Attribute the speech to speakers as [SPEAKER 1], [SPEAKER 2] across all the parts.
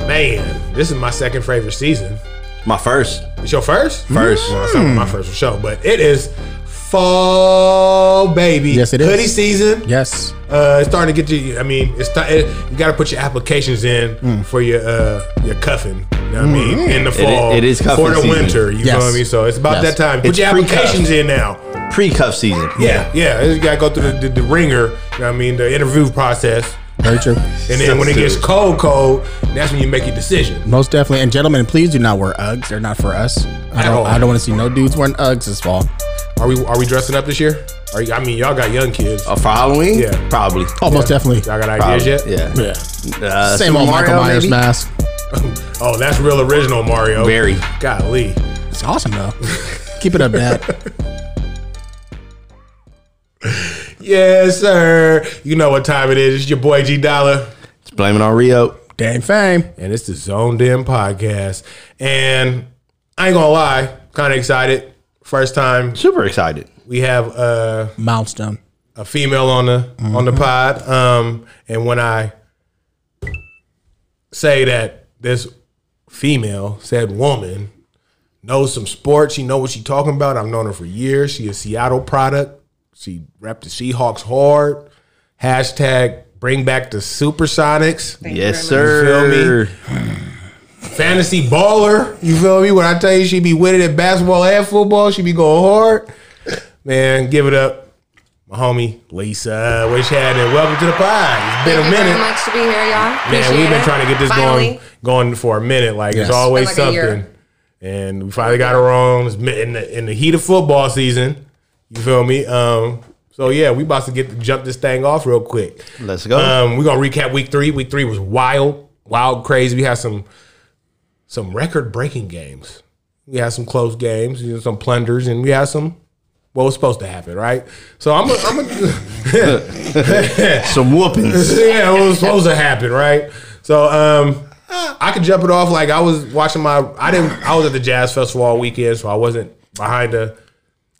[SPEAKER 1] Man, this is my second favorite season.
[SPEAKER 2] My first.
[SPEAKER 1] It's your first?
[SPEAKER 2] First.
[SPEAKER 1] Well, it's not my first for sure, but it is fall, baby.
[SPEAKER 3] Yes, it is.
[SPEAKER 1] Hoodie season.
[SPEAKER 3] Yes.
[SPEAKER 1] Uh, it's starting to get you. I mean, it's sta- it, you got to put your applications in
[SPEAKER 3] Mm.
[SPEAKER 1] for your uh, your cuffing. You know what I mean? In the
[SPEAKER 2] i-
[SPEAKER 1] fall,
[SPEAKER 2] it is cuffing
[SPEAKER 1] for the
[SPEAKER 2] season.
[SPEAKER 1] winter. You know
[SPEAKER 3] Yes.
[SPEAKER 1] what I mean? So it's about
[SPEAKER 3] Yes.
[SPEAKER 1] that time. Put
[SPEAKER 2] It's
[SPEAKER 1] your
[SPEAKER 2] pre-cuff.
[SPEAKER 1] applications in now.
[SPEAKER 2] Pre cuff season.
[SPEAKER 1] Yeah, yeah. You got to go through the, the, the ringer. You know what I mean? The interview process.
[SPEAKER 3] Very true.
[SPEAKER 1] And then when it gets
[SPEAKER 2] Substitute.
[SPEAKER 1] cold, cold, that's when you make your decision.
[SPEAKER 3] Most definitely. And gentlemen, please do not wear Uggs. They're not for us. I
[SPEAKER 1] At all.
[SPEAKER 3] don't, I don't want to see no dudes wearing Uggs this fall.
[SPEAKER 1] Are we are we dressing up this year? Are you, I mean, y'all got young kids.
[SPEAKER 2] Uh, for Halloween?
[SPEAKER 1] Yeah.
[SPEAKER 2] Probably.
[SPEAKER 3] Oh, most definitely.
[SPEAKER 1] Y'all got
[SPEAKER 2] Probably.
[SPEAKER 1] ideas yet?
[SPEAKER 2] Yeah.
[SPEAKER 3] Yeah.
[SPEAKER 2] Uh,
[SPEAKER 3] Same
[SPEAKER 2] Super
[SPEAKER 3] old Michael
[SPEAKER 2] Mario,
[SPEAKER 3] Myers
[SPEAKER 2] maybe?
[SPEAKER 3] mask.
[SPEAKER 1] Oh, that's real original, Mario.
[SPEAKER 2] Very.
[SPEAKER 1] Golly.
[SPEAKER 3] It's awesome, though. Keep it up, Dad.
[SPEAKER 1] Yes, sir. You know what time it is. It's your boy G Dollar.
[SPEAKER 2] Let's blame it on Rio.
[SPEAKER 3] Dang fame.
[SPEAKER 1] And it's the Zoned In podcast. And I ain't gonna lie, kind of excited. First time
[SPEAKER 2] Super excited.
[SPEAKER 1] we have uh,
[SPEAKER 3] Milestone.
[SPEAKER 1] a female on the on the pod. Um, and when I say that this female said woman knows some sports, she know what she talking about. I've known her for years. She a Seattle product. She repped the Seahawks hard. Hashtag bring back the Supersonics.
[SPEAKER 2] Yes,
[SPEAKER 1] much. You
[SPEAKER 2] sir.
[SPEAKER 1] Fantasy baller. You feel me? When I tell you she be winning at basketball and football, she be going hard. Man, give it up. My homie, Lisa, what you had, and welcome to the pod. It's been a
[SPEAKER 4] Thank you very
[SPEAKER 1] minute.
[SPEAKER 4] much to be here, y'all.
[SPEAKER 1] Man,
[SPEAKER 4] Appreciate
[SPEAKER 1] we've been
[SPEAKER 4] it.
[SPEAKER 1] trying to get this
[SPEAKER 4] Finally.
[SPEAKER 1] going going for a minute. Like
[SPEAKER 3] Yes.
[SPEAKER 1] it's always
[SPEAKER 4] It's been like a
[SPEAKER 1] something, and we finally got her on It's mi- in the in the heat of football season. You feel me? Um, so yeah, we about to get to jump this thing off real quick.
[SPEAKER 2] Let's go.
[SPEAKER 1] Um, we're gonna recap week three. Week three was wild, wild, crazy. We had some some record breaking games. We had some close games, you know, some plunders, and we had some what was supposed to happen, right? So I'm a, I'm a,
[SPEAKER 2] Some whoopings.
[SPEAKER 1] yeah, it was supposed to happen, right? So um I could jump it off like I was watching my I didn't I was at the jazz festival all weekend, so I wasn't behind the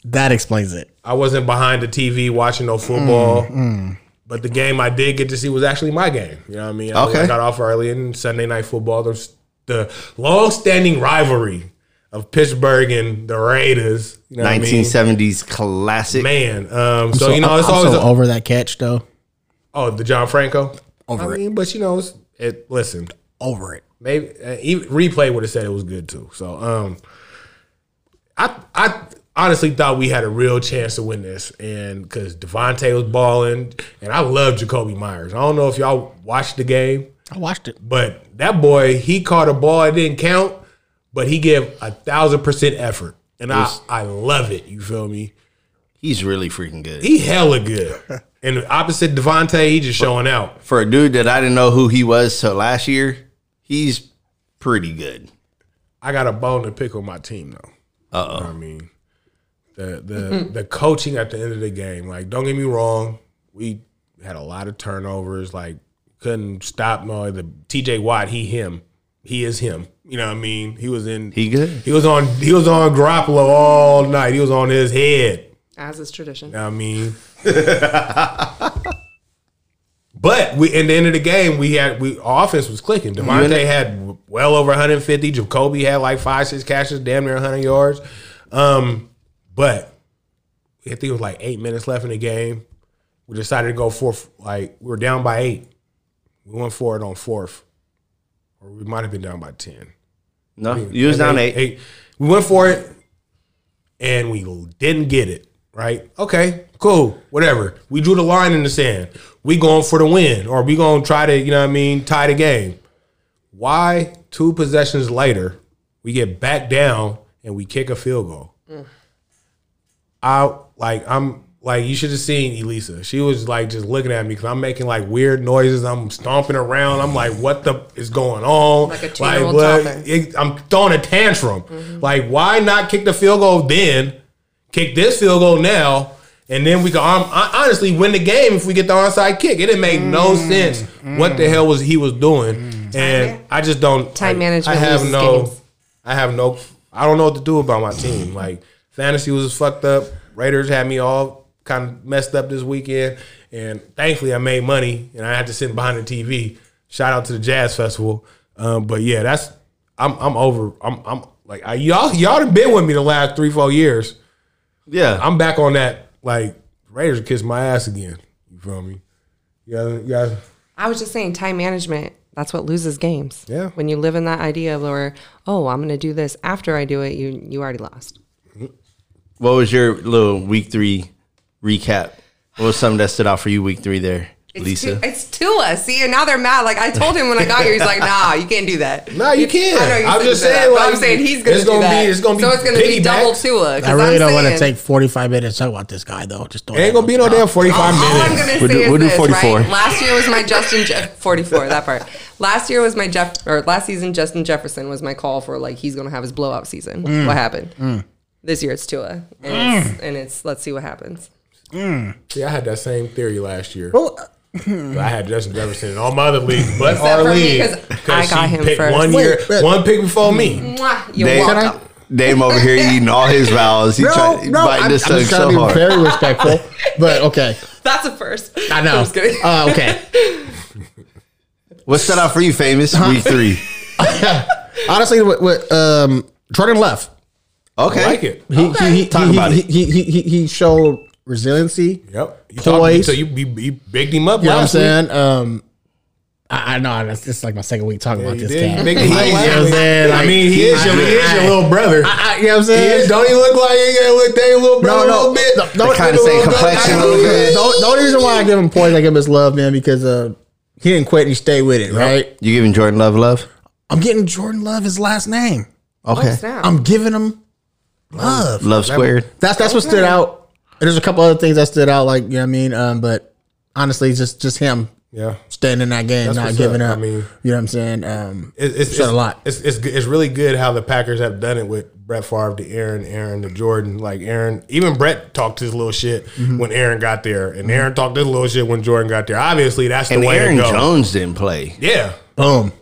[SPEAKER 3] That explains it.
[SPEAKER 1] I wasn't behind the TV watching no football.
[SPEAKER 3] Mm,
[SPEAKER 1] But the game I did get to see was actually my game. You know what I mean? I,
[SPEAKER 2] Okay.
[SPEAKER 1] I got off early and Sunday night football. There's the long-standing rivalry of Pittsburgh and the Raiders. You know what I mean?
[SPEAKER 2] 1970s classic.
[SPEAKER 1] Man, um, so, you know it's
[SPEAKER 3] I'm
[SPEAKER 1] always
[SPEAKER 3] so over that catch, though.
[SPEAKER 1] oh the John Franco.
[SPEAKER 3] Over
[SPEAKER 1] I
[SPEAKER 3] it.
[SPEAKER 1] mean, but you know, it's, it listen,
[SPEAKER 3] Over it.
[SPEAKER 1] Maybe uh, even, replay would have said it was good too. So um, I I honestly thought we had a real chance to win this, and because Devontae was balling, and I love Jacoby Myers. I don't know if y'all watched the game,
[SPEAKER 3] I watched it.
[SPEAKER 1] but that boy he caught a ball it didn't count, but he gave a thousand percent effort, and I I love it. You feel me?
[SPEAKER 2] He's really freaking good.
[SPEAKER 1] He hella good, and opposite Devontae, he just showing out.
[SPEAKER 2] For a dude that I didn't know who he was till last year, he's pretty good.
[SPEAKER 1] I got a bone to pick with my team though. Uh oh. I mean, the the the coaching at the end of the game. Like, don't get me wrong, we had a lot of turnovers. Like, couldn't stop no the T.J. Watt. He him. He is him. You know what I mean? He was in.
[SPEAKER 2] He good?
[SPEAKER 1] He was on. He was on Garoppolo all night. He was on his head.
[SPEAKER 4] As is tradition.
[SPEAKER 1] I mean, but we in the end of the game, we had we our offense was clicking. Devontae had well over 150. Jacoby had like five, six catches, damn near 100 yards. Um, but I think it was like eight minutes left in the game. We decided to go fourth. Like we were down by eight. We went for it on fourth, or we might have been down by ten.
[SPEAKER 2] No, you was down
[SPEAKER 1] They-
[SPEAKER 2] eight.
[SPEAKER 1] they- We went for it, and we didn't get it. Right? Okay, cool, whatever. We drew the line in the sand. We going for the win, or we going to try to, you know what I mean, tie the game. Why? Two possessions later, we get back down and we kick a field goal. I like I'm like you should have seen Elisa. She was like just looking at me because I'm making like weird noises. I'm stomping around. I'm like, what the is going on?
[SPEAKER 4] Like a two-year-old
[SPEAKER 1] what-
[SPEAKER 4] toddler.
[SPEAKER 1] it- I'm throwing a tantrum. Like, why not kick the field goal then? Kick this field goal now, and then we can arm, I, honestly win the game if we get the onside kick. It didn't make no
[SPEAKER 4] Mm.
[SPEAKER 1] sense. What the hell was he was doing? And I just don't
[SPEAKER 4] Time
[SPEAKER 1] like,
[SPEAKER 4] management
[SPEAKER 1] I have
[SPEAKER 4] loses
[SPEAKER 1] no.
[SPEAKER 4] games.
[SPEAKER 1] I have no. I don't know what to do about my team. Like fantasy was fucked up. Raiders had me all kind of messed up this weekend, and thankfully I made money and I had to sit behind the TV. Shout out to the Jazz Festival. Um, but yeah, that's I'm I'm over. I'm I'm like I, y'all y'all done been with me the last three four years.
[SPEAKER 2] Yeah.
[SPEAKER 1] I'm back on that. Like Raiders kiss my ass again. You feel me? Yeah, yeah.
[SPEAKER 4] I was just saying time management. That's what loses games.
[SPEAKER 1] Yeah.
[SPEAKER 4] When you live in that idea of where, oh, I'm going to do this after I do it, you you already lost.
[SPEAKER 2] what was your little week three recap? What was something that stood out for you week three there, Lisa?
[SPEAKER 4] It's, Tua. See, and now they're mad. Like I told him when I got here, he's like, nah, you can't do that.
[SPEAKER 1] No, you can't.
[SPEAKER 4] I know you
[SPEAKER 1] I'm
[SPEAKER 4] said
[SPEAKER 1] just
[SPEAKER 4] that,
[SPEAKER 1] saying,
[SPEAKER 4] but
[SPEAKER 1] like,
[SPEAKER 4] I'm saying he's going
[SPEAKER 1] it's
[SPEAKER 4] to do
[SPEAKER 1] gonna be-
[SPEAKER 4] that.
[SPEAKER 1] it's gonna be
[SPEAKER 4] so it's going to be
[SPEAKER 1] piggyback.
[SPEAKER 4] double Tua. 'cause
[SPEAKER 3] I really
[SPEAKER 4] I'm
[SPEAKER 3] don't want to
[SPEAKER 4] saying-
[SPEAKER 3] take 45 minutes to talk about this guy, though. Just don't.
[SPEAKER 1] It ain't gonna be no damn 45
[SPEAKER 4] All Oh, I'm
[SPEAKER 1] minutes.
[SPEAKER 4] gonna
[SPEAKER 2] We'll
[SPEAKER 4] say
[SPEAKER 2] do-
[SPEAKER 4] is
[SPEAKER 2] we'll do
[SPEAKER 4] this,
[SPEAKER 2] 44.
[SPEAKER 4] right? Last year was my Justin Je- 44. That part. Last year was my Jeff, or last season Justin Jefferson was my call for like he's gonna have his blowout season.
[SPEAKER 2] Mm.
[SPEAKER 4] What happened? This year it's Tua, and, it's, and it's let's see what happens.
[SPEAKER 1] See, I had that same theory last year. I had Justin Jefferson in all my other leagues, but our
[SPEAKER 4] for me,
[SPEAKER 1] league
[SPEAKER 4] 'cause I got
[SPEAKER 1] she
[SPEAKER 4] him
[SPEAKER 1] picked
[SPEAKER 4] first.
[SPEAKER 1] One
[SPEAKER 3] Wait,
[SPEAKER 1] year,
[SPEAKER 3] but-
[SPEAKER 1] one pick before me.
[SPEAKER 4] Mwah, you're
[SPEAKER 2] Dame,
[SPEAKER 4] welcome.
[SPEAKER 2] Dame over here eating all his vowels. He
[SPEAKER 3] No,
[SPEAKER 2] tried,
[SPEAKER 3] no,
[SPEAKER 2] biting
[SPEAKER 3] I'm, I'm
[SPEAKER 2] his
[SPEAKER 3] just
[SPEAKER 2] tongue
[SPEAKER 3] trying
[SPEAKER 2] so
[SPEAKER 3] to be
[SPEAKER 2] hard.
[SPEAKER 3] very respectful, but okay.
[SPEAKER 4] That's a first.
[SPEAKER 3] I know.
[SPEAKER 4] I'm just kidding.
[SPEAKER 3] Uh, okay.
[SPEAKER 2] what stood out for you, famous week three?
[SPEAKER 3] Honestly, what, what um, Jordan left.
[SPEAKER 2] Okay,
[SPEAKER 1] I like it.
[SPEAKER 3] He, he, he,
[SPEAKER 2] Talk
[SPEAKER 3] he,
[SPEAKER 2] about
[SPEAKER 3] he,
[SPEAKER 2] it.
[SPEAKER 3] he, he, he, he showed resiliency.
[SPEAKER 1] Yep. You
[SPEAKER 3] Poise.
[SPEAKER 1] so you, you, you bigged him up.
[SPEAKER 3] You know what I'm
[SPEAKER 1] last week.
[SPEAKER 3] saying? Um, I, I know that's this is like my second week talking about
[SPEAKER 1] You
[SPEAKER 3] this
[SPEAKER 1] did.
[SPEAKER 3] guy.
[SPEAKER 1] You bigged him up
[SPEAKER 3] You know what
[SPEAKER 1] last
[SPEAKER 3] I'm
[SPEAKER 1] week.
[SPEAKER 3] saying?
[SPEAKER 1] I
[SPEAKER 3] Like,
[SPEAKER 1] mean, he is your, he is your little brother.
[SPEAKER 3] I, I, you know what I'm
[SPEAKER 1] He is-
[SPEAKER 3] saying?
[SPEAKER 1] don't he look like he got look they little brother a
[SPEAKER 3] no,
[SPEAKER 1] little bit?
[SPEAKER 3] no, no,
[SPEAKER 1] Look
[SPEAKER 2] kinda
[SPEAKER 1] at the
[SPEAKER 2] same
[SPEAKER 1] little brother,
[SPEAKER 2] complexion
[SPEAKER 1] kinda
[SPEAKER 2] a little
[SPEAKER 1] bit.
[SPEAKER 3] The only- the only reason why I give him points, I give him his love, man, because uh, he didn't quit and he stayed with it, right?
[SPEAKER 2] you giving Jordan love, love?
[SPEAKER 3] I'm getting Jordan Love his last name.
[SPEAKER 2] Okay,
[SPEAKER 4] Snap.
[SPEAKER 3] I'm giving him love.
[SPEAKER 2] love squared.
[SPEAKER 3] That's that's what stood out. And there's a couple other things that stood out, like you know what I mean. Um, but honestly, just just him
[SPEAKER 1] Yeah.
[SPEAKER 3] staying in that game, not
[SPEAKER 1] what's
[SPEAKER 3] giving
[SPEAKER 1] up. I
[SPEAKER 3] up.
[SPEAKER 1] mean-
[SPEAKER 3] you know what I'm saying? Um,
[SPEAKER 1] It- it's, it's
[SPEAKER 3] Said a lot.
[SPEAKER 1] It's, it's good- it's really good how the Packers have done it with Brett Favre to Aaron, Aaron to Jordan. Like Aaron, even Brett talked his little shit when Aaron got there, and Aaron talked his little shit when Jordan got there. Obviously, that's the
[SPEAKER 2] And
[SPEAKER 1] way
[SPEAKER 2] Aaron
[SPEAKER 1] to go.
[SPEAKER 2] Jones didn't play.
[SPEAKER 1] Yeah,
[SPEAKER 3] boom.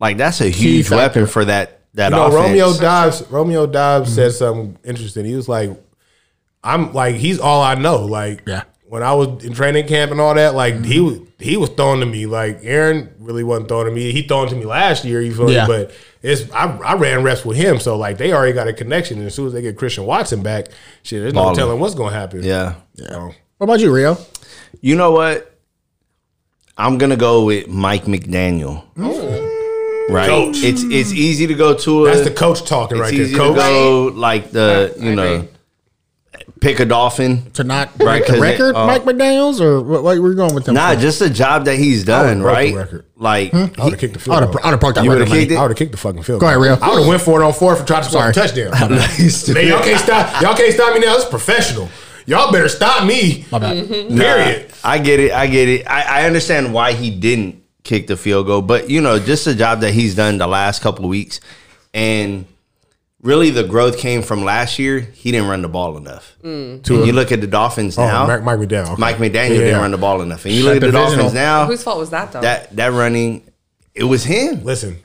[SPEAKER 2] Like that's a huge
[SPEAKER 3] factor.
[SPEAKER 2] weapon for that that
[SPEAKER 1] you know,
[SPEAKER 2] offense.
[SPEAKER 1] Romeo Dobbs. Romeo Dobbs said something interesting. He was like, "I'm like he's all I know." Like
[SPEAKER 3] Yeah. Mm-hmm.
[SPEAKER 1] when I was in training camp and all that, like he was he was throwing to me. Like Aaron really wasn't throwing to me. He thrown to me last year. You feel
[SPEAKER 3] Yeah.
[SPEAKER 1] me? But it's I, I ran reps with him, so like they already got a connection. And as soon as they get Christian Watson back, shit, there's
[SPEAKER 2] Ballin'.
[SPEAKER 1] no telling what's gonna happen.
[SPEAKER 2] yeah,
[SPEAKER 1] yeah.
[SPEAKER 3] What about you, Rio?
[SPEAKER 2] you know what? I'm gonna go with Mike McDaniel.
[SPEAKER 1] Oh.
[SPEAKER 2] Right,
[SPEAKER 1] Coach.
[SPEAKER 2] it's it's easy to go to
[SPEAKER 1] that's the coach talking right
[SPEAKER 2] it's
[SPEAKER 1] there.
[SPEAKER 2] easy
[SPEAKER 1] Coach,
[SPEAKER 2] to go like the
[SPEAKER 4] I
[SPEAKER 2] you know
[SPEAKER 4] agree.
[SPEAKER 2] pick a dolphin.
[SPEAKER 3] To not
[SPEAKER 2] Right,
[SPEAKER 3] break the
[SPEAKER 2] 'cause it-
[SPEAKER 3] record,
[SPEAKER 2] uh,
[SPEAKER 3] Mike McDaniel's, or what, what were you going with him?
[SPEAKER 2] Nah,
[SPEAKER 3] for?
[SPEAKER 2] just the job that he's done,
[SPEAKER 1] broke the
[SPEAKER 2] right?
[SPEAKER 1] record. Hmm?
[SPEAKER 2] Like
[SPEAKER 1] I would have kicked the
[SPEAKER 3] I
[SPEAKER 1] field.
[SPEAKER 3] would have,
[SPEAKER 1] goal.
[SPEAKER 3] I would have parked that
[SPEAKER 2] You
[SPEAKER 3] record.
[SPEAKER 2] would've
[SPEAKER 3] money.
[SPEAKER 2] kicked it?
[SPEAKER 1] I would have kicked the fucking field.
[SPEAKER 3] Go ahead,
[SPEAKER 1] goal.
[SPEAKER 3] Rio.
[SPEAKER 1] I would have went for it on fourth and tried to score a
[SPEAKER 3] Sorry.
[SPEAKER 1] touchdown.
[SPEAKER 2] he's stupid.
[SPEAKER 1] Man, y'all can't stop. Y'all can't stop me now. It's professional. Y'all better stop me.
[SPEAKER 3] My bad.
[SPEAKER 1] Period.
[SPEAKER 2] I get it. I get it. I, I understand why he didn't kick the field goal, but you know, just the job that he's done the last couple weeks, and really the growth came from last year. He didn't run the ball enough. And you look at the Dolphins now.
[SPEAKER 1] Oh, Mike, Mike McDaniel. Okay.
[SPEAKER 2] Mike McDaniel
[SPEAKER 1] Yeah, yeah.
[SPEAKER 2] didn't run the ball enough, and you look at the
[SPEAKER 3] divisional.
[SPEAKER 2] Dolphins now.
[SPEAKER 4] Whose fault was that though?
[SPEAKER 2] That that running, it was him.
[SPEAKER 1] Listen,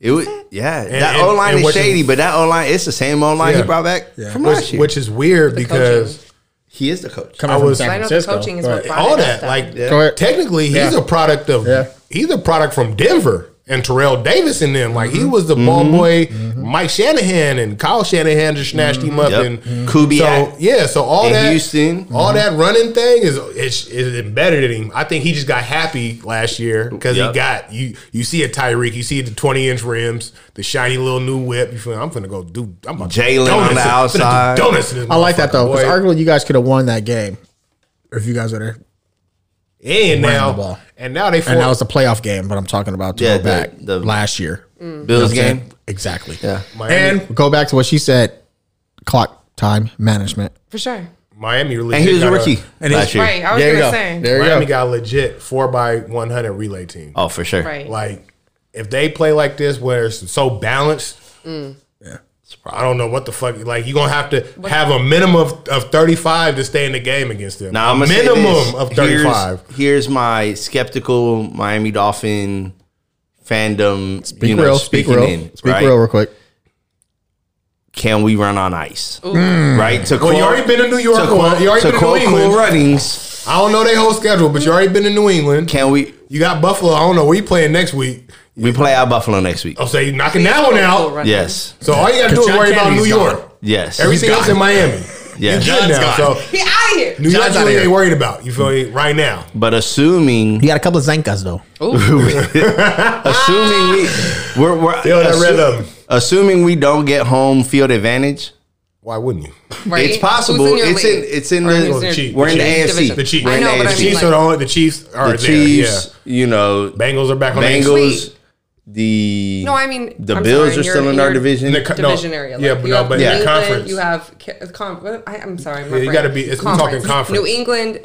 [SPEAKER 2] It was yeah. that
[SPEAKER 1] and-
[SPEAKER 2] O line
[SPEAKER 1] and
[SPEAKER 2] is
[SPEAKER 1] what you-
[SPEAKER 2] shady, but that O line it's the same O line
[SPEAKER 1] Yeah.
[SPEAKER 2] he brought back from last
[SPEAKER 1] which,
[SPEAKER 2] year.
[SPEAKER 1] which is weird because
[SPEAKER 2] he is the coach.
[SPEAKER 3] Coming
[SPEAKER 1] I
[SPEAKER 3] from
[SPEAKER 1] was-
[SPEAKER 3] San
[SPEAKER 4] I know the
[SPEAKER 3] Francisco.
[SPEAKER 4] coaching is
[SPEAKER 3] Go
[SPEAKER 4] what
[SPEAKER 3] ahead.
[SPEAKER 4] brought-
[SPEAKER 1] all
[SPEAKER 4] Friday
[SPEAKER 1] that,
[SPEAKER 4] night,
[SPEAKER 1] like,
[SPEAKER 3] Go ahead.
[SPEAKER 1] technically, he's
[SPEAKER 3] Yeah.
[SPEAKER 1] a product of
[SPEAKER 3] Yeah.
[SPEAKER 1] he's a product from Denver and Terrell Davis and them. Like
[SPEAKER 3] Mm-hmm.
[SPEAKER 1] he was the ball boy, Mike Shanahan and Kyle Shanahan just snatched him up
[SPEAKER 2] Mm-hmm. Yep.
[SPEAKER 1] and
[SPEAKER 2] Kubiak.
[SPEAKER 1] So yeah, so all
[SPEAKER 2] In
[SPEAKER 1] that Mm-hmm.
[SPEAKER 2] Houston.
[SPEAKER 1] all that running thing is, is is embedded in him. I think he just got happy last year because
[SPEAKER 2] Yep.
[SPEAKER 1] he got you. You see a Tyreek, you see the twenty inch rims, the shiny little new whip. You feel I'm finna go do. I'm about to do
[SPEAKER 2] Jalen
[SPEAKER 1] donuts in- finna
[SPEAKER 2] on the
[SPEAKER 1] do
[SPEAKER 2] outside.
[SPEAKER 1] Donuts. in this
[SPEAKER 3] I like that though, because
[SPEAKER 1] motherfucker, boy.
[SPEAKER 3] arguably you guys could have won that game if you guys were there.
[SPEAKER 1] And
[SPEAKER 3] Ran the
[SPEAKER 1] now,
[SPEAKER 3] ball.
[SPEAKER 1] and now they four,
[SPEAKER 3] And that was a playoff game, but I'm talking about to
[SPEAKER 2] Yeah,
[SPEAKER 3] go
[SPEAKER 2] the-
[SPEAKER 3] back
[SPEAKER 2] the-
[SPEAKER 3] last year.
[SPEAKER 4] Mm.
[SPEAKER 2] Bills
[SPEAKER 3] Okay,
[SPEAKER 2] game.
[SPEAKER 3] Exactly.
[SPEAKER 2] Yeah.
[SPEAKER 1] Miami,
[SPEAKER 3] And go back to what she said clock time management.
[SPEAKER 4] for sure.
[SPEAKER 1] Miami really
[SPEAKER 2] And he was a
[SPEAKER 1] got
[SPEAKER 2] rookie
[SPEAKER 3] And he's-
[SPEAKER 2] last year.
[SPEAKER 4] Right. I was
[SPEAKER 3] There you
[SPEAKER 4] gonna
[SPEAKER 3] go.
[SPEAKER 4] say.
[SPEAKER 3] There you
[SPEAKER 1] Miami
[SPEAKER 3] go.
[SPEAKER 1] got a legit four by one hundred relay team.
[SPEAKER 2] Oh, for sure.
[SPEAKER 4] Right.
[SPEAKER 1] Like if they play like this, where it's so balanced.
[SPEAKER 5] Mm.
[SPEAKER 1] I don't know what the fuck. Like you gonna have to have a minimum of, of thirty five to stay in the game against them.
[SPEAKER 2] Now
[SPEAKER 1] a
[SPEAKER 2] I'm gonna say this.
[SPEAKER 1] minimum of thirty
[SPEAKER 2] Here's-
[SPEAKER 1] five.
[SPEAKER 2] Here's, my skeptical Miami Dolphin fandom.
[SPEAKER 3] Speak
[SPEAKER 2] you know,
[SPEAKER 3] real, speak
[SPEAKER 2] speaking
[SPEAKER 3] real.
[SPEAKER 2] in.
[SPEAKER 3] speak
[SPEAKER 2] right?
[SPEAKER 3] real real quick.
[SPEAKER 2] Can we run on ice? Right. To
[SPEAKER 1] Mm. Well, you already been to New York.
[SPEAKER 2] to
[SPEAKER 1] one.
[SPEAKER 2] quote,
[SPEAKER 1] You already been
[SPEAKER 2] to
[SPEAKER 1] to New
[SPEAKER 2] quote Cool
[SPEAKER 1] England.
[SPEAKER 2] Runnings.
[SPEAKER 1] I don't know their whole schedule, but you already been to New England.
[SPEAKER 2] Can we?
[SPEAKER 1] You got Buffalo. I don't know where you playing next week.
[SPEAKER 2] We play out Buffalo next week.
[SPEAKER 1] Oh, so you're knocking that one
[SPEAKER 4] We'll
[SPEAKER 1] out.
[SPEAKER 4] run
[SPEAKER 2] Yes.
[SPEAKER 1] So all you got to do is
[SPEAKER 5] John
[SPEAKER 1] worry about New
[SPEAKER 5] Kennedy's
[SPEAKER 1] York.
[SPEAKER 5] gone.
[SPEAKER 2] Yes.
[SPEAKER 1] Everything else in Miami.
[SPEAKER 2] Yeah.
[SPEAKER 1] You're good
[SPEAKER 5] John's
[SPEAKER 1] now.
[SPEAKER 5] gone.
[SPEAKER 1] So
[SPEAKER 4] Get out of here.
[SPEAKER 1] New
[SPEAKER 5] John's
[SPEAKER 1] York's
[SPEAKER 5] outta
[SPEAKER 1] really
[SPEAKER 5] here.
[SPEAKER 1] ain't worried about. You feel me? Right now.
[SPEAKER 2] But assuming
[SPEAKER 3] You got a couple of Zankas though.
[SPEAKER 2] assuming we we're, we're
[SPEAKER 1] Yo, Ah! that
[SPEAKER 2] assu-
[SPEAKER 1] rhythm.
[SPEAKER 2] assuming we don't get home field advantage,
[SPEAKER 1] Why wouldn't you?
[SPEAKER 4] Right?
[SPEAKER 2] it's possible.
[SPEAKER 4] Who's your
[SPEAKER 2] it's
[SPEAKER 4] league?
[SPEAKER 2] in it's in
[SPEAKER 4] Or who's
[SPEAKER 1] the
[SPEAKER 2] the,
[SPEAKER 4] your
[SPEAKER 1] Chiefs.
[SPEAKER 2] we're in the
[SPEAKER 1] Chiefs.
[SPEAKER 2] AFC.
[SPEAKER 4] division?
[SPEAKER 1] The Chiefs.
[SPEAKER 2] We're
[SPEAKER 4] I
[SPEAKER 2] in
[SPEAKER 4] know,
[SPEAKER 2] the
[SPEAKER 4] but I
[SPEAKER 1] The
[SPEAKER 2] AFC.
[SPEAKER 4] mean,
[SPEAKER 1] Chiefs
[SPEAKER 4] like-
[SPEAKER 1] are the only. The Chiefs are
[SPEAKER 2] the
[SPEAKER 1] there.
[SPEAKER 2] Chiefs, you know,
[SPEAKER 1] Yeah. Bengals are back on.
[SPEAKER 2] Bengals,
[SPEAKER 4] Sweet.
[SPEAKER 2] the
[SPEAKER 4] No, I mean,
[SPEAKER 2] the
[SPEAKER 4] I'm
[SPEAKER 2] Bills
[SPEAKER 4] sorry,
[SPEAKER 2] are still
[SPEAKER 4] you're-
[SPEAKER 2] in our
[SPEAKER 4] you're-
[SPEAKER 2] division.
[SPEAKER 1] The co- no,
[SPEAKER 4] division area.
[SPEAKER 1] yeah, but
[SPEAKER 4] you
[SPEAKER 1] no,
[SPEAKER 4] have
[SPEAKER 1] but
[SPEAKER 4] New
[SPEAKER 1] yeah,
[SPEAKER 4] England,
[SPEAKER 1] conference.
[SPEAKER 4] You have ca- con- what- I, I'm sorry, my
[SPEAKER 1] Yeah, you
[SPEAKER 4] brain.
[SPEAKER 1] gotta be- it's- we're talking conference.
[SPEAKER 4] New England,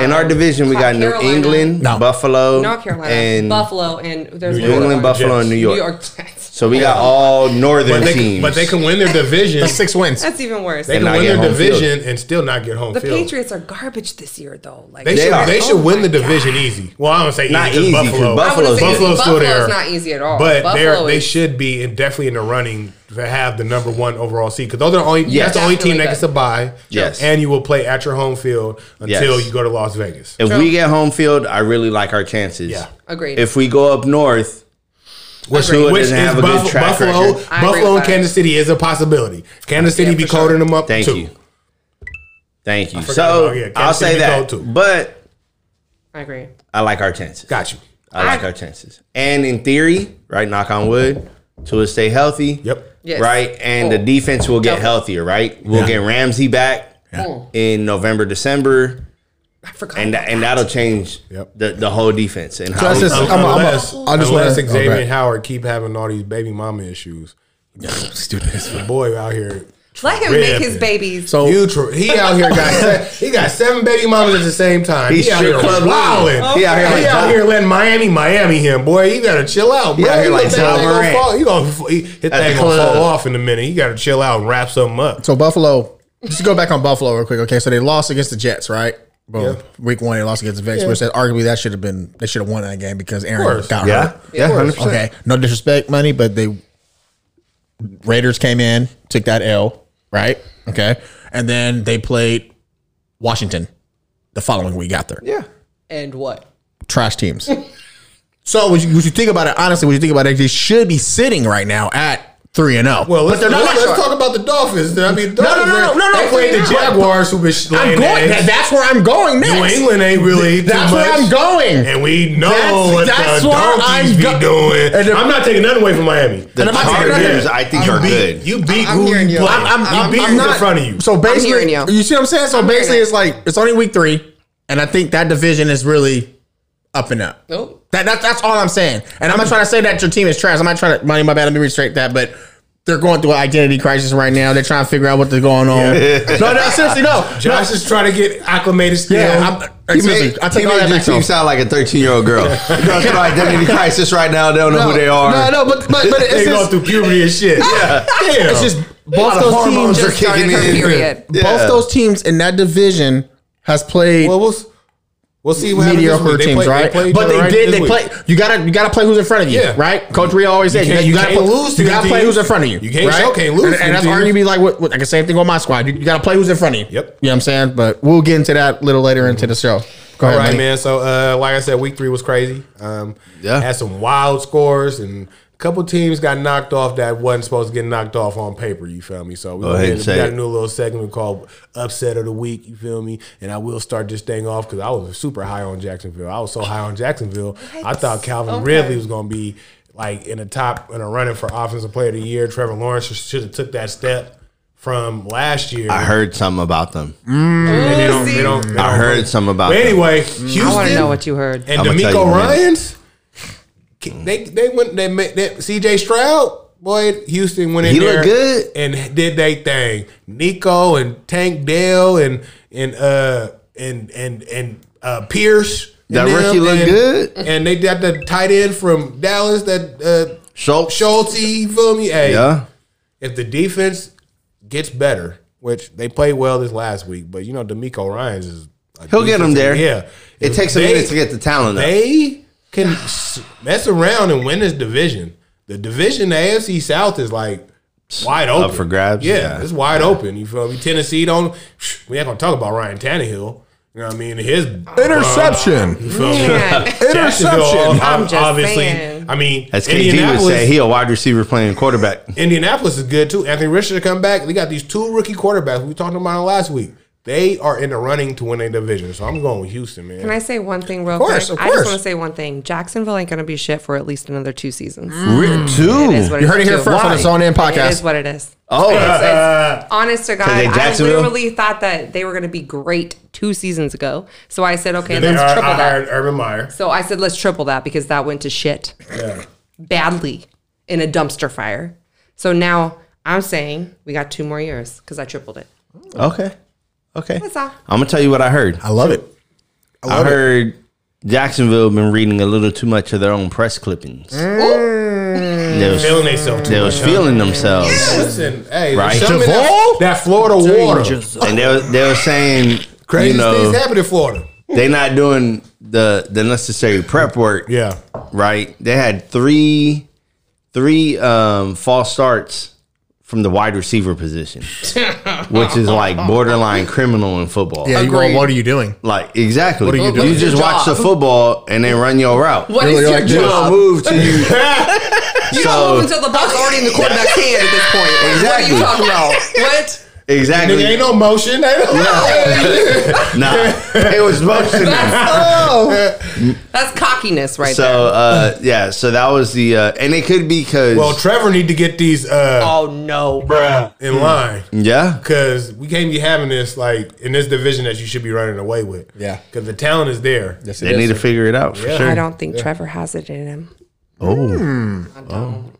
[SPEAKER 2] in our division, we got New
[SPEAKER 4] Um, Carolina.
[SPEAKER 2] England,
[SPEAKER 3] No.
[SPEAKER 2] Buffalo,
[SPEAKER 4] North Carolina,
[SPEAKER 2] and
[SPEAKER 4] Buffalo, and there's
[SPEAKER 1] New
[SPEAKER 2] New
[SPEAKER 4] another
[SPEAKER 2] England,
[SPEAKER 4] one.
[SPEAKER 2] Buffalo, and New
[SPEAKER 1] Jets.
[SPEAKER 2] York.
[SPEAKER 4] New York Jets.
[SPEAKER 2] So we got all northern
[SPEAKER 1] But they,
[SPEAKER 2] teams.
[SPEAKER 1] but they can win their division.
[SPEAKER 3] Six wins.
[SPEAKER 4] That's even worse.
[SPEAKER 1] They can
[SPEAKER 2] not
[SPEAKER 1] win
[SPEAKER 2] get
[SPEAKER 1] their
[SPEAKER 2] home field.
[SPEAKER 1] division and still not get home
[SPEAKER 4] the
[SPEAKER 1] field.
[SPEAKER 4] Patriots are garbage this year, though. Like
[SPEAKER 1] They, should.
[SPEAKER 2] are.
[SPEAKER 1] They should
[SPEAKER 4] Oh
[SPEAKER 1] win the
[SPEAKER 4] my
[SPEAKER 1] division easy. Well, I don't say easy
[SPEAKER 2] Not
[SPEAKER 1] 'cause
[SPEAKER 2] easy, 'cause
[SPEAKER 1] Buffalo.
[SPEAKER 4] I
[SPEAKER 2] Buffalo's
[SPEAKER 4] wouldn't say
[SPEAKER 2] good.
[SPEAKER 4] easy.
[SPEAKER 1] Buffalo's still there.
[SPEAKER 4] not easy at all.
[SPEAKER 1] But they're,
[SPEAKER 4] Buffalo
[SPEAKER 1] they
[SPEAKER 4] is-
[SPEAKER 1] should be in, definitely in the running to have the number one overall seed because those are the only.
[SPEAKER 2] Yes.
[SPEAKER 1] That's the only team
[SPEAKER 4] Definitely
[SPEAKER 1] that gets a bye.
[SPEAKER 2] Yes.
[SPEAKER 1] and you will play at your home field until
[SPEAKER 2] Yes.
[SPEAKER 1] you go to Las Vegas.
[SPEAKER 2] if we get home field, I really like our chances.
[SPEAKER 1] Yeah.
[SPEAKER 4] Agreed.
[SPEAKER 2] If we go up north,
[SPEAKER 1] Which,
[SPEAKER 2] Tua
[SPEAKER 1] which is
[SPEAKER 2] doesn't have a good
[SPEAKER 1] Buff-
[SPEAKER 2] track
[SPEAKER 1] Buffalo.
[SPEAKER 2] record.
[SPEAKER 4] I agree
[SPEAKER 1] Buffalo and
[SPEAKER 4] with that.
[SPEAKER 1] Kansas City is a possibility. Kansas City
[SPEAKER 4] Yeah,
[SPEAKER 1] be
[SPEAKER 4] for sure.
[SPEAKER 1] coding them up
[SPEAKER 2] thank
[SPEAKER 1] too.
[SPEAKER 2] you, thank you.
[SPEAKER 1] forgot
[SPEAKER 2] So
[SPEAKER 1] about- yeah, Kansas
[SPEAKER 2] I'll
[SPEAKER 1] City
[SPEAKER 2] say
[SPEAKER 1] we
[SPEAKER 2] that,
[SPEAKER 1] go to.
[SPEAKER 2] but
[SPEAKER 4] I agree.
[SPEAKER 2] I like our chances.
[SPEAKER 1] Got you.
[SPEAKER 2] I like our chances. And in theory, right, knock on wood, Tua stay healthy.
[SPEAKER 1] Yep.
[SPEAKER 4] Yes.
[SPEAKER 2] Right? And the
[SPEAKER 3] Oh.
[SPEAKER 4] Cool.
[SPEAKER 2] defense will get
[SPEAKER 4] Double.
[SPEAKER 2] healthier, right? We'll get Ramsey back
[SPEAKER 3] Hmm.
[SPEAKER 4] Mm.
[SPEAKER 2] in November, December.
[SPEAKER 4] I forgot.
[SPEAKER 2] And that, and that'll change
[SPEAKER 1] Yep.
[SPEAKER 2] the, the whole defense and how
[SPEAKER 3] that's
[SPEAKER 2] we-
[SPEAKER 3] just- I'm a- I'm a-
[SPEAKER 1] unless
[SPEAKER 3] I just wanna-
[SPEAKER 1] unless Xavier
[SPEAKER 3] okay.
[SPEAKER 1] Howard keep having all these baby mama issues,
[SPEAKER 3] Stupid. as fuck.
[SPEAKER 1] boy out here.
[SPEAKER 4] Let him make
[SPEAKER 1] Rip
[SPEAKER 4] his
[SPEAKER 1] it.
[SPEAKER 4] babies.
[SPEAKER 3] So
[SPEAKER 1] You tr- he out here got se- he got seven baby mamas at the same time.
[SPEAKER 2] He's
[SPEAKER 1] he out
[SPEAKER 2] strip
[SPEAKER 1] here
[SPEAKER 2] club
[SPEAKER 1] wilding.
[SPEAKER 2] leader. He out
[SPEAKER 1] He
[SPEAKER 2] here like
[SPEAKER 1] out
[SPEAKER 2] Bob.
[SPEAKER 1] here letting Miami Miami him. Boy, you gotta chill out. Bro.
[SPEAKER 2] out here
[SPEAKER 1] You
[SPEAKER 2] like
[SPEAKER 1] know
[SPEAKER 2] John
[SPEAKER 1] that thing
[SPEAKER 2] Morant.
[SPEAKER 1] gonna fall- You gonna f- he- hit
[SPEAKER 2] the
[SPEAKER 1] that gonna
[SPEAKER 2] club.
[SPEAKER 1] fall off in a minute. You gotta chill out and wrap something up.
[SPEAKER 3] so Buffalo. Just go back on Buffalo real quick. Okay, so they lost against the Jets, right? Boom.
[SPEAKER 1] Yeah.
[SPEAKER 3] Week one, they lost against the Vegas, which that arguably that should have been they should have won that game because Aaron
[SPEAKER 1] course.
[SPEAKER 3] got
[SPEAKER 2] Yeah.
[SPEAKER 3] hurt.
[SPEAKER 2] Yeah,
[SPEAKER 1] Of course.
[SPEAKER 2] 100%.
[SPEAKER 3] Okay, no disrespect, money, but they Raiders came in, took that L, right? Okay, and then they played Washington the following week after.
[SPEAKER 2] Yeah.
[SPEAKER 4] And what?
[SPEAKER 3] Trash teams. so when you, when you think about it, honestly, when you think about it, they should be sitting right now at three and zero.
[SPEAKER 1] Well, let's,
[SPEAKER 3] they're not.
[SPEAKER 1] let's, let's talk about the Dolphins. I mean, the
[SPEAKER 3] No, no,
[SPEAKER 1] Dolphins,
[SPEAKER 3] no, no, no,
[SPEAKER 1] they
[SPEAKER 3] no.
[SPEAKER 1] played the
[SPEAKER 3] But-
[SPEAKER 1] Jaguars, who been
[SPEAKER 3] I'm
[SPEAKER 1] laying
[SPEAKER 3] going.
[SPEAKER 1] eggs.
[SPEAKER 3] that's where I'm going next.
[SPEAKER 1] New England ain't really.
[SPEAKER 3] That's
[SPEAKER 1] too much.
[SPEAKER 3] where I'm going.
[SPEAKER 1] and we know
[SPEAKER 3] That's-
[SPEAKER 1] what
[SPEAKER 3] that's
[SPEAKER 1] the
[SPEAKER 3] where
[SPEAKER 1] donkeys
[SPEAKER 3] I'm
[SPEAKER 1] be
[SPEAKER 3] go-
[SPEAKER 1] doing.
[SPEAKER 3] And the-
[SPEAKER 1] I'm not taking nothing away from Miami.
[SPEAKER 2] The
[SPEAKER 3] And I'm about to get
[SPEAKER 1] out
[SPEAKER 2] Chargers,
[SPEAKER 1] of here.
[SPEAKER 2] I think, are
[SPEAKER 1] beat,
[SPEAKER 2] good.
[SPEAKER 1] You beat
[SPEAKER 4] I'm
[SPEAKER 1] who
[SPEAKER 4] hearing
[SPEAKER 1] you
[SPEAKER 4] you.
[SPEAKER 1] play.
[SPEAKER 4] I'm- I'm-
[SPEAKER 1] you beat
[SPEAKER 4] I'm
[SPEAKER 1] who's
[SPEAKER 4] not-
[SPEAKER 1] in front of you.
[SPEAKER 3] So basically,
[SPEAKER 4] hearing
[SPEAKER 3] you.
[SPEAKER 4] you.
[SPEAKER 3] see what I'm saying? So
[SPEAKER 4] I'm hearing
[SPEAKER 3] basically,
[SPEAKER 4] it.
[SPEAKER 3] it's like it's only week three, and I think that division is really up and up.
[SPEAKER 4] Nope.
[SPEAKER 3] That, that that's all I'm saying. And I'm not trying to say that your team is trash. I'm not trying to money my bad. Let me retract that. But they're going through an identity crisis right now. They're trying to figure out what they're going on. no, no, seriously, no.
[SPEAKER 1] Josh is trying to get acclimated still.
[SPEAKER 3] yeah, I'm,
[SPEAKER 2] He
[SPEAKER 3] seriously,
[SPEAKER 2] made-
[SPEAKER 3] I take
[SPEAKER 2] he
[SPEAKER 3] all
[SPEAKER 2] made
[SPEAKER 3] that
[SPEAKER 2] your
[SPEAKER 3] back.
[SPEAKER 2] team
[SPEAKER 3] though.
[SPEAKER 2] sound like a 13 year old girl. They're going through identity crisis right now. They don't know
[SPEAKER 3] No,
[SPEAKER 2] who they are.
[SPEAKER 3] No, no, but but, but
[SPEAKER 1] they
[SPEAKER 3] it's
[SPEAKER 1] go
[SPEAKER 3] just,
[SPEAKER 1] through puberty and shit. Yeah,
[SPEAKER 3] it's just both
[SPEAKER 2] lot of
[SPEAKER 3] those
[SPEAKER 2] hormones
[SPEAKER 3] teams.
[SPEAKER 2] are
[SPEAKER 4] Just started
[SPEAKER 2] kicking
[SPEAKER 4] her
[SPEAKER 2] in.
[SPEAKER 4] period.
[SPEAKER 2] Yeah.
[SPEAKER 3] Both those teams in that division has played.
[SPEAKER 1] Well, we'll s- we'll see what happens. this
[SPEAKER 3] mediocre
[SPEAKER 1] week. They
[SPEAKER 3] teams,
[SPEAKER 1] play- they
[SPEAKER 3] right?
[SPEAKER 1] play each
[SPEAKER 3] but
[SPEAKER 1] other
[SPEAKER 3] they
[SPEAKER 1] right
[SPEAKER 3] did.
[SPEAKER 1] this
[SPEAKER 3] They
[SPEAKER 1] week.
[SPEAKER 3] play. You gotta you gotta play who's in front of you,
[SPEAKER 1] Yeah.
[SPEAKER 3] right? Coach Rhea always said
[SPEAKER 1] can't-
[SPEAKER 3] you,
[SPEAKER 1] you
[SPEAKER 3] gotta
[SPEAKER 1] can't
[SPEAKER 3] play,
[SPEAKER 1] lose to
[SPEAKER 3] You
[SPEAKER 1] them
[SPEAKER 3] gotta play
[SPEAKER 1] teams.
[SPEAKER 3] who's in front of you.
[SPEAKER 1] You can't-
[SPEAKER 3] right?
[SPEAKER 1] sure can't lose
[SPEAKER 3] And,
[SPEAKER 1] to
[SPEAKER 3] and
[SPEAKER 1] them
[SPEAKER 3] that's
[SPEAKER 1] teams.
[SPEAKER 3] arguably like what, what like the same thing on my squad. You, you gotta play who's in front of you.
[SPEAKER 1] Yep.
[SPEAKER 3] You know what I'm saying? But we'll get into that a little later into the show. Go
[SPEAKER 1] All
[SPEAKER 3] ahead,
[SPEAKER 1] right,
[SPEAKER 3] Manny.
[SPEAKER 1] man. So, uh, like I said, week three was crazy. Um,
[SPEAKER 2] Yeah.
[SPEAKER 1] had some wild scores and a couple teams got knocked off that wasn't supposed to get knocked off on paper. You feel me? So we,
[SPEAKER 2] ahead
[SPEAKER 1] we
[SPEAKER 2] and say
[SPEAKER 1] got
[SPEAKER 2] it.
[SPEAKER 1] a new little segment called "Upset of the Week." You feel me? And I will start this thing off because I was super high on Jacksonville. I was so high on Jacksonville, I thought Calvin
[SPEAKER 4] Okay.
[SPEAKER 1] Ridley was going to be like in the top in a running for offensive player of the year. Trevor Lawrence should have took that step from last year.
[SPEAKER 2] I heard something about them.
[SPEAKER 1] Mm, They don't-
[SPEAKER 4] See?
[SPEAKER 1] they don't- they
[SPEAKER 2] I
[SPEAKER 1] don't-
[SPEAKER 2] heard something about
[SPEAKER 1] But
[SPEAKER 2] them.
[SPEAKER 1] anyway, Houston.
[SPEAKER 4] I want to know what you heard.
[SPEAKER 1] And
[SPEAKER 2] I'ma
[SPEAKER 1] D'Amico
[SPEAKER 2] tell you, man.
[SPEAKER 1] Ryan's, they they went they made that CJ Stroud. Boy, Houston went in
[SPEAKER 2] He
[SPEAKER 1] there
[SPEAKER 2] looked good.
[SPEAKER 1] and did they thing. Nico and Tank Dell and and uh and and and uh Pierce. and
[SPEAKER 2] That
[SPEAKER 1] them,
[SPEAKER 2] rookie looked
[SPEAKER 1] and-
[SPEAKER 2] good.
[SPEAKER 1] And they got the tight end from Dallas that uh
[SPEAKER 2] Schultz.
[SPEAKER 1] Schulte, you feel me? Hey,
[SPEAKER 2] Yeah.
[SPEAKER 1] if the defense gets better, which they played well this last week, but you know D'Amico Ryan's is a
[SPEAKER 2] He'll get
[SPEAKER 1] defensive-
[SPEAKER 2] 'em there.
[SPEAKER 1] Yeah,
[SPEAKER 2] It
[SPEAKER 1] If
[SPEAKER 2] takes a
[SPEAKER 1] they-
[SPEAKER 2] minute to get the talent up.
[SPEAKER 1] they can s- mess around and win this division. The division, the AFC South is like wide open
[SPEAKER 2] for grabs?
[SPEAKER 1] Yeah,
[SPEAKER 2] Yeah.
[SPEAKER 1] it's wide open. You feel me? Tennessee don't. We ain't gonna talk about Ryan Tannehill. You know what I mean? His
[SPEAKER 3] Interception.
[SPEAKER 1] You feel me?
[SPEAKER 4] Oh. Man.
[SPEAKER 1] Jacksonville,
[SPEAKER 3] Interception.
[SPEAKER 1] ob-
[SPEAKER 4] I'm just
[SPEAKER 1] obviously,
[SPEAKER 4] saying.
[SPEAKER 1] I mean,
[SPEAKER 2] As KG would say, he a wide receiver playing quarterback.
[SPEAKER 1] Indianapolis is good too. Anthony Richardson come back. They got these two rookie quarterbacks we talked about last week. They are in the running to win a division. So I'm going with Houston, man.
[SPEAKER 4] Can I say one thing real
[SPEAKER 1] course,
[SPEAKER 4] quick?
[SPEAKER 1] of
[SPEAKER 4] I just
[SPEAKER 1] course.
[SPEAKER 4] want to say one thing. Jacksonville ain't going to be shit for at least another two seasons.
[SPEAKER 2] Re-
[SPEAKER 1] Hmm.
[SPEAKER 4] It is what
[SPEAKER 2] Two.
[SPEAKER 3] You heard it here
[SPEAKER 4] is.
[SPEAKER 3] first on the
[SPEAKER 2] Why?
[SPEAKER 3] Zone In
[SPEAKER 4] It is
[SPEAKER 3] podcast.
[SPEAKER 4] what it is.
[SPEAKER 2] Oh,
[SPEAKER 4] It's- honest to God,
[SPEAKER 2] they
[SPEAKER 4] I
[SPEAKER 2] Jacksonville?
[SPEAKER 4] literally thought that they were going to be great two seasons ago. So I said, okay,
[SPEAKER 1] They
[SPEAKER 4] let's
[SPEAKER 1] are-
[SPEAKER 4] triple
[SPEAKER 1] I
[SPEAKER 4] that.
[SPEAKER 1] hired Urban Meyer.
[SPEAKER 4] So I said, let's triple that because that went to shit badly in a dumpster fire. So now I'm saying we got two more years because I tripled it.
[SPEAKER 2] okay. Okay.
[SPEAKER 4] That's all.
[SPEAKER 2] I'm gonna tell you what I heard.
[SPEAKER 3] I love it.
[SPEAKER 2] I, heard Jacksonville been reading a little too much of their own press clippings. They was,
[SPEAKER 1] Feeling themselves
[SPEAKER 2] they
[SPEAKER 1] too
[SPEAKER 2] was
[SPEAKER 1] much.
[SPEAKER 2] feeling themselves.
[SPEAKER 1] Listen, hey,
[SPEAKER 2] Right.
[SPEAKER 1] show me that,
[SPEAKER 3] Javon?
[SPEAKER 1] that Florida water.
[SPEAKER 2] And they was, they was saying
[SPEAKER 1] Crazy
[SPEAKER 2] you know,
[SPEAKER 1] things happen in Florida.
[SPEAKER 2] they not doing the the necessary prep work.
[SPEAKER 1] Yeah.
[SPEAKER 2] Right. They had three three um false starts from the wide receiver position. which is like borderline criminal in football.
[SPEAKER 3] Yeah, you
[SPEAKER 4] Agreed.
[SPEAKER 3] going, what are you doing?
[SPEAKER 2] Like exactly. What
[SPEAKER 3] are you
[SPEAKER 2] You
[SPEAKER 3] doing?
[SPEAKER 2] just
[SPEAKER 4] Your
[SPEAKER 2] watch the
[SPEAKER 4] job.
[SPEAKER 2] football and then run your route.
[SPEAKER 4] What is
[SPEAKER 3] Really,
[SPEAKER 4] your
[SPEAKER 3] like,
[SPEAKER 2] You
[SPEAKER 4] job?
[SPEAKER 2] don't move till you So-
[SPEAKER 4] You don't move until the ball's already in the quarterback's hand at this point. What are
[SPEAKER 2] Exactly.
[SPEAKER 4] you talking about? What?
[SPEAKER 2] exactly.
[SPEAKER 1] Nigga, ain't no motion. Ain't no
[SPEAKER 2] nah, it was supposed to be.
[SPEAKER 4] That's cockiness right
[SPEAKER 2] So
[SPEAKER 4] there.
[SPEAKER 2] uh, yeah, so that was the uh, and it could be because
[SPEAKER 1] Well, Oh, Trevor need to get these uh,
[SPEAKER 4] Oh no.
[SPEAKER 1] in line
[SPEAKER 2] yeah,
[SPEAKER 1] because we can't be having this like in this division that you should be running away with.
[SPEAKER 3] Yeah.
[SPEAKER 1] because the talent is there.
[SPEAKER 2] they need to figure it out for sure.
[SPEAKER 4] I don't think Trevor has it in him.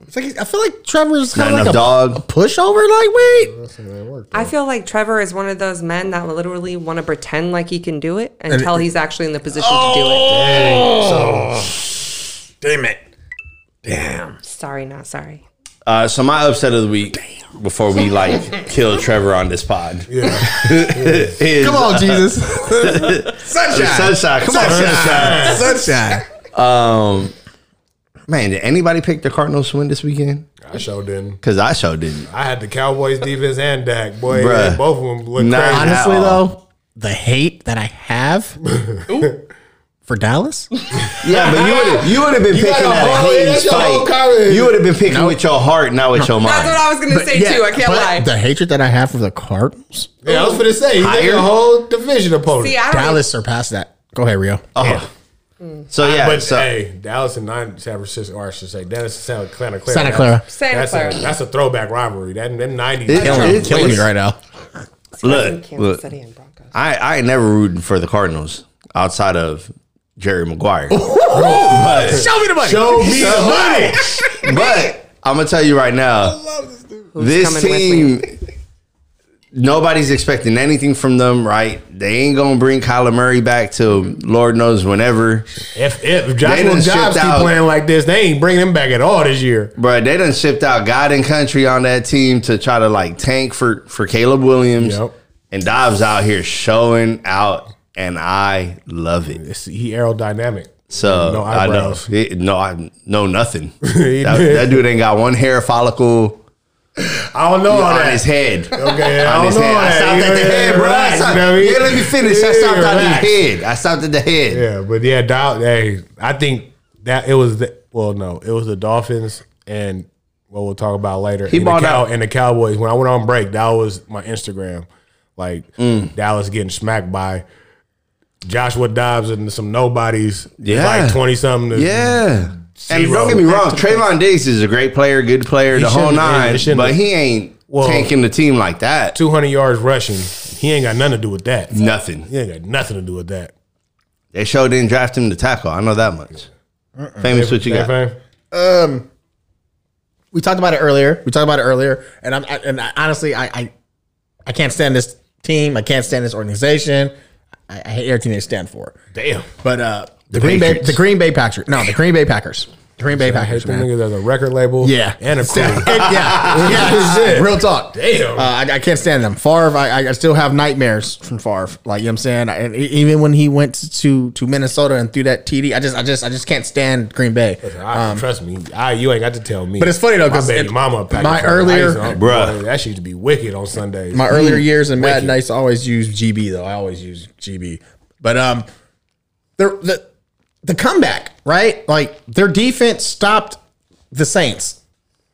[SPEAKER 3] It's like, I feel like Trevor's
[SPEAKER 2] Not
[SPEAKER 3] kind of
[SPEAKER 2] enough
[SPEAKER 3] like a
[SPEAKER 2] dog.
[SPEAKER 3] pushover. Like, wait,
[SPEAKER 4] I feel like Trevor is one of those men that literally want to pretend like he can do it until he's actually in the position to do
[SPEAKER 3] damn it.
[SPEAKER 4] it. Sorry, not sorry.
[SPEAKER 2] Uh, so my upset of the week before we like kill Trevor on this pod. is,
[SPEAKER 3] Come on, Jesus. Sunshine.
[SPEAKER 2] uh, sunshine. Come on, sunshine.
[SPEAKER 3] Sunshine.
[SPEAKER 2] Man, did anybody pick the Cardinals to win this weekend?
[SPEAKER 1] I sure didn't.
[SPEAKER 2] Because I sure didn't.
[SPEAKER 1] I had the Cowboys defense and Dak. Boy,
[SPEAKER 2] Bruh.
[SPEAKER 1] they both of them look
[SPEAKER 2] Nah.
[SPEAKER 1] crazy.
[SPEAKER 3] Honestly,
[SPEAKER 2] At all.
[SPEAKER 3] though, the hate that I have for Dallas,
[SPEAKER 2] Yeah, but you would you would have been
[SPEAKER 1] got
[SPEAKER 2] picking
[SPEAKER 1] a
[SPEAKER 2] that
[SPEAKER 1] whole-
[SPEAKER 2] Hayes
[SPEAKER 1] that's your whole
[SPEAKER 2] fight.
[SPEAKER 1] comment.
[SPEAKER 2] You would have been picking with your heart, not with your
[SPEAKER 4] That's what
[SPEAKER 2] mind.
[SPEAKER 4] I was gonna say too. I can't
[SPEAKER 3] but
[SPEAKER 4] lie.
[SPEAKER 3] The hatred that I have for the Cardinals,
[SPEAKER 1] Yeah, I was gonna say he got
[SPEAKER 2] Higher?
[SPEAKER 1] a whole division opponent.
[SPEAKER 4] See, I don't e-
[SPEAKER 3] Dallas surpassed that. Go ahead, Rio.
[SPEAKER 2] Oh. So yeah,
[SPEAKER 1] but
[SPEAKER 2] so,
[SPEAKER 1] hey, Dallas and nine San Francisco, or I should say Dallas and Santa Clara.
[SPEAKER 3] Santa Clara.
[SPEAKER 1] That's,
[SPEAKER 4] Santa
[SPEAKER 1] that's
[SPEAKER 4] Clara.
[SPEAKER 1] A, that's a throwback rivalry. That them nineties.
[SPEAKER 2] It-
[SPEAKER 3] Killing,
[SPEAKER 2] It's-
[SPEAKER 3] killing me
[SPEAKER 2] it's-
[SPEAKER 3] right now.
[SPEAKER 4] look,
[SPEAKER 2] look,
[SPEAKER 4] Kansas
[SPEAKER 2] look,
[SPEAKER 4] City and Broncos.
[SPEAKER 2] I, I ain't never rooting for the Cardinals outside of Jerry Maguire. but,
[SPEAKER 3] Show me the money.
[SPEAKER 1] Show me the money.
[SPEAKER 2] but I'm gonna tell you right now, this
[SPEAKER 4] Who's coming
[SPEAKER 2] team, nobody's expecting anything from them, right? They ain't gonna bring Kyler Murray back till Lord knows whenever.
[SPEAKER 1] If if Joshua
[SPEAKER 2] done
[SPEAKER 1] Jobs
[SPEAKER 2] shipped
[SPEAKER 1] keep
[SPEAKER 2] out-
[SPEAKER 1] playing like this, they ain't bringing him back at all this year.
[SPEAKER 2] Bruh, they done shipped out God and Country on that team to try to like tank for for Caleb Williams.
[SPEAKER 1] Yep.
[SPEAKER 2] And Dobbs out here showing out, and I love it.
[SPEAKER 1] It's, he aerodynamic.
[SPEAKER 2] So
[SPEAKER 1] No
[SPEAKER 2] I know,
[SPEAKER 1] eyebrows.
[SPEAKER 2] It- no, I know nothing.
[SPEAKER 1] He
[SPEAKER 2] that,
[SPEAKER 1] did.
[SPEAKER 2] that dude ain't got one hair follicle
[SPEAKER 1] I don't know all
[SPEAKER 2] on
[SPEAKER 1] that.
[SPEAKER 2] his head.
[SPEAKER 1] Okay, I
[SPEAKER 2] On
[SPEAKER 1] don't
[SPEAKER 2] his
[SPEAKER 1] know.
[SPEAKER 2] head. I
[SPEAKER 1] that.
[SPEAKER 2] stopped at the
[SPEAKER 1] Yeah,
[SPEAKER 2] head, bro. I
[SPEAKER 1] relax,
[SPEAKER 2] stopped-
[SPEAKER 1] you know what I mean?
[SPEAKER 2] Yeah, let me finish. I
[SPEAKER 1] Yeah,
[SPEAKER 2] stopped at
[SPEAKER 1] relax.
[SPEAKER 2] the head. I stopped at the head.
[SPEAKER 1] Yeah, but yeah, Dow, hey, I think that it was the well, no, it was the Dolphins and what we'll talk about later. He and
[SPEAKER 2] balled
[SPEAKER 1] the Cow-
[SPEAKER 2] out.
[SPEAKER 1] and the Cowboys. When I went on break, that was my Instagram. Like
[SPEAKER 2] Mm.
[SPEAKER 1] Dallas getting smacked by Joshua Dobbs and some nobodies.
[SPEAKER 2] Yeah.
[SPEAKER 1] like twenty something.
[SPEAKER 2] Yeah. And
[SPEAKER 1] Zero.
[SPEAKER 2] don't get me wrong, Trayvon Diggs is a great player, good player, the whole
[SPEAKER 1] shouldn't- he
[SPEAKER 2] nine,
[SPEAKER 1] shouldn't-
[SPEAKER 2] but he ain't
[SPEAKER 1] Well-
[SPEAKER 2] tanking the team like that.
[SPEAKER 1] two hundred yards rushing. He ain't got nothing to do with that.
[SPEAKER 2] Nothing.
[SPEAKER 1] He ain't got nothing to do with that.
[SPEAKER 2] They sure didn't draft him to tackle. I know that much. Famous what you
[SPEAKER 1] That
[SPEAKER 2] got.
[SPEAKER 1] fame?
[SPEAKER 3] um, we talked about it earlier. We talked about it earlier, and I'm I, and I, honestly, I, I I can't stand this team. I can't stand this organization. I, I hate everything they stand for.
[SPEAKER 1] Damn.
[SPEAKER 3] But uh, the, Green Bay,
[SPEAKER 2] Patriots.
[SPEAKER 3] the Green Bay Packers, no, the Green Bay Packers, the Green Bay Packers,
[SPEAKER 1] Them
[SPEAKER 3] man.
[SPEAKER 1] niggas has a record label.
[SPEAKER 3] Yeah,
[SPEAKER 1] And a crew.
[SPEAKER 3] yeah, yeah, yeah. Real talk.
[SPEAKER 1] Damn.
[SPEAKER 3] Uh, I, I can't stand them. Favre, I, I still have nightmares from Favre. Like you know what I'm saying, I, and e- even when he went to to Minnesota and threw that TD, I just I just I just can't stand Green Bay.
[SPEAKER 1] I, trust me, I, you ain't got to tell me.
[SPEAKER 3] Um, But it's funny, though, 'cause
[SPEAKER 1] my baby
[SPEAKER 3] it-
[SPEAKER 1] mama, packed
[SPEAKER 3] my
[SPEAKER 1] it for me.
[SPEAKER 3] earlier-
[SPEAKER 1] I used to-
[SPEAKER 2] Bruh.
[SPEAKER 1] boy, that she used to be wicked on Sundays.
[SPEAKER 3] my earlier years in Madden, I used to always use GB though. I always use GB, but um, they're the the comeback, right? Like their defense stopped the Saints.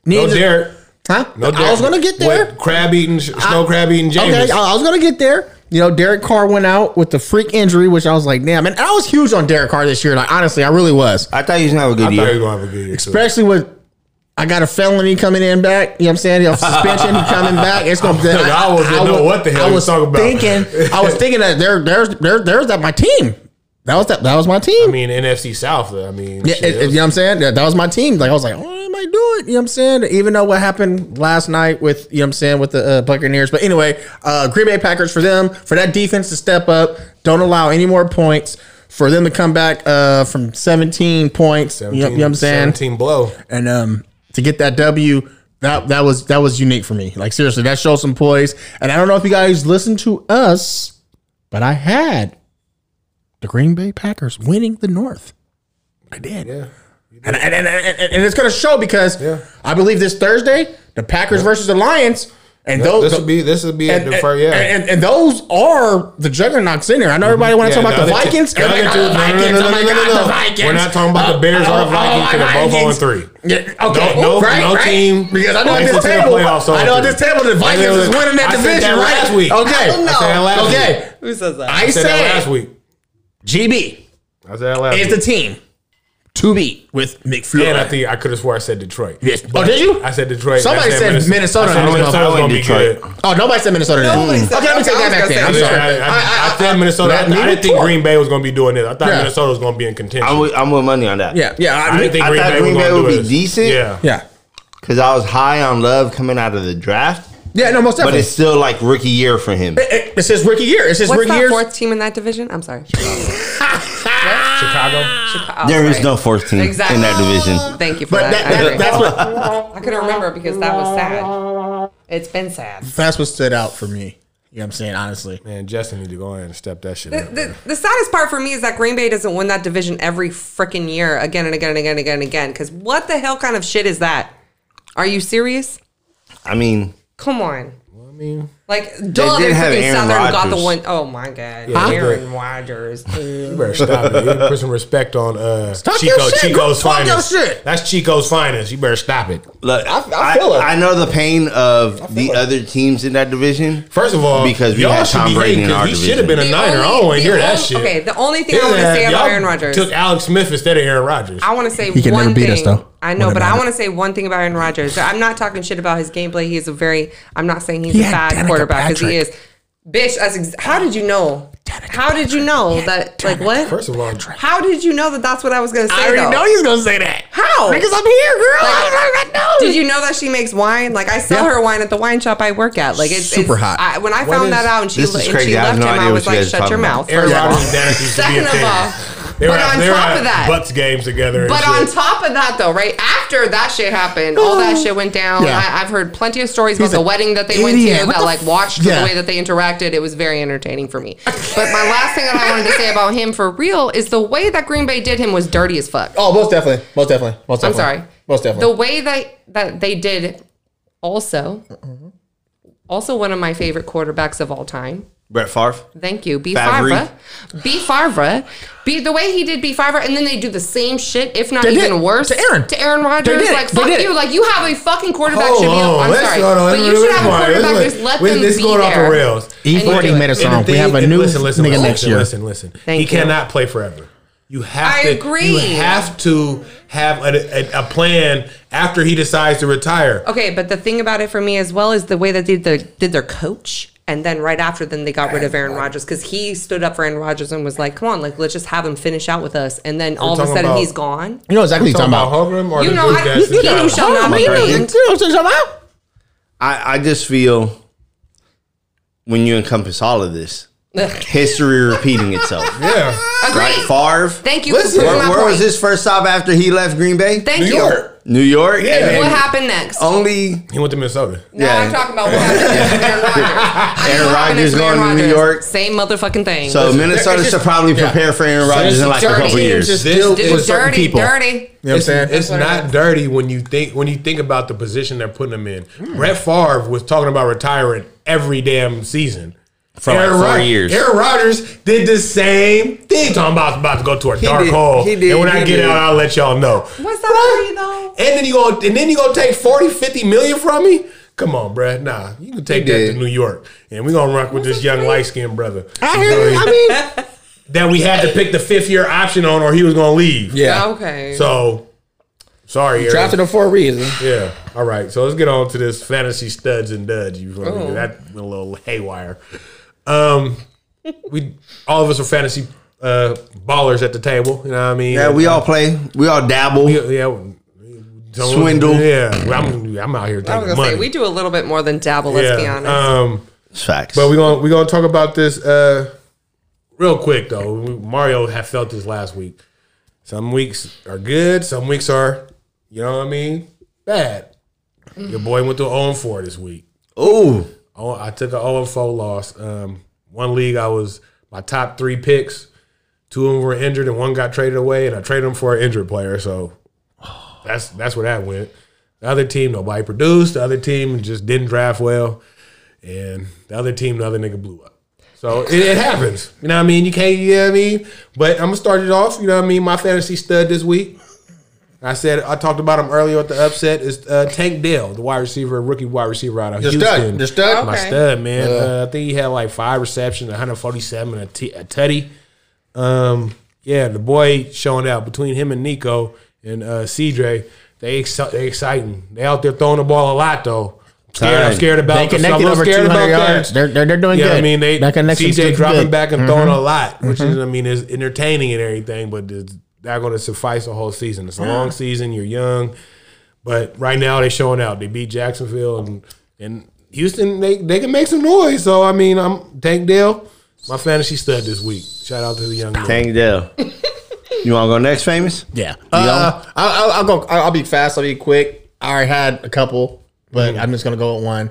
[SPEAKER 1] No
[SPEAKER 3] Neither-
[SPEAKER 1] Derek.
[SPEAKER 3] Huh?
[SPEAKER 1] No Derek.
[SPEAKER 3] I was going to get there.
[SPEAKER 1] What, crab eating, snow crab eating James.
[SPEAKER 3] Okay, I I was gonna get there. You know, Derek Carr went out with the freak injury, which I was like, damn. And I was huge on Derek Carr this year. Like, honestly, I really was.
[SPEAKER 2] I thought he was gonna have a good
[SPEAKER 1] I thought you
[SPEAKER 2] year.
[SPEAKER 1] were gonna have a good year. too.
[SPEAKER 3] Especially with I got a felony coming in back. You know what I'm saying? You know, suspension coming back. It's gonna. be
[SPEAKER 1] I was- didn't know what the hell
[SPEAKER 3] I
[SPEAKER 1] you
[SPEAKER 3] was
[SPEAKER 1] talking about.
[SPEAKER 3] Thinking, I was thinking that there, there's, there, there's that my team. That was that. That was my team.
[SPEAKER 1] I mean, NFC South. I mean,
[SPEAKER 3] Yeah,
[SPEAKER 1] shit,
[SPEAKER 3] it- it-
[SPEAKER 1] it was-
[SPEAKER 3] you know what I'm saying? That, that was my team. Like I was like, oh, I might do it. You know what I'm saying? Even though what happened last night with you know what I'm saying with the uh, Buccaneers, but anyway, uh, Green Bay Packers for them for that defense to step up, don't allow any more points for them to come back uh, from 17 points. you, know, you know what I'm saying?
[SPEAKER 1] 17 blow.
[SPEAKER 3] and um, to get that W, that that was that was unique for me. Like seriously, that showed some poise. And I don't know if you guys listened to us, but I had the Green Bay Packers winning the North. I did. Yeah. And, and, and, and, and it's going to show because
[SPEAKER 1] Yeah.
[SPEAKER 3] I believe this Thursday, the Packers versus the Lions, and those
[SPEAKER 1] This would be this would be at
[SPEAKER 3] and,
[SPEAKER 1] the first. Yeah. Mm-hmm.
[SPEAKER 3] and, and- and those are the juggernauts in there. I know everybody wants to
[SPEAKER 1] Yeah,
[SPEAKER 3] talk about the
[SPEAKER 1] other two-
[SPEAKER 3] Vikings.
[SPEAKER 1] the other
[SPEAKER 3] Everybody,
[SPEAKER 1] two-
[SPEAKER 3] "Oh, the
[SPEAKER 1] no, no, no,
[SPEAKER 3] Vikings,
[SPEAKER 1] no,
[SPEAKER 3] oh
[SPEAKER 1] no,
[SPEAKER 3] my
[SPEAKER 1] no,
[SPEAKER 3] God,
[SPEAKER 1] no,
[SPEAKER 3] the
[SPEAKER 1] no.
[SPEAKER 3] Vikings."
[SPEAKER 1] We're not talking about the Bears or the Vikings, 'cause
[SPEAKER 3] my
[SPEAKER 1] they're both
[SPEAKER 3] Vikings.
[SPEAKER 1] 0-3.
[SPEAKER 3] Yeah, okay,
[SPEAKER 1] No- no-
[SPEAKER 3] right,
[SPEAKER 1] no
[SPEAKER 3] right.
[SPEAKER 1] team
[SPEAKER 3] Because I know at
[SPEAKER 1] makes
[SPEAKER 3] this
[SPEAKER 1] it to the
[SPEAKER 3] table,
[SPEAKER 1] playoffs
[SPEAKER 3] I know
[SPEAKER 1] 0-3.
[SPEAKER 3] at this table the Vikings
[SPEAKER 1] I
[SPEAKER 3] is
[SPEAKER 1] said-
[SPEAKER 3] winning that
[SPEAKER 1] I said
[SPEAKER 3] division
[SPEAKER 1] that
[SPEAKER 3] right.
[SPEAKER 1] last week.
[SPEAKER 3] Okay,
[SPEAKER 4] I don't
[SPEAKER 1] I said that last week.
[SPEAKER 3] okay.
[SPEAKER 4] Who says that?
[SPEAKER 3] I
[SPEAKER 1] I said that last
[SPEAKER 3] said
[SPEAKER 1] week.
[SPEAKER 3] GB
[SPEAKER 1] I said that last
[SPEAKER 3] is
[SPEAKER 1] week.
[SPEAKER 3] the team to beat with McFlurry.
[SPEAKER 1] And I think I could have swore I said Detroit.
[SPEAKER 3] Yes. Oh, did you?
[SPEAKER 1] I said Detroit.
[SPEAKER 3] Somebody
[SPEAKER 1] I
[SPEAKER 3] said Minnesota.
[SPEAKER 1] I said
[SPEAKER 3] I was
[SPEAKER 1] Minnesota was
[SPEAKER 2] gonna
[SPEAKER 1] going to be
[SPEAKER 2] say
[SPEAKER 1] good.
[SPEAKER 3] Oh, nobody said Minnesota. did.
[SPEAKER 4] Nobody
[SPEAKER 3] Mm.
[SPEAKER 4] said-
[SPEAKER 3] okay, let me
[SPEAKER 4] okay,
[SPEAKER 3] take
[SPEAKER 4] I
[SPEAKER 3] that back
[SPEAKER 4] was
[SPEAKER 3] then.
[SPEAKER 4] gonna say-
[SPEAKER 3] I'm
[SPEAKER 1] I,
[SPEAKER 3] sorry.
[SPEAKER 1] I, I, I said Minnesota. I,
[SPEAKER 3] Neither
[SPEAKER 1] I didn't think
[SPEAKER 3] Detroit.
[SPEAKER 1] Green Bay was going to be doing this. I thought
[SPEAKER 3] Yeah.
[SPEAKER 1] Minnesota was going to be in contention.
[SPEAKER 2] I'm with, I'm with money on that.
[SPEAKER 3] Yeah, yeah.
[SPEAKER 1] I didn't think
[SPEAKER 2] I
[SPEAKER 1] Green
[SPEAKER 2] thought
[SPEAKER 1] Bay,
[SPEAKER 2] Green
[SPEAKER 1] was
[SPEAKER 2] Bay
[SPEAKER 1] gonna
[SPEAKER 2] would
[SPEAKER 1] do
[SPEAKER 2] be
[SPEAKER 1] this.
[SPEAKER 2] decent.
[SPEAKER 1] Yeah.
[SPEAKER 3] yeah.
[SPEAKER 2] because I was high on Love coming out of the draft,
[SPEAKER 3] Yeah, no, most
[SPEAKER 2] but
[SPEAKER 3] definitely.
[SPEAKER 2] it's still like rookie year for him.
[SPEAKER 3] it, it, it's his rookie year. It's his
[SPEAKER 4] What's
[SPEAKER 3] rookie
[SPEAKER 4] that
[SPEAKER 3] year.
[SPEAKER 4] fourth team in that division? I'm sorry.
[SPEAKER 1] Chicago.
[SPEAKER 4] Chicago.
[SPEAKER 2] There is no fourth team in that division.
[SPEAKER 4] Thank you for
[SPEAKER 3] But
[SPEAKER 4] that.
[SPEAKER 3] that,
[SPEAKER 4] I,
[SPEAKER 3] that,
[SPEAKER 4] agree.
[SPEAKER 3] that's what
[SPEAKER 4] I couldn't remember because that was sad. It's been sad.
[SPEAKER 3] that's what stood out for me. You know what I'm saying? Honestly.
[SPEAKER 1] Man, Justin need to go in and step that shit up.
[SPEAKER 4] The, the saddest part for me is that Green Bay doesn't win that division every freaking year again and again and again and again and again. Because what the hell kind of shit is that? Are you serious?
[SPEAKER 2] I mean,
[SPEAKER 4] Come on.
[SPEAKER 1] I mean,
[SPEAKER 4] Like, duh,
[SPEAKER 2] did
[SPEAKER 4] they
[SPEAKER 2] have
[SPEAKER 4] freaking
[SPEAKER 2] Aaron
[SPEAKER 4] Southern got the
[SPEAKER 2] Rodgers.
[SPEAKER 4] one. Oh my God.
[SPEAKER 1] Huh?
[SPEAKER 4] Aaron Rodgers.
[SPEAKER 1] you better stop it. You need to put some respect on uh,
[SPEAKER 3] Stop your
[SPEAKER 1] Chico.
[SPEAKER 3] shit.
[SPEAKER 1] Chico's
[SPEAKER 3] Talk your
[SPEAKER 1] finest.
[SPEAKER 3] shit.
[SPEAKER 1] That's Chico's finest. You better stop it.
[SPEAKER 2] look, I,
[SPEAKER 3] I feel it.
[SPEAKER 2] I know the pain of the other teams in that division.
[SPEAKER 1] First of all,
[SPEAKER 2] Because we
[SPEAKER 1] y'all
[SPEAKER 2] had
[SPEAKER 1] should
[SPEAKER 2] Tom
[SPEAKER 1] be
[SPEAKER 2] Brady
[SPEAKER 1] hating
[SPEAKER 2] in
[SPEAKER 1] 'cause
[SPEAKER 2] our
[SPEAKER 1] he
[SPEAKER 2] division.
[SPEAKER 1] should have been a
[SPEAKER 4] The
[SPEAKER 1] Niner. I don't
[SPEAKER 4] only-
[SPEAKER 1] want to
[SPEAKER 4] the
[SPEAKER 1] hear that
[SPEAKER 4] only-
[SPEAKER 1] shit.
[SPEAKER 4] Okay, the only thing
[SPEAKER 1] His
[SPEAKER 4] I want to
[SPEAKER 1] ass-
[SPEAKER 4] say about
[SPEAKER 1] y'all
[SPEAKER 4] Aaron Rodgers.
[SPEAKER 1] Took Alex Smith instead of Aaron Rodgers.
[SPEAKER 4] I want to say
[SPEAKER 3] He can never
[SPEAKER 4] one
[SPEAKER 3] beat
[SPEAKER 4] thing.
[SPEAKER 3] us, though.
[SPEAKER 4] I know,
[SPEAKER 3] What
[SPEAKER 4] but I
[SPEAKER 3] about
[SPEAKER 4] want to say one thing about Aaron Rodgers. I'm not talking shit about his gameplay. He is a very. I'm not saying he's
[SPEAKER 3] He
[SPEAKER 4] a
[SPEAKER 3] had
[SPEAKER 4] bad
[SPEAKER 3] Danica
[SPEAKER 4] quarterback because he
[SPEAKER 3] Patrick.
[SPEAKER 4] is. Bitch, that's ex- how did you know? how did you know that? Like what?
[SPEAKER 1] First of all,
[SPEAKER 4] how did you know that that's what I was gonna say?
[SPEAKER 3] I already
[SPEAKER 4] though?
[SPEAKER 3] know he's gonna say that.
[SPEAKER 4] How?
[SPEAKER 3] Because I'm here, girl. I,
[SPEAKER 4] Like,
[SPEAKER 3] know.
[SPEAKER 4] Did you know that she makes wine? Like I sell
[SPEAKER 3] Yeah.
[SPEAKER 4] her wine at the wine shop I work at. Like it's
[SPEAKER 3] Super
[SPEAKER 4] it's-
[SPEAKER 3] hot.
[SPEAKER 4] I, when I found
[SPEAKER 1] is-
[SPEAKER 4] that out and she
[SPEAKER 2] this
[SPEAKER 4] le-
[SPEAKER 2] is
[SPEAKER 4] and
[SPEAKER 2] crazy.
[SPEAKER 4] she
[SPEAKER 2] I have
[SPEAKER 4] left
[SPEAKER 2] no
[SPEAKER 4] him,
[SPEAKER 2] idea
[SPEAKER 4] I was
[SPEAKER 2] what you
[SPEAKER 4] like,
[SPEAKER 2] guys are
[SPEAKER 4] shut
[SPEAKER 2] talking
[SPEAKER 4] your
[SPEAKER 2] about.
[SPEAKER 4] mouth.
[SPEAKER 1] Aaron
[SPEAKER 4] first of all.
[SPEAKER 1] Rodgers and Danica used to be
[SPEAKER 4] Second
[SPEAKER 1] a
[SPEAKER 4] of
[SPEAKER 1] thing.
[SPEAKER 4] all,
[SPEAKER 1] They were
[SPEAKER 4] but
[SPEAKER 1] at-
[SPEAKER 4] on
[SPEAKER 1] they were
[SPEAKER 4] top of
[SPEAKER 1] at
[SPEAKER 4] that-
[SPEAKER 1] Butts games together. and
[SPEAKER 4] But
[SPEAKER 1] shit.
[SPEAKER 4] on top of that, though, right after that shit happened, all that shit went down.
[SPEAKER 3] Oh. Yeah.
[SPEAKER 4] I, I've heard plenty of stories
[SPEAKER 3] He's
[SPEAKER 4] about the
[SPEAKER 3] an
[SPEAKER 4] wedding that they
[SPEAKER 3] idiot.
[SPEAKER 4] went to
[SPEAKER 3] What
[SPEAKER 4] that
[SPEAKER 3] the
[SPEAKER 4] like
[SPEAKER 3] f-
[SPEAKER 4] watched
[SPEAKER 3] Yeah.
[SPEAKER 4] the way that they interacted. It was very entertaining for me. but my last thing that I wanted to say about him for real is the way that Green Bay did him was dirty as fuck.
[SPEAKER 3] Oh, most definitely. Most definitely. Most
[SPEAKER 4] I'm
[SPEAKER 3] definitely.
[SPEAKER 4] sorry.
[SPEAKER 3] Most
[SPEAKER 4] The
[SPEAKER 3] definitely.
[SPEAKER 4] way that that they did also also one of my favorite quarterbacks of all time.
[SPEAKER 2] Brett Favre.
[SPEAKER 4] Thank you. B
[SPEAKER 2] Favre.
[SPEAKER 4] Favre. B Favre. B the way he did B Favre, and then they do the same shit, if not
[SPEAKER 3] They did.
[SPEAKER 4] even worse.
[SPEAKER 3] To Aaron.
[SPEAKER 4] To Aaron Rodgers.
[SPEAKER 3] They did it.
[SPEAKER 4] Like,
[SPEAKER 3] They
[SPEAKER 4] fuck
[SPEAKER 3] did it.
[SPEAKER 4] you. Like you have a fucking quarterback
[SPEAKER 1] Hold
[SPEAKER 4] should be
[SPEAKER 1] on,
[SPEAKER 4] I'm
[SPEAKER 1] Oh, let's
[SPEAKER 4] sorry.
[SPEAKER 1] go on,
[SPEAKER 4] But
[SPEAKER 1] let's-
[SPEAKER 4] you should
[SPEAKER 1] let's
[SPEAKER 4] have a
[SPEAKER 1] go on, let's
[SPEAKER 4] quarterback
[SPEAKER 1] look.
[SPEAKER 4] just let
[SPEAKER 1] We-
[SPEAKER 4] them
[SPEAKER 1] This
[SPEAKER 4] be
[SPEAKER 1] going
[SPEAKER 4] there.
[SPEAKER 1] off the rails.
[SPEAKER 4] And you
[SPEAKER 3] E40
[SPEAKER 4] do
[SPEAKER 3] E made a
[SPEAKER 4] it.
[SPEAKER 1] And
[SPEAKER 3] song.
[SPEAKER 1] the
[SPEAKER 3] We
[SPEAKER 1] thing-
[SPEAKER 3] have a
[SPEAKER 1] and
[SPEAKER 3] new
[SPEAKER 1] listen, listen,
[SPEAKER 3] nigga
[SPEAKER 1] listen,
[SPEAKER 3] next year.
[SPEAKER 1] Listen, listen.
[SPEAKER 4] Thank
[SPEAKER 1] he
[SPEAKER 4] you.
[SPEAKER 1] cannot play forever. You have
[SPEAKER 4] I
[SPEAKER 1] to.
[SPEAKER 4] agree.
[SPEAKER 1] You have to have a, a, a plan after he decides to retire.
[SPEAKER 4] Okay, but the thing about it for me as well is the way that they did, did their coach. And then right after, then they got rid of Aaron Rodgers because he stood up for Aaron Rodgers and was like, "Come on, like let's just have him finish out with us." And then all of a
[SPEAKER 1] talking
[SPEAKER 4] sudden,
[SPEAKER 1] about-
[SPEAKER 4] he's gone.
[SPEAKER 3] You know exactly what you're
[SPEAKER 1] Talking
[SPEAKER 3] talking
[SPEAKER 1] about
[SPEAKER 3] about. Oh,
[SPEAKER 1] Holmgren or
[SPEAKER 4] You
[SPEAKER 1] the
[SPEAKER 4] know,
[SPEAKER 1] dude
[SPEAKER 4] I-
[SPEAKER 1] that's
[SPEAKER 4] he- he
[SPEAKER 1] in Chicago?
[SPEAKER 4] who shall not be
[SPEAKER 3] You know
[SPEAKER 4] named.
[SPEAKER 3] what I'm talking about?
[SPEAKER 2] I, I just feel when you encompass all of this,
[SPEAKER 4] Agreed.
[SPEAKER 2] history repeating itself.
[SPEAKER 1] Yeah.
[SPEAKER 2] Right, Favre.
[SPEAKER 4] Thank you.
[SPEAKER 1] Listen,
[SPEAKER 4] for proving
[SPEAKER 2] Where,
[SPEAKER 4] my
[SPEAKER 2] where was
[SPEAKER 4] point.
[SPEAKER 2] his first stop after he left Green Bay?
[SPEAKER 4] Thank
[SPEAKER 1] New
[SPEAKER 4] you.
[SPEAKER 1] York.
[SPEAKER 2] New York.
[SPEAKER 1] Yeah.
[SPEAKER 2] And then
[SPEAKER 4] What happened next?
[SPEAKER 2] Only
[SPEAKER 1] He went to Minnesota.
[SPEAKER 4] No,
[SPEAKER 2] Yeah.
[SPEAKER 4] I'm talking about what happened to Aaron Rodgers.
[SPEAKER 2] Aaron
[SPEAKER 4] What happened
[SPEAKER 2] Rodgers
[SPEAKER 4] to Aaron
[SPEAKER 2] going to New
[SPEAKER 4] Rodgers?
[SPEAKER 2] York.
[SPEAKER 4] Same motherfucking thing.
[SPEAKER 2] So Minnesota
[SPEAKER 3] it's
[SPEAKER 2] should
[SPEAKER 3] just-
[SPEAKER 2] probably
[SPEAKER 3] yeah.
[SPEAKER 2] prepare for Aaron Rodgers
[SPEAKER 3] it's
[SPEAKER 2] in like a
[SPEAKER 3] dirty.
[SPEAKER 2] couple
[SPEAKER 3] It's
[SPEAKER 2] years.
[SPEAKER 3] just-
[SPEAKER 1] This
[SPEAKER 3] Dude,
[SPEAKER 1] is
[SPEAKER 3] with certain
[SPEAKER 4] dirty,
[SPEAKER 3] people.
[SPEAKER 4] dirty.
[SPEAKER 3] You know what I'm saying?
[SPEAKER 1] It's not dirty when you think when you think about
[SPEAKER 2] Mm.
[SPEAKER 1] the position they're putting him in. Brett Favre was talking about retiring every damn season.
[SPEAKER 2] for like
[SPEAKER 1] Aaron
[SPEAKER 2] four
[SPEAKER 1] Rodgers-
[SPEAKER 2] years.
[SPEAKER 1] Aaron Rodgers did the same thing. Talking about about to go to a dark
[SPEAKER 2] did.
[SPEAKER 1] hole.
[SPEAKER 2] He did.
[SPEAKER 1] And when I
[SPEAKER 2] He
[SPEAKER 1] get
[SPEAKER 2] did.
[SPEAKER 1] out, I'll let y'all know.
[SPEAKER 4] What's that for though?
[SPEAKER 1] And then you go and then you gonna take 40, 50 million from me? Come on, bruh. Nah, you can take
[SPEAKER 2] He
[SPEAKER 1] that
[SPEAKER 2] did.
[SPEAKER 1] to New York. And we're gonna rock with this young light skinned brother.
[SPEAKER 3] I hear you. I mean,
[SPEAKER 1] That we had to pick the fifth year option on or he was gonna leave.
[SPEAKER 5] Yeah.
[SPEAKER 4] Okay.
[SPEAKER 1] So sorry, Aaron.
[SPEAKER 5] Drafted him for a reason.
[SPEAKER 1] Yeah. All right. So let's get on to this fantasy studs and duds. You feel me?
[SPEAKER 4] Oh.
[SPEAKER 1] that went a little haywire. Um, we all of us are fantasy uh, ballers at the table. You know what I mean?
[SPEAKER 2] Yeah, we all play. We all dabble.
[SPEAKER 1] Yeah, yeah. So-
[SPEAKER 2] Swindle.
[SPEAKER 1] Yeah, I'm, I'm out here
[SPEAKER 4] I was
[SPEAKER 1] taking
[SPEAKER 4] gonna
[SPEAKER 1] money.
[SPEAKER 4] say we do a little bit more than dabble. Let's
[SPEAKER 1] yeah.
[SPEAKER 4] be honest.
[SPEAKER 1] Um,
[SPEAKER 2] It's facts.
[SPEAKER 1] but we gonna we gonna talk about this uh, real quick though. Mario had felt this last week. Some weeks are good. Some weeks are, you know what I mean, bad. Your boy went to 0 4 this week.
[SPEAKER 2] Ooh.
[SPEAKER 1] Oh, I took a 0 4 loss. Um, one league, I was my top three picks. Two of them were injured, and one got traded away, and I traded them for an injured player. So that's that's where that went. The other team, nobody produced. The other team just didn't draft well, and the other team, the other nigga blew up. So it, it happens. You know what I mean? You can't. You know what I mean? But I'm gonna start it off. You know what I mean? My fantasy stud this week. I said I talked about him earlier at the upset. Is uh, Tank Dell, the wide receiver, rookie wide receiver out of
[SPEAKER 3] the
[SPEAKER 1] Houston
[SPEAKER 3] stud. The stud.
[SPEAKER 1] my
[SPEAKER 4] Okay.
[SPEAKER 1] stud, man. Uh, I think he had like five receptions, 147, and a, t- a tutty. Um, yeah, the boy showing out between him and Nico and uh, CJ. They ex- they exciting. They out there throwing the ball a lot though. I'm scared, I'm
[SPEAKER 2] Tired.
[SPEAKER 1] scared about.
[SPEAKER 3] They
[SPEAKER 1] I'm
[SPEAKER 3] connected
[SPEAKER 1] little
[SPEAKER 3] over
[SPEAKER 1] scared
[SPEAKER 3] 200
[SPEAKER 1] about that.
[SPEAKER 3] yards. They're, they're, they're doing
[SPEAKER 1] Yeah,
[SPEAKER 3] good.
[SPEAKER 1] I mean they
[SPEAKER 3] that connection's
[SPEAKER 1] CJ
[SPEAKER 3] looking
[SPEAKER 1] dropping
[SPEAKER 3] good.
[SPEAKER 1] back and throwing a lot, which
[SPEAKER 3] Mm-hmm.
[SPEAKER 1] is I mean is entertaining and everything, but it's not going to suffice a whole season. It's a long season. You're young, but right now they're showing out. They beat Jacksonville and and Houston. They they can make some noise. So I mean I'm Tank Dell, my fantasy stud this week. Shout out to the young man.
[SPEAKER 2] Tank Dell. you want to go next, famous?
[SPEAKER 3] Yeah. Uh, I'll, I'll- I'll go. I'll I'll be fast. I'll be quick. I already had a couple, but I'm just gonna go with one.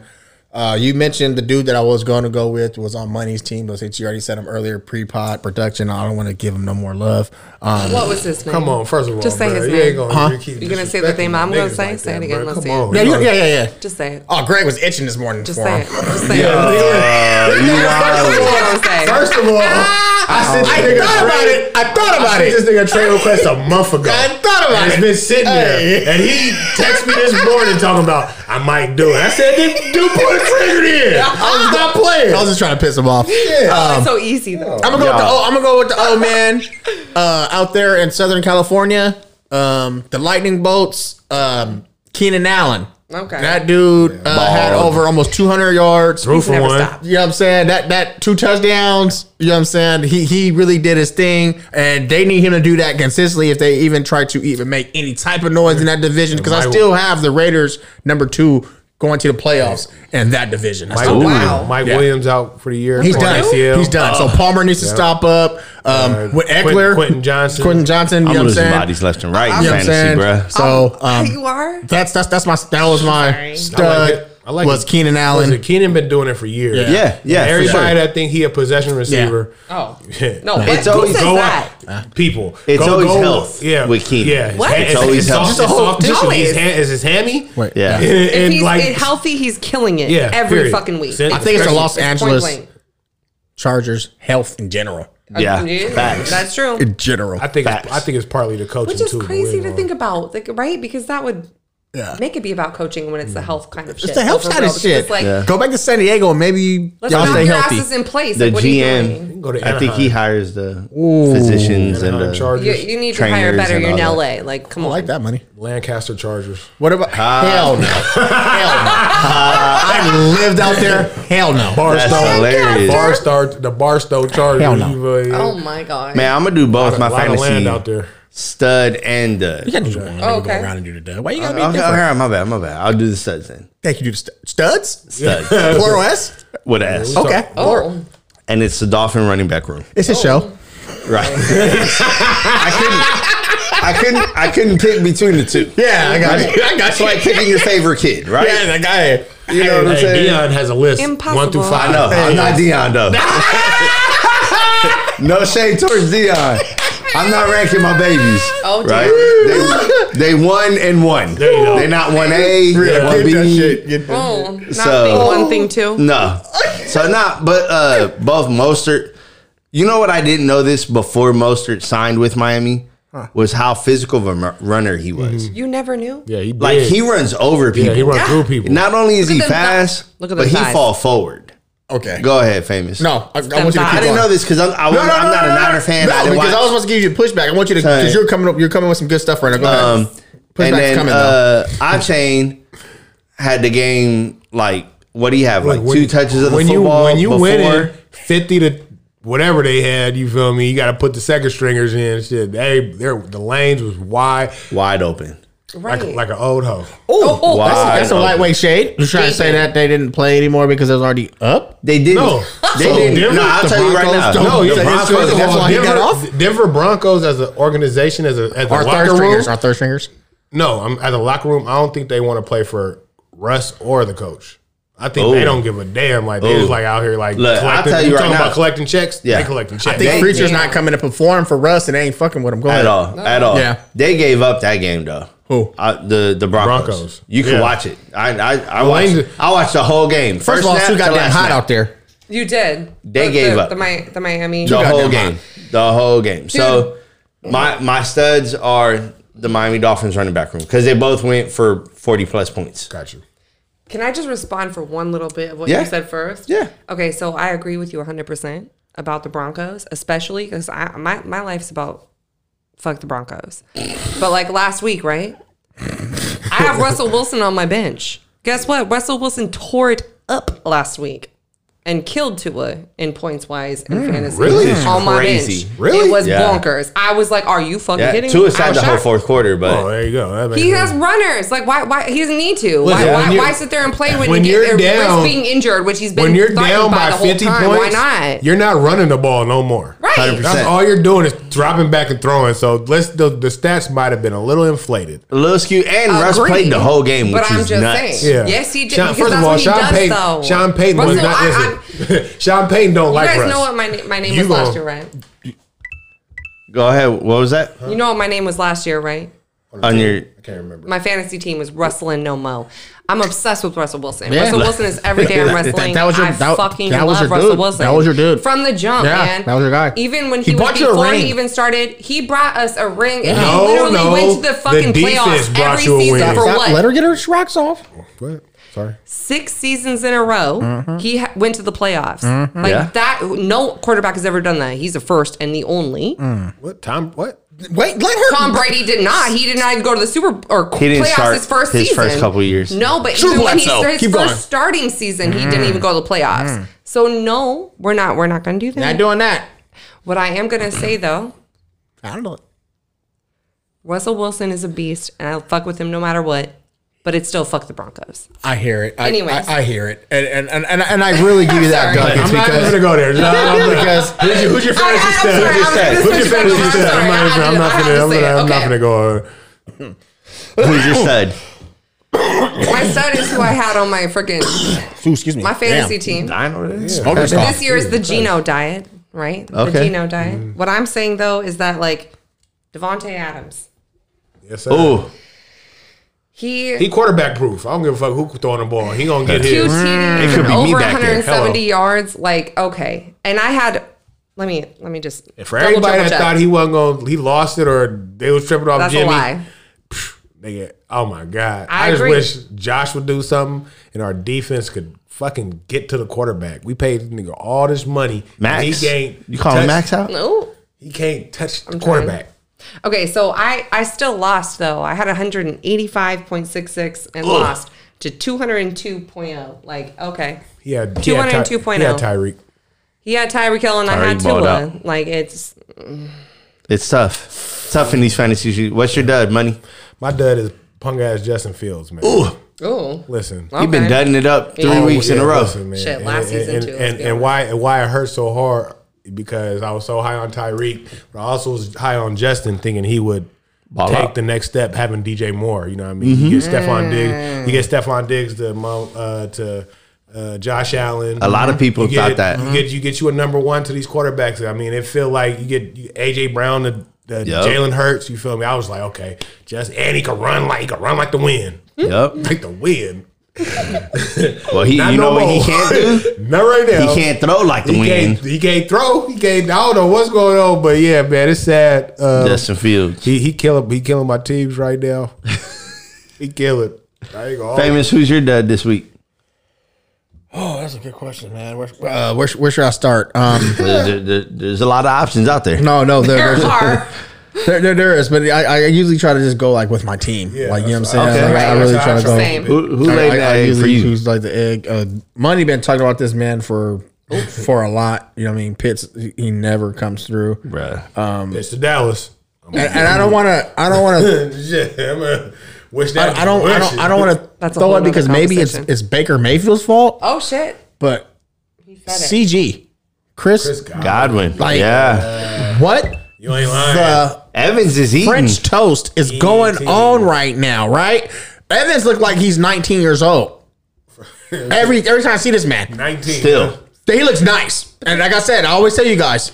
[SPEAKER 3] Uh, you mentioned the dude that I was going to go with was on Money's team, but since you already said him earlier, pre-pod production, I don't want to give him no more love. Um,
[SPEAKER 4] what was his name?
[SPEAKER 1] Come on, first of all,
[SPEAKER 4] Just say
[SPEAKER 1] bruh,
[SPEAKER 4] his
[SPEAKER 1] you
[SPEAKER 4] name.
[SPEAKER 1] ain't gonna, you keep
[SPEAKER 4] You gonna say the
[SPEAKER 1] disrespecting
[SPEAKER 4] name I'm gonna
[SPEAKER 1] niggas
[SPEAKER 4] say?
[SPEAKER 1] like
[SPEAKER 4] Say it
[SPEAKER 1] that,
[SPEAKER 4] again,
[SPEAKER 1] bruh.
[SPEAKER 4] let's
[SPEAKER 1] Come
[SPEAKER 4] see it.
[SPEAKER 1] on,
[SPEAKER 3] yeah, you- yeah, yeah, yeah.
[SPEAKER 4] Just say it.
[SPEAKER 3] Oh, Greg was itching this morning
[SPEAKER 4] Just
[SPEAKER 3] for
[SPEAKER 4] say
[SPEAKER 3] him.
[SPEAKER 4] it. Just say
[SPEAKER 2] Uh,
[SPEAKER 4] it.
[SPEAKER 2] you
[SPEAKER 4] That's
[SPEAKER 2] wild.
[SPEAKER 4] what I'm gonna say. Ah,
[SPEAKER 1] First of all, I sent
[SPEAKER 3] I
[SPEAKER 1] you nigga
[SPEAKER 3] thought about
[SPEAKER 1] trade-
[SPEAKER 3] it. I thought about
[SPEAKER 1] I
[SPEAKER 3] it.
[SPEAKER 1] sent this nigga a trade request a month ago.
[SPEAKER 3] I thought about
[SPEAKER 1] And
[SPEAKER 3] it.
[SPEAKER 1] It's been sitting
[SPEAKER 3] Hey.
[SPEAKER 1] there, and he texted me this morning talking about I might do it. I said, "Then do pull the trigger then." I was not playing.
[SPEAKER 3] I was just trying to piss him off.
[SPEAKER 1] Uh,
[SPEAKER 4] It's so easy though.
[SPEAKER 3] I'm gonna go. With the,
[SPEAKER 2] Yeah.
[SPEAKER 3] oh, I'm gonna go with the old man uh, out there in Southern California. Um, the lightning bolts. Um, Keenan Allen.
[SPEAKER 4] Okay.
[SPEAKER 3] That dude uh, had
[SPEAKER 2] Ball.
[SPEAKER 3] over almost 200 yards.
[SPEAKER 1] Threw for
[SPEAKER 4] Never
[SPEAKER 1] one.
[SPEAKER 4] stop.
[SPEAKER 3] You know what I'm saying? That that two touchdowns. You know what I'm saying? He he really did his thing, and they need him to do that consistently if they even try to even make any type of noise in that division. Because I
[SPEAKER 1] Michael-
[SPEAKER 3] still have the Raiders number two going to the playoffs in that division. I
[SPEAKER 1] Mike,
[SPEAKER 3] still-
[SPEAKER 4] Oh, wow.
[SPEAKER 1] Mike
[SPEAKER 3] Yeah.
[SPEAKER 1] Williams out for the year.
[SPEAKER 3] He's
[SPEAKER 1] torn
[SPEAKER 3] done.
[SPEAKER 1] ACL.
[SPEAKER 3] He's done.
[SPEAKER 1] Oh.
[SPEAKER 3] so Palmer needs to stop up. Um,
[SPEAKER 1] Uh,
[SPEAKER 3] with
[SPEAKER 1] Quentin-
[SPEAKER 3] Eckler,
[SPEAKER 1] Quentin Johnson.
[SPEAKER 3] Quentin Johnson. You
[SPEAKER 2] I'm
[SPEAKER 3] know what I'm
[SPEAKER 2] losing
[SPEAKER 3] saying?
[SPEAKER 2] bodies left and right in
[SPEAKER 3] You know what I'm
[SPEAKER 2] fantasy,
[SPEAKER 3] saying?
[SPEAKER 2] bruh.
[SPEAKER 3] So
[SPEAKER 4] Oh, Hey,
[SPEAKER 3] um,
[SPEAKER 4] Ah, you are.
[SPEAKER 3] that's that's that's my that was my
[SPEAKER 1] I like
[SPEAKER 3] stud.
[SPEAKER 1] it. I like
[SPEAKER 3] was
[SPEAKER 1] it.
[SPEAKER 3] Keenan Allen.
[SPEAKER 1] Listen, Keenan been doing it for years.
[SPEAKER 3] Yeah.
[SPEAKER 2] Yeah, yeah, for
[SPEAKER 1] Everybody
[SPEAKER 2] sure.
[SPEAKER 1] that think he a possession receiver.
[SPEAKER 4] Oh no!
[SPEAKER 1] Like,
[SPEAKER 4] What?
[SPEAKER 2] It's
[SPEAKER 4] Who
[SPEAKER 2] always-
[SPEAKER 4] says
[SPEAKER 1] go
[SPEAKER 4] that?
[SPEAKER 1] out. People.
[SPEAKER 2] It's always health
[SPEAKER 1] Yeah.
[SPEAKER 2] with Keenan.
[SPEAKER 1] Yeah.
[SPEAKER 4] What?
[SPEAKER 1] It's,
[SPEAKER 4] It's
[SPEAKER 1] always
[SPEAKER 2] always
[SPEAKER 1] it's
[SPEAKER 2] health.
[SPEAKER 1] Soft, it's soft
[SPEAKER 4] Always.
[SPEAKER 1] tissue. His hand, is his hammy?
[SPEAKER 3] Wait,
[SPEAKER 2] Yeah.
[SPEAKER 1] And,
[SPEAKER 4] If
[SPEAKER 1] and
[SPEAKER 4] he's
[SPEAKER 1] like
[SPEAKER 4] healthy, he's killing it
[SPEAKER 1] Yeah,
[SPEAKER 4] every
[SPEAKER 1] period.
[SPEAKER 4] fucking week.
[SPEAKER 1] Sin- I
[SPEAKER 3] think it's the Los
[SPEAKER 4] point
[SPEAKER 3] Angeles-
[SPEAKER 4] blank.
[SPEAKER 3] Chargers health in general.
[SPEAKER 2] Yeah, facts.
[SPEAKER 4] that's true.
[SPEAKER 3] In general,
[SPEAKER 1] I think it's,
[SPEAKER 2] Facts.
[SPEAKER 1] I think it's partly the coaching
[SPEAKER 4] Which is
[SPEAKER 1] too. but we
[SPEAKER 4] crazy
[SPEAKER 1] ain't
[SPEAKER 4] to
[SPEAKER 1] gonna-
[SPEAKER 4] think about, like, right? Because that would
[SPEAKER 3] Yeah.
[SPEAKER 4] make it be about coaching when it's the health kind of shit.
[SPEAKER 3] it's the health
[SPEAKER 4] So for
[SPEAKER 3] side
[SPEAKER 4] real,
[SPEAKER 3] of
[SPEAKER 4] because
[SPEAKER 3] shit.
[SPEAKER 4] it's Like,
[SPEAKER 3] Go back to San Diego. and Maybe
[SPEAKER 4] let's
[SPEAKER 3] y'all
[SPEAKER 4] knock
[SPEAKER 3] stay
[SPEAKER 4] your
[SPEAKER 3] healthy.
[SPEAKER 4] asses in place.
[SPEAKER 2] The
[SPEAKER 4] Like, what are you
[SPEAKER 2] GM,
[SPEAKER 4] doing?
[SPEAKER 1] Go to
[SPEAKER 2] I think he
[SPEAKER 1] Anaheim.
[SPEAKER 2] hires the physicians and
[SPEAKER 1] Anaheim
[SPEAKER 2] the
[SPEAKER 1] Chargers.
[SPEAKER 4] You, you need to hire
[SPEAKER 2] Trainers
[SPEAKER 4] better.
[SPEAKER 2] and
[SPEAKER 4] You're in
[SPEAKER 2] all
[SPEAKER 4] LA. Like, come on.
[SPEAKER 3] I like that money.
[SPEAKER 1] Lancaster Chargers.
[SPEAKER 3] What about hell no? hell no! I lived out there. Hell no.
[SPEAKER 2] That's
[SPEAKER 1] Barstow.
[SPEAKER 2] hilarious.
[SPEAKER 1] Barstow. The Barstow Chargers.
[SPEAKER 3] Hell no.
[SPEAKER 1] You, uh, yeah.
[SPEAKER 4] Oh my god.
[SPEAKER 2] Man, I'm gonna do both my
[SPEAKER 1] a lot of land
[SPEAKER 2] fantasy
[SPEAKER 1] out there.
[SPEAKER 2] stud and dud.
[SPEAKER 3] You gotta do one.
[SPEAKER 4] Oh,
[SPEAKER 3] You gotta
[SPEAKER 4] okay.
[SPEAKER 3] Go around and do the dud. Why you gotta be
[SPEAKER 2] Oh, okay,
[SPEAKER 3] different?
[SPEAKER 2] okay, my bad, my bad. I'll do the studs then.
[SPEAKER 3] Thank you. Do the stu- studs.
[SPEAKER 2] Studs
[SPEAKER 3] Plural S.
[SPEAKER 2] with an S.
[SPEAKER 3] Okay.
[SPEAKER 4] Oh,
[SPEAKER 2] And it's the Dolphin running back room.
[SPEAKER 3] It's a show.
[SPEAKER 2] Right. I couldn't. I couldn't. I couldn't pick between the two.
[SPEAKER 3] Yeah, I got you. I got
[SPEAKER 2] It's like picking your favorite kid, right?
[SPEAKER 3] Yeah, that guy.
[SPEAKER 2] You know what I'm
[SPEAKER 1] Hey,
[SPEAKER 2] saying?
[SPEAKER 1] Dion has a list. One
[SPEAKER 4] Impossible.
[SPEAKER 1] through five.
[SPEAKER 2] I know. I'm not Dion though. no shade towards Dion. I'm not ranking my babies.
[SPEAKER 4] Oh,
[SPEAKER 2] right? They, they one and one. There
[SPEAKER 1] you go.
[SPEAKER 2] They not one A, one
[SPEAKER 5] Get that shit.
[SPEAKER 2] B.
[SPEAKER 5] Get that.
[SPEAKER 4] Oh, not
[SPEAKER 2] So-
[SPEAKER 4] thing one thing two.
[SPEAKER 2] No. So not, but uh, both Mostert. You know what? I didn't know this before Mostert signed with Miami was how physical of a mu- runner he was.
[SPEAKER 3] Mm-hmm.
[SPEAKER 4] You never knew.
[SPEAKER 1] Yeah, he
[SPEAKER 2] Like
[SPEAKER 1] big.
[SPEAKER 2] he runs over people.
[SPEAKER 1] yeah, he run through people.
[SPEAKER 2] Not only is
[SPEAKER 4] Look
[SPEAKER 2] he
[SPEAKER 4] at them
[SPEAKER 2] fast,
[SPEAKER 4] thi- look at
[SPEAKER 2] but
[SPEAKER 4] them
[SPEAKER 2] he
[SPEAKER 4] thighs.
[SPEAKER 2] fall forward.
[SPEAKER 5] Okay.
[SPEAKER 2] Go ahead, famous.
[SPEAKER 3] No, I, I want you to keep
[SPEAKER 4] thighs.
[SPEAKER 2] I didn't
[SPEAKER 3] going.
[SPEAKER 2] know this because I'm, I,
[SPEAKER 3] No, no,
[SPEAKER 2] am
[SPEAKER 3] no,
[SPEAKER 2] not
[SPEAKER 3] no,
[SPEAKER 2] a
[SPEAKER 3] no,
[SPEAKER 2] Niner
[SPEAKER 3] no.
[SPEAKER 2] fan.
[SPEAKER 3] No,
[SPEAKER 2] I didn't
[SPEAKER 3] because
[SPEAKER 2] watch.
[SPEAKER 3] I was supposed to give you pushback. I want you to
[SPEAKER 2] Sorry.
[SPEAKER 3] because you're coming up. You're coming with some good stuff right now. Go ahead.
[SPEAKER 2] Um, and
[SPEAKER 3] Pushback's
[SPEAKER 2] then
[SPEAKER 3] coming though.
[SPEAKER 2] uh, Octane had the game like what do you have like
[SPEAKER 1] when-
[SPEAKER 2] two touches of the
[SPEAKER 1] when
[SPEAKER 2] football
[SPEAKER 1] You, when you
[SPEAKER 2] before.
[SPEAKER 1] win it, fifty to whatever they had, you feel me? You got to put the second stringers in. and Shit, they their the lanes was wide,
[SPEAKER 2] wide open.
[SPEAKER 4] Right.
[SPEAKER 1] like like an old hoe.
[SPEAKER 4] oh, oh,
[SPEAKER 2] Wow.
[SPEAKER 4] that's-
[SPEAKER 3] That's a
[SPEAKER 2] open.
[SPEAKER 3] lightweight shade. You're trying to say that they didn't play anymore because it was already up.
[SPEAKER 2] They didn't.
[SPEAKER 1] No.
[SPEAKER 2] they
[SPEAKER 1] So
[SPEAKER 2] didn't.
[SPEAKER 1] Denver-
[SPEAKER 2] No, I'll
[SPEAKER 1] the
[SPEAKER 2] tell you right now.
[SPEAKER 3] Broncos don't-
[SPEAKER 1] No,
[SPEAKER 3] Oh,
[SPEAKER 1] you
[SPEAKER 3] so
[SPEAKER 2] the
[SPEAKER 3] his
[SPEAKER 2] Broncos.
[SPEAKER 3] first- that's why he got
[SPEAKER 1] Denver,
[SPEAKER 3] off?
[SPEAKER 1] Denver Broncos as an organization, as a as a
[SPEAKER 3] Our third
[SPEAKER 1] locker room.
[SPEAKER 3] stringers. Our third stringers.
[SPEAKER 1] No, I'm as a locker room. I don't think they want to play for Russ or the coach. I think
[SPEAKER 2] Ooh.
[SPEAKER 1] they don't give a damn. Like they
[SPEAKER 2] Ooh.
[SPEAKER 1] just like out here like
[SPEAKER 2] Look, I'll
[SPEAKER 1] collecting.
[SPEAKER 2] tell you
[SPEAKER 1] you
[SPEAKER 2] right
[SPEAKER 1] talking
[SPEAKER 2] now.
[SPEAKER 1] about collecting checks.
[SPEAKER 2] Yeah.
[SPEAKER 1] they collecting
[SPEAKER 3] I
[SPEAKER 1] checks.
[SPEAKER 3] think
[SPEAKER 2] They-
[SPEAKER 3] Preacher's not coming to perform for Russ, and it ain't fucking with him. Go ahead.
[SPEAKER 2] at all. At all.
[SPEAKER 3] Yeah.
[SPEAKER 2] They gave up that game though.
[SPEAKER 3] Who?
[SPEAKER 2] I, the the Broncos.
[SPEAKER 1] Broncos.
[SPEAKER 2] You can
[SPEAKER 1] Yeah.
[SPEAKER 2] watch it. I I, I
[SPEAKER 1] Lane-
[SPEAKER 2] watched. I watched the whole game.
[SPEAKER 3] First of all,
[SPEAKER 2] snap
[SPEAKER 3] it's too
[SPEAKER 2] to
[SPEAKER 3] goddamn
[SPEAKER 2] last
[SPEAKER 3] hot
[SPEAKER 2] snap.
[SPEAKER 3] out there.
[SPEAKER 4] you did.
[SPEAKER 2] They
[SPEAKER 4] the,
[SPEAKER 2] gave
[SPEAKER 4] the,
[SPEAKER 2] up.
[SPEAKER 4] the, Mi- the Miami.
[SPEAKER 2] The whole
[SPEAKER 3] goddamn
[SPEAKER 2] game. The whole game. So my my studs are the Miami Dolphins running back room because they both went for forty plus points.
[SPEAKER 1] Got you.
[SPEAKER 4] Can I just respond for one little bit of what
[SPEAKER 2] Yeah.
[SPEAKER 4] you said first?
[SPEAKER 2] Yeah.
[SPEAKER 4] Okay, so I agree with you 100% about the Broncos, especially because my, my life's about fuck the Broncos. but like last week, right? I have Russell Wilson on my bench. Guess what? Russell Wilson tore it up last week and killed Tua in points wise and fantasy
[SPEAKER 1] really? This is
[SPEAKER 4] on my
[SPEAKER 2] crazy.
[SPEAKER 4] bench.
[SPEAKER 1] Really?
[SPEAKER 4] It was
[SPEAKER 2] Mm, Yeah.
[SPEAKER 4] bonkers. I was like, are you fucking
[SPEAKER 2] Yeah,
[SPEAKER 4] kidding
[SPEAKER 2] two
[SPEAKER 4] me? I
[SPEAKER 2] aside
[SPEAKER 4] was
[SPEAKER 2] the whole
[SPEAKER 4] shocked.
[SPEAKER 2] fourth quarter, but
[SPEAKER 1] Oh, there you go. That makes
[SPEAKER 4] He
[SPEAKER 1] sense.
[SPEAKER 4] has runners. Like why? Why he doesn't need to?
[SPEAKER 1] Listen,
[SPEAKER 4] why?
[SPEAKER 1] when
[SPEAKER 4] Why,
[SPEAKER 1] you're-
[SPEAKER 4] why sit there and play when,
[SPEAKER 1] when
[SPEAKER 4] you
[SPEAKER 1] you're
[SPEAKER 4] get,
[SPEAKER 1] down-
[SPEAKER 4] risk being injured, which he's been
[SPEAKER 1] when you're
[SPEAKER 4] threatened
[SPEAKER 1] down by,
[SPEAKER 4] the whole
[SPEAKER 1] 50
[SPEAKER 4] time?
[SPEAKER 1] points,
[SPEAKER 4] why not?
[SPEAKER 1] you're not running the ball no more.
[SPEAKER 4] Right. 100%.
[SPEAKER 1] That's all you're doing is dropping back and throwing. So let's the, the stats might have been a little inflated.
[SPEAKER 2] a little skew. And Russ
[SPEAKER 4] Agreed.
[SPEAKER 2] played the whole game, which
[SPEAKER 4] But I'm
[SPEAKER 2] is
[SPEAKER 4] just
[SPEAKER 2] nuts.
[SPEAKER 4] saying.
[SPEAKER 1] Yeah.
[SPEAKER 4] Yes, he did,
[SPEAKER 1] Sean,
[SPEAKER 4] because
[SPEAKER 1] first of
[SPEAKER 4] that's
[SPEAKER 1] all,
[SPEAKER 4] what he
[SPEAKER 1] Sean
[SPEAKER 4] does,
[SPEAKER 1] Payton.
[SPEAKER 4] though.
[SPEAKER 1] Sean Payton was
[SPEAKER 4] Russell,
[SPEAKER 1] not.
[SPEAKER 4] I-
[SPEAKER 1] listen, Sean Payton don't
[SPEAKER 4] You
[SPEAKER 1] like
[SPEAKER 4] guys
[SPEAKER 1] Russ.
[SPEAKER 4] know what my na- my name
[SPEAKER 1] You
[SPEAKER 4] was last
[SPEAKER 1] gonna-
[SPEAKER 4] year, right?
[SPEAKER 2] Go ahead. What was that?
[SPEAKER 4] You know what my name was last year, right?
[SPEAKER 2] On your
[SPEAKER 1] I can't remember.
[SPEAKER 4] My fantasy team was Russell and No Mo. I'm obsessed with Russell Wilson.
[SPEAKER 3] Yeah.
[SPEAKER 4] Russell Wilson is every day I'm wrestling.
[SPEAKER 3] that was your-
[SPEAKER 4] I
[SPEAKER 3] that-
[SPEAKER 4] fucking
[SPEAKER 3] that was
[SPEAKER 4] love
[SPEAKER 3] your
[SPEAKER 4] Russell
[SPEAKER 3] dude.
[SPEAKER 4] Wilson.
[SPEAKER 3] That was your dude.
[SPEAKER 4] from the jump,
[SPEAKER 3] Yeah,
[SPEAKER 4] man.
[SPEAKER 3] that was your guy.
[SPEAKER 4] Even when
[SPEAKER 3] He
[SPEAKER 4] he, was
[SPEAKER 3] bought you a
[SPEAKER 4] before
[SPEAKER 3] ring.
[SPEAKER 4] he even started, he brought us a ring, and
[SPEAKER 1] No,
[SPEAKER 4] he literally
[SPEAKER 1] no.
[SPEAKER 4] went to the
[SPEAKER 1] The
[SPEAKER 4] fucking
[SPEAKER 1] defense
[SPEAKER 4] playoffs
[SPEAKER 1] brought
[SPEAKER 4] every
[SPEAKER 1] you a
[SPEAKER 4] season
[SPEAKER 1] win.
[SPEAKER 4] for
[SPEAKER 1] Stop,
[SPEAKER 4] what?
[SPEAKER 3] Let her get her rocks off.
[SPEAKER 1] What? Sorry.
[SPEAKER 4] Six seasons in a row, he ha- went to the playoffs. Like
[SPEAKER 2] Mm-hmm. Yeah.
[SPEAKER 4] that, no quarterback has ever done that. He's the first and the only.
[SPEAKER 2] Mm.
[SPEAKER 1] What? Tom? What?
[SPEAKER 3] Wait, let her.
[SPEAKER 4] Tom Brady did not. He did not even go to the Super or
[SPEAKER 2] He didn't
[SPEAKER 4] playoffs
[SPEAKER 2] start
[SPEAKER 4] his first
[SPEAKER 2] his
[SPEAKER 4] season.
[SPEAKER 2] first couple years. Mm.
[SPEAKER 4] No, but
[SPEAKER 3] True
[SPEAKER 4] even when he,
[SPEAKER 3] Bledsoe.
[SPEAKER 4] his
[SPEAKER 3] Keep
[SPEAKER 4] first
[SPEAKER 3] going.
[SPEAKER 4] starting season, he didn't even go to the playoffs. So no, we're not. We're not going to do that.
[SPEAKER 3] Not doing that.
[SPEAKER 4] what I am going to say though,
[SPEAKER 3] I don't know.
[SPEAKER 4] Russell Wilson is a beast, and I'll fuck with him no matter what. But it's still fuck the Broncos.
[SPEAKER 3] I hear it. I,
[SPEAKER 4] Anyways.
[SPEAKER 3] I, I hear it, and and and, and, and I really give you that,
[SPEAKER 4] Sorry.
[SPEAKER 3] Doug.
[SPEAKER 1] I'm
[SPEAKER 3] It's
[SPEAKER 1] not
[SPEAKER 3] because
[SPEAKER 1] gonna go there. No, I'm not-
[SPEAKER 3] because
[SPEAKER 1] Who's your, who's your
[SPEAKER 4] I- I-
[SPEAKER 1] fantasy
[SPEAKER 4] I'm
[SPEAKER 1] stat?
[SPEAKER 2] Who's your
[SPEAKER 4] sorry, I was
[SPEAKER 2] stat?
[SPEAKER 4] gonna
[SPEAKER 1] Who's your
[SPEAKER 4] switch back
[SPEAKER 1] fantasy
[SPEAKER 4] over.
[SPEAKER 1] stat? I'm not
[SPEAKER 4] I'm
[SPEAKER 1] even-
[SPEAKER 4] sorry,
[SPEAKER 1] I'm
[SPEAKER 4] I
[SPEAKER 1] not
[SPEAKER 4] had
[SPEAKER 1] gonna.
[SPEAKER 4] to
[SPEAKER 1] I'm
[SPEAKER 4] say it.
[SPEAKER 1] not- I'm not
[SPEAKER 4] Okay.
[SPEAKER 1] gonna go.
[SPEAKER 2] who's your stud?
[SPEAKER 4] My son is who I had on my freaking
[SPEAKER 3] Ooh, excuse me.
[SPEAKER 4] my fantasy team.
[SPEAKER 3] Damn. Smoker's cough.
[SPEAKER 4] This year is the Geno diet, right? The
[SPEAKER 2] Okay.
[SPEAKER 4] Geno diet. What I'm saying though is that like Devonte Adams,
[SPEAKER 1] Yes, sir.
[SPEAKER 2] Oh,
[SPEAKER 4] he,
[SPEAKER 1] He quarterback proof. I don't give a fuck who throwing the ball. He gonna get
[SPEAKER 4] two
[SPEAKER 1] his.
[SPEAKER 4] TDs,
[SPEAKER 2] could be me
[SPEAKER 4] over
[SPEAKER 2] back there.
[SPEAKER 4] 170
[SPEAKER 1] Hello.
[SPEAKER 4] yards. Like okay, and I had. Let me let me just.
[SPEAKER 1] For
[SPEAKER 4] double,
[SPEAKER 1] everybody
[SPEAKER 4] triple
[SPEAKER 1] that
[SPEAKER 4] check.
[SPEAKER 1] thought he wasn't gonna, he lost it or they was tripping off
[SPEAKER 4] that's
[SPEAKER 1] Jimmy.
[SPEAKER 4] a lie.
[SPEAKER 1] Nigga, oh my god!
[SPEAKER 4] I
[SPEAKER 1] I, just
[SPEAKER 4] agree.
[SPEAKER 1] wish Josh would do something, and our defense could fucking get to the quarterback. We paid this nigga all this money.
[SPEAKER 2] Max.
[SPEAKER 1] and he can't.
[SPEAKER 2] you call him
[SPEAKER 1] touch-
[SPEAKER 2] Max out?
[SPEAKER 4] No.
[SPEAKER 1] He can't touch the quarterback.
[SPEAKER 4] Okay, so I I still lost though. I had 185.66 and lost to 202.0. oh. Like okay.
[SPEAKER 1] He had he had Ty-
[SPEAKER 4] 202.0.
[SPEAKER 1] He had Tyreek.
[SPEAKER 4] He had Tyreek Hill and I
[SPEAKER 2] Tyreek
[SPEAKER 4] had
[SPEAKER 2] balled
[SPEAKER 4] Tua.
[SPEAKER 2] out.
[SPEAKER 4] Like it's
[SPEAKER 2] It's tough. It's tough in these fantasies. You- What's your dud, money?
[SPEAKER 1] My dud is punk ass Justin Fields, man.
[SPEAKER 4] oh
[SPEAKER 1] Listen,
[SPEAKER 2] You've been
[SPEAKER 4] Okay.
[SPEAKER 2] dudding it up three
[SPEAKER 4] Yeah.
[SPEAKER 2] weeks in a
[SPEAKER 1] Oh, Yeah, Hmm?
[SPEAKER 2] row.
[SPEAKER 1] listen, man.
[SPEAKER 4] Shit, last
[SPEAKER 1] and,
[SPEAKER 4] season
[SPEAKER 1] and,
[SPEAKER 4] too, let's
[SPEAKER 1] And,
[SPEAKER 4] be
[SPEAKER 1] and
[SPEAKER 4] honest.
[SPEAKER 1] why and why it hurt so hard because I was so high on Tyreek, but I also was high on Justin, thinking he would
[SPEAKER 2] Ball
[SPEAKER 1] take
[SPEAKER 2] out.
[SPEAKER 1] the next step, having DJ Moore. You know what I mean? You get
[SPEAKER 4] Mm.
[SPEAKER 1] Stephon Diggs, you get Stephon Diggs to Mo- uh, to uh, Josh Allen.
[SPEAKER 2] A lot of people
[SPEAKER 1] You get-
[SPEAKER 2] thought that.
[SPEAKER 1] you get you get you a number one to these quarterbacks. I mean, it feel like you get you- AJ Brown to the
[SPEAKER 2] Yep.
[SPEAKER 1] Jalen Hurts. You feel me? I was like, okay, just and he could run like he could run like the wind,
[SPEAKER 2] Yep.
[SPEAKER 1] like the wind.
[SPEAKER 2] Well, he,
[SPEAKER 1] Not
[SPEAKER 2] you
[SPEAKER 1] no
[SPEAKER 2] know what he
[SPEAKER 1] more.
[SPEAKER 2] can't do?
[SPEAKER 1] Not right now.
[SPEAKER 2] He can't throw like the
[SPEAKER 1] He
[SPEAKER 2] wind.
[SPEAKER 1] can't, he can't throw. He can't. I don't know what's going on, but yeah, man, it's sad. Um,
[SPEAKER 2] Justin Fields.
[SPEAKER 1] he he killing he killing my teams right now. he killing. I ain't gonna-
[SPEAKER 2] Famous, who's your dud this week?
[SPEAKER 3] Oh, that's a good question, man. Where, uh, where, where should I start? Um,
[SPEAKER 2] There- there- there- there's a lot of options out there.
[SPEAKER 3] no, no, there,
[SPEAKER 4] There
[SPEAKER 3] there's,
[SPEAKER 4] are.
[SPEAKER 3] there, there, there is, but I, I usually try to just go like with my team. like you know what I'm saying.
[SPEAKER 1] Okay.
[SPEAKER 3] Like, I
[SPEAKER 4] Right.
[SPEAKER 3] really
[SPEAKER 1] That's
[SPEAKER 3] try
[SPEAKER 1] how
[SPEAKER 3] to go.
[SPEAKER 1] I
[SPEAKER 4] Same.
[SPEAKER 2] Who, who
[SPEAKER 3] I-
[SPEAKER 2] laid
[SPEAKER 3] I,
[SPEAKER 2] that
[SPEAKER 3] I
[SPEAKER 2] egg for
[SPEAKER 3] usually
[SPEAKER 2] you?
[SPEAKER 3] choose like the egg. Uh, Money been talking about this man for for a lot. You know what I mean? Pitts, he- he never comes through.
[SPEAKER 2] Bruh.
[SPEAKER 1] It's the Dallas.
[SPEAKER 3] And, and I don't want to. I don't want to.
[SPEAKER 1] yeah, I'm a, wish that.
[SPEAKER 3] I, I don't. I don't. I don't want to
[SPEAKER 4] That's a
[SPEAKER 3] throw
[SPEAKER 4] whole
[SPEAKER 3] it because
[SPEAKER 4] nother
[SPEAKER 3] maybe it's
[SPEAKER 4] conversation.
[SPEAKER 3] it's Baker Mayfield's fault,
[SPEAKER 4] Oh shit.
[SPEAKER 3] but
[SPEAKER 4] He said it.
[SPEAKER 3] CG Chris,
[SPEAKER 2] Godwin.
[SPEAKER 3] Like-
[SPEAKER 1] uh,
[SPEAKER 2] yeah.
[SPEAKER 3] what
[SPEAKER 1] You ain't lying.
[SPEAKER 3] the
[SPEAKER 2] Evans is eating.
[SPEAKER 3] French
[SPEAKER 1] Mm.
[SPEAKER 3] toast
[SPEAKER 1] E
[SPEAKER 3] is going on right now? Right? Evans look like he's 19 years old. Every every time I see this man,
[SPEAKER 1] 19.
[SPEAKER 2] Still.
[SPEAKER 3] he looks nice. And like I said, I always tell you guys,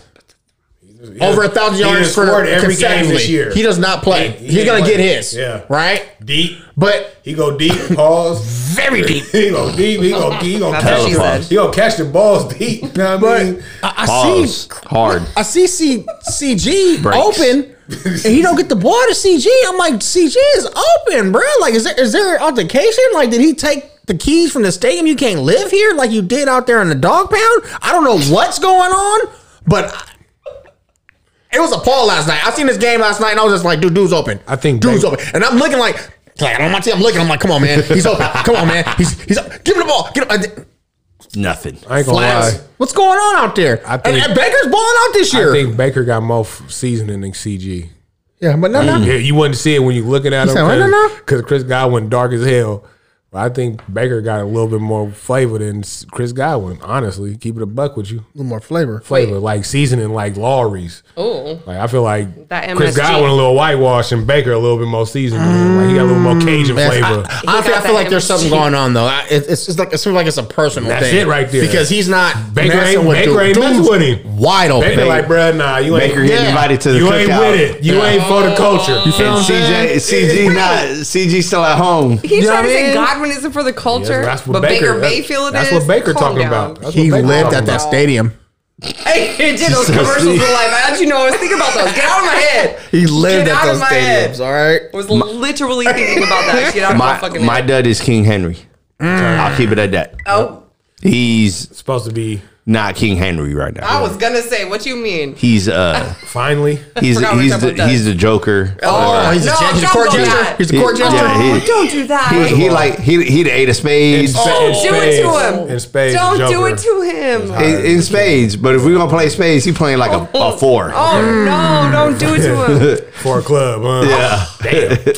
[SPEAKER 1] He
[SPEAKER 3] over a
[SPEAKER 1] has-
[SPEAKER 3] thousand
[SPEAKER 1] he
[SPEAKER 3] yards
[SPEAKER 1] has
[SPEAKER 3] for
[SPEAKER 1] scored every game
[SPEAKER 3] consecutively.
[SPEAKER 1] this year.
[SPEAKER 3] He does not play.
[SPEAKER 1] He- he
[SPEAKER 3] He's
[SPEAKER 1] ain't
[SPEAKER 3] gonna get
[SPEAKER 1] playing.
[SPEAKER 3] his.
[SPEAKER 1] Yeah.
[SPEAKER 3] Right?
[SPEAKER 1] deep.
[SPEAKER 3] But
[SPEAKER 1] He go deep. Pause.
[SPEAKER 3] very deep.
[SPEAKER 1] he go deep. He go He go
[SPEAKER 4] That's
[SPEAKER 1] catch.
[SPEAKER 4] what she
[SPEAKER 1] the-
[SPEAKER 4] said.
[SPEAKER 1] He go catch the balls deep. You know what I mean?
[SPEAKER 3] I, I
[SPEAKER 2] Pause.
[SPEAKER 3] see
[SPEAKER 2] Hard.
[SPEAKER 3] I see C, CG
[SPEAKER 2] Breaks.
[SPEAKER 3] open and he don't get the ball to CG. I'm like, CG is open, bro. Like, is there is there an altercation? Like, did he take the keys from the stadium? You can't live here like you did out there in the dog pound? I don't know what's going on, but I- it was a Paul last night. I seen this game last night and I was just like, dude, dude's open.
[SPEAKER 1] I think
[SPEAKER 3] dude's
[SPEAKER 1] they-
[SPEAKER 3] open. And I'm looking like, like I'm on my team, I'm looking, I'm like, come on, man. He's open. Come on, man. He's he's give him the ball. Get him.
[SPEAKER 2] Nothing.
[SPEAKER 1] I ain't gonna
[SPEAKER 3] Flats.
[SPEAKER 1] lie.
[SPEAKER 3] What's going on out there?
[SPEAKER 1] I
[SPEAKER 3] I
[SPEAKER 1] think-
[SPEAKER 3] think, and, and Baker's balling out this year.
[SPEAKER 1] I think Baker got more f- seasoning than CG.
[SPEAKER 3] yeah, but no, no.
[SPEAKER 1] Yeah, you wouldn't see it when you're looking at him
[SPEAKER 3] Mm. said, "What now?"
[SPEAKER 1] because Chris Godwin dark as hell. But I think Baker got a little bit more flavor than s- Chris Godwin. Honestly, keep it a buck with you.
[SPEAKER 3] little more flavor.
[SPEAKER 1] Flavor like seasoning like Lawry's.
[SPEAKER 4] Oh.
[SPEAKER 1] Like I feel like
[SPEAKER 4] That
[SPEAKER 1] Chris
[SPEAKER 4] MSG.
[SPEAKER 1] Godwin a little whitewash and Baker a little bit more seasoned. than him. Like he got a little more Cajun flavor.
[SPEAKER 3] I, I, feel, I
[SPEAKER 4] got
[SPEAKER 3] feel
[SPEAKER 4] that
[SPEAKER 3] like there's something
[SPEAKER 4] MSG.
[SPEAKER 3] going on though. I, it, it's, it's like it seems like it's a personal
[SPEAKER 1] That's
[SPEAKER 3] thing.
[SPEAKER 1] it right there.
[SPEAKER 3] Because he's not
[SPEAKER 1] Baker
[SPEAKER 3] messing
[SPEAKER 1] ain't-
[SPEAKER 3] with
[SPEAKER 1] Baker
[SPEAKER 3] dude.
[SPEAKER 1] ain't messing
[SPEAKER 3] Dude's
[SPEAKER 1] with him.
[SPEAKER 3] Wide open.
[SPEAKER 1] they be like, bruh, nah, you ain't
[SPEAKER 2] Baker getting
[SPEAKER 3] Yeah.
[SPEAKER 2] invited to the
[SPEAKER 1] you
[SPEAKER 2] cookout.
[SPEAKER 1] ain't with it. You ain't for
[SPEAKER 4] Oh.
[SPEAKER 1] the culture. You
[SPEAKER 2] And CJ, CG not CG still at home.
[SPEAKER 4] He's
[SPEAKER 1] You know
[SPEAKER 4] trying to
[SPEAKER 1] what I
[SPEAKER 4] say
[SPEAKER 1] mean?
[SPEAKER 4] Godwin isn't for the culture,
[SPEAKER 1] that's what
[SPEAKER 4] but
[SPEAKER 1] Baker.
[SPEAKER 4] Baker,
[SPEAKER 1] that's-
[SPEAKER 4] Mayfield
[SPEAKER 1] that's
[SPEAKER 4] is.
[SPEAKER 1] what Baker
[SPEAKER 4] Calm
[SPEAKER 1] talking
[SPEAKER 4] down.
[SPEAKER 1] about. That's
[SPEAKER 3] he
[SPEAKER 1] what Baker
[SPEAKER 3] lived
[SPEAKER 1] talking
[SPEAKER 3] at that
[SPEAKER 1] about.
[SPEAKER 3] stadium.
[SPEAKER 4] Hey, it did those commercials were live. How'd you know I was thinking about those? Get out of my head.
[SPEAKER 3] He lived at
[SPEAKER 4] Get out of
[SPEAKER 3] those
[SPEAKER 4] my head.
[SPEAKER 3] stadiums. All right.
[SPEAKER 4] I was literally thinking about that. Get out of my,
[SPEAKER 2] My
[SPEAKER 4] fucking
[SPEAKER 2] my
[SPEAKER 4] head.
[SPEAKER 2] dud is King Henry. I'll keep it at that.
[SPEAKER 4] Oh,
[SPEAKER 2] He's
[SPEAKER 1] supposed to be
[SPEAKER 2] not King Henry right now.
[SPEAKER 4] I was gonna say, what you mean?
[SPEAKER 2] he's uh
[SPEAKER 1] finally.
[SPEAKER 2] he's
[SPEAKER 4] Forgot we
[SPEAKER 2] he's
[SPEAKER 4] talked
[SPEAKER 2] the,
[SPEAKER 4] about that.
[SPEAKER 2] he's the Joker. Uh,
[SPEAKER 3] Oh, he's a,
[SPEAKER 4] no,
[SPEAKER 3] jet- he's a
[SPEAKER 4] don't
[SPEAKER 3] court
[SPEAKER 4] go
[SPEAKER 3] jester.
[SPEAKER 4] back.
[SPEAKER 3] He's a court
[SPEAKER 2] Yeah,
[SPEAKER 3] jester.
[SPEAKER 2] yeah, he-
[SPEAKER 4] Oh, Don't do that.
[SPEAKER 2] he, he like he he the eight of spades
[SPEAKER 1] spa-
[SPEAKER 4] Oh, do it to him.
[SPEAKER 1] In spades,
[SPEAKER 4] Don't do
[SPEAKER 1] Joker.
[SPEAKER 4] it to him.
[SPEAKER 2] in, in spades. But if we gonna play spades, he playing like a, a four.
[SPEAKER 4] Oh no! Don't do it to him.
[SPEAKER 1] for a club. Huh? Yeah, damn.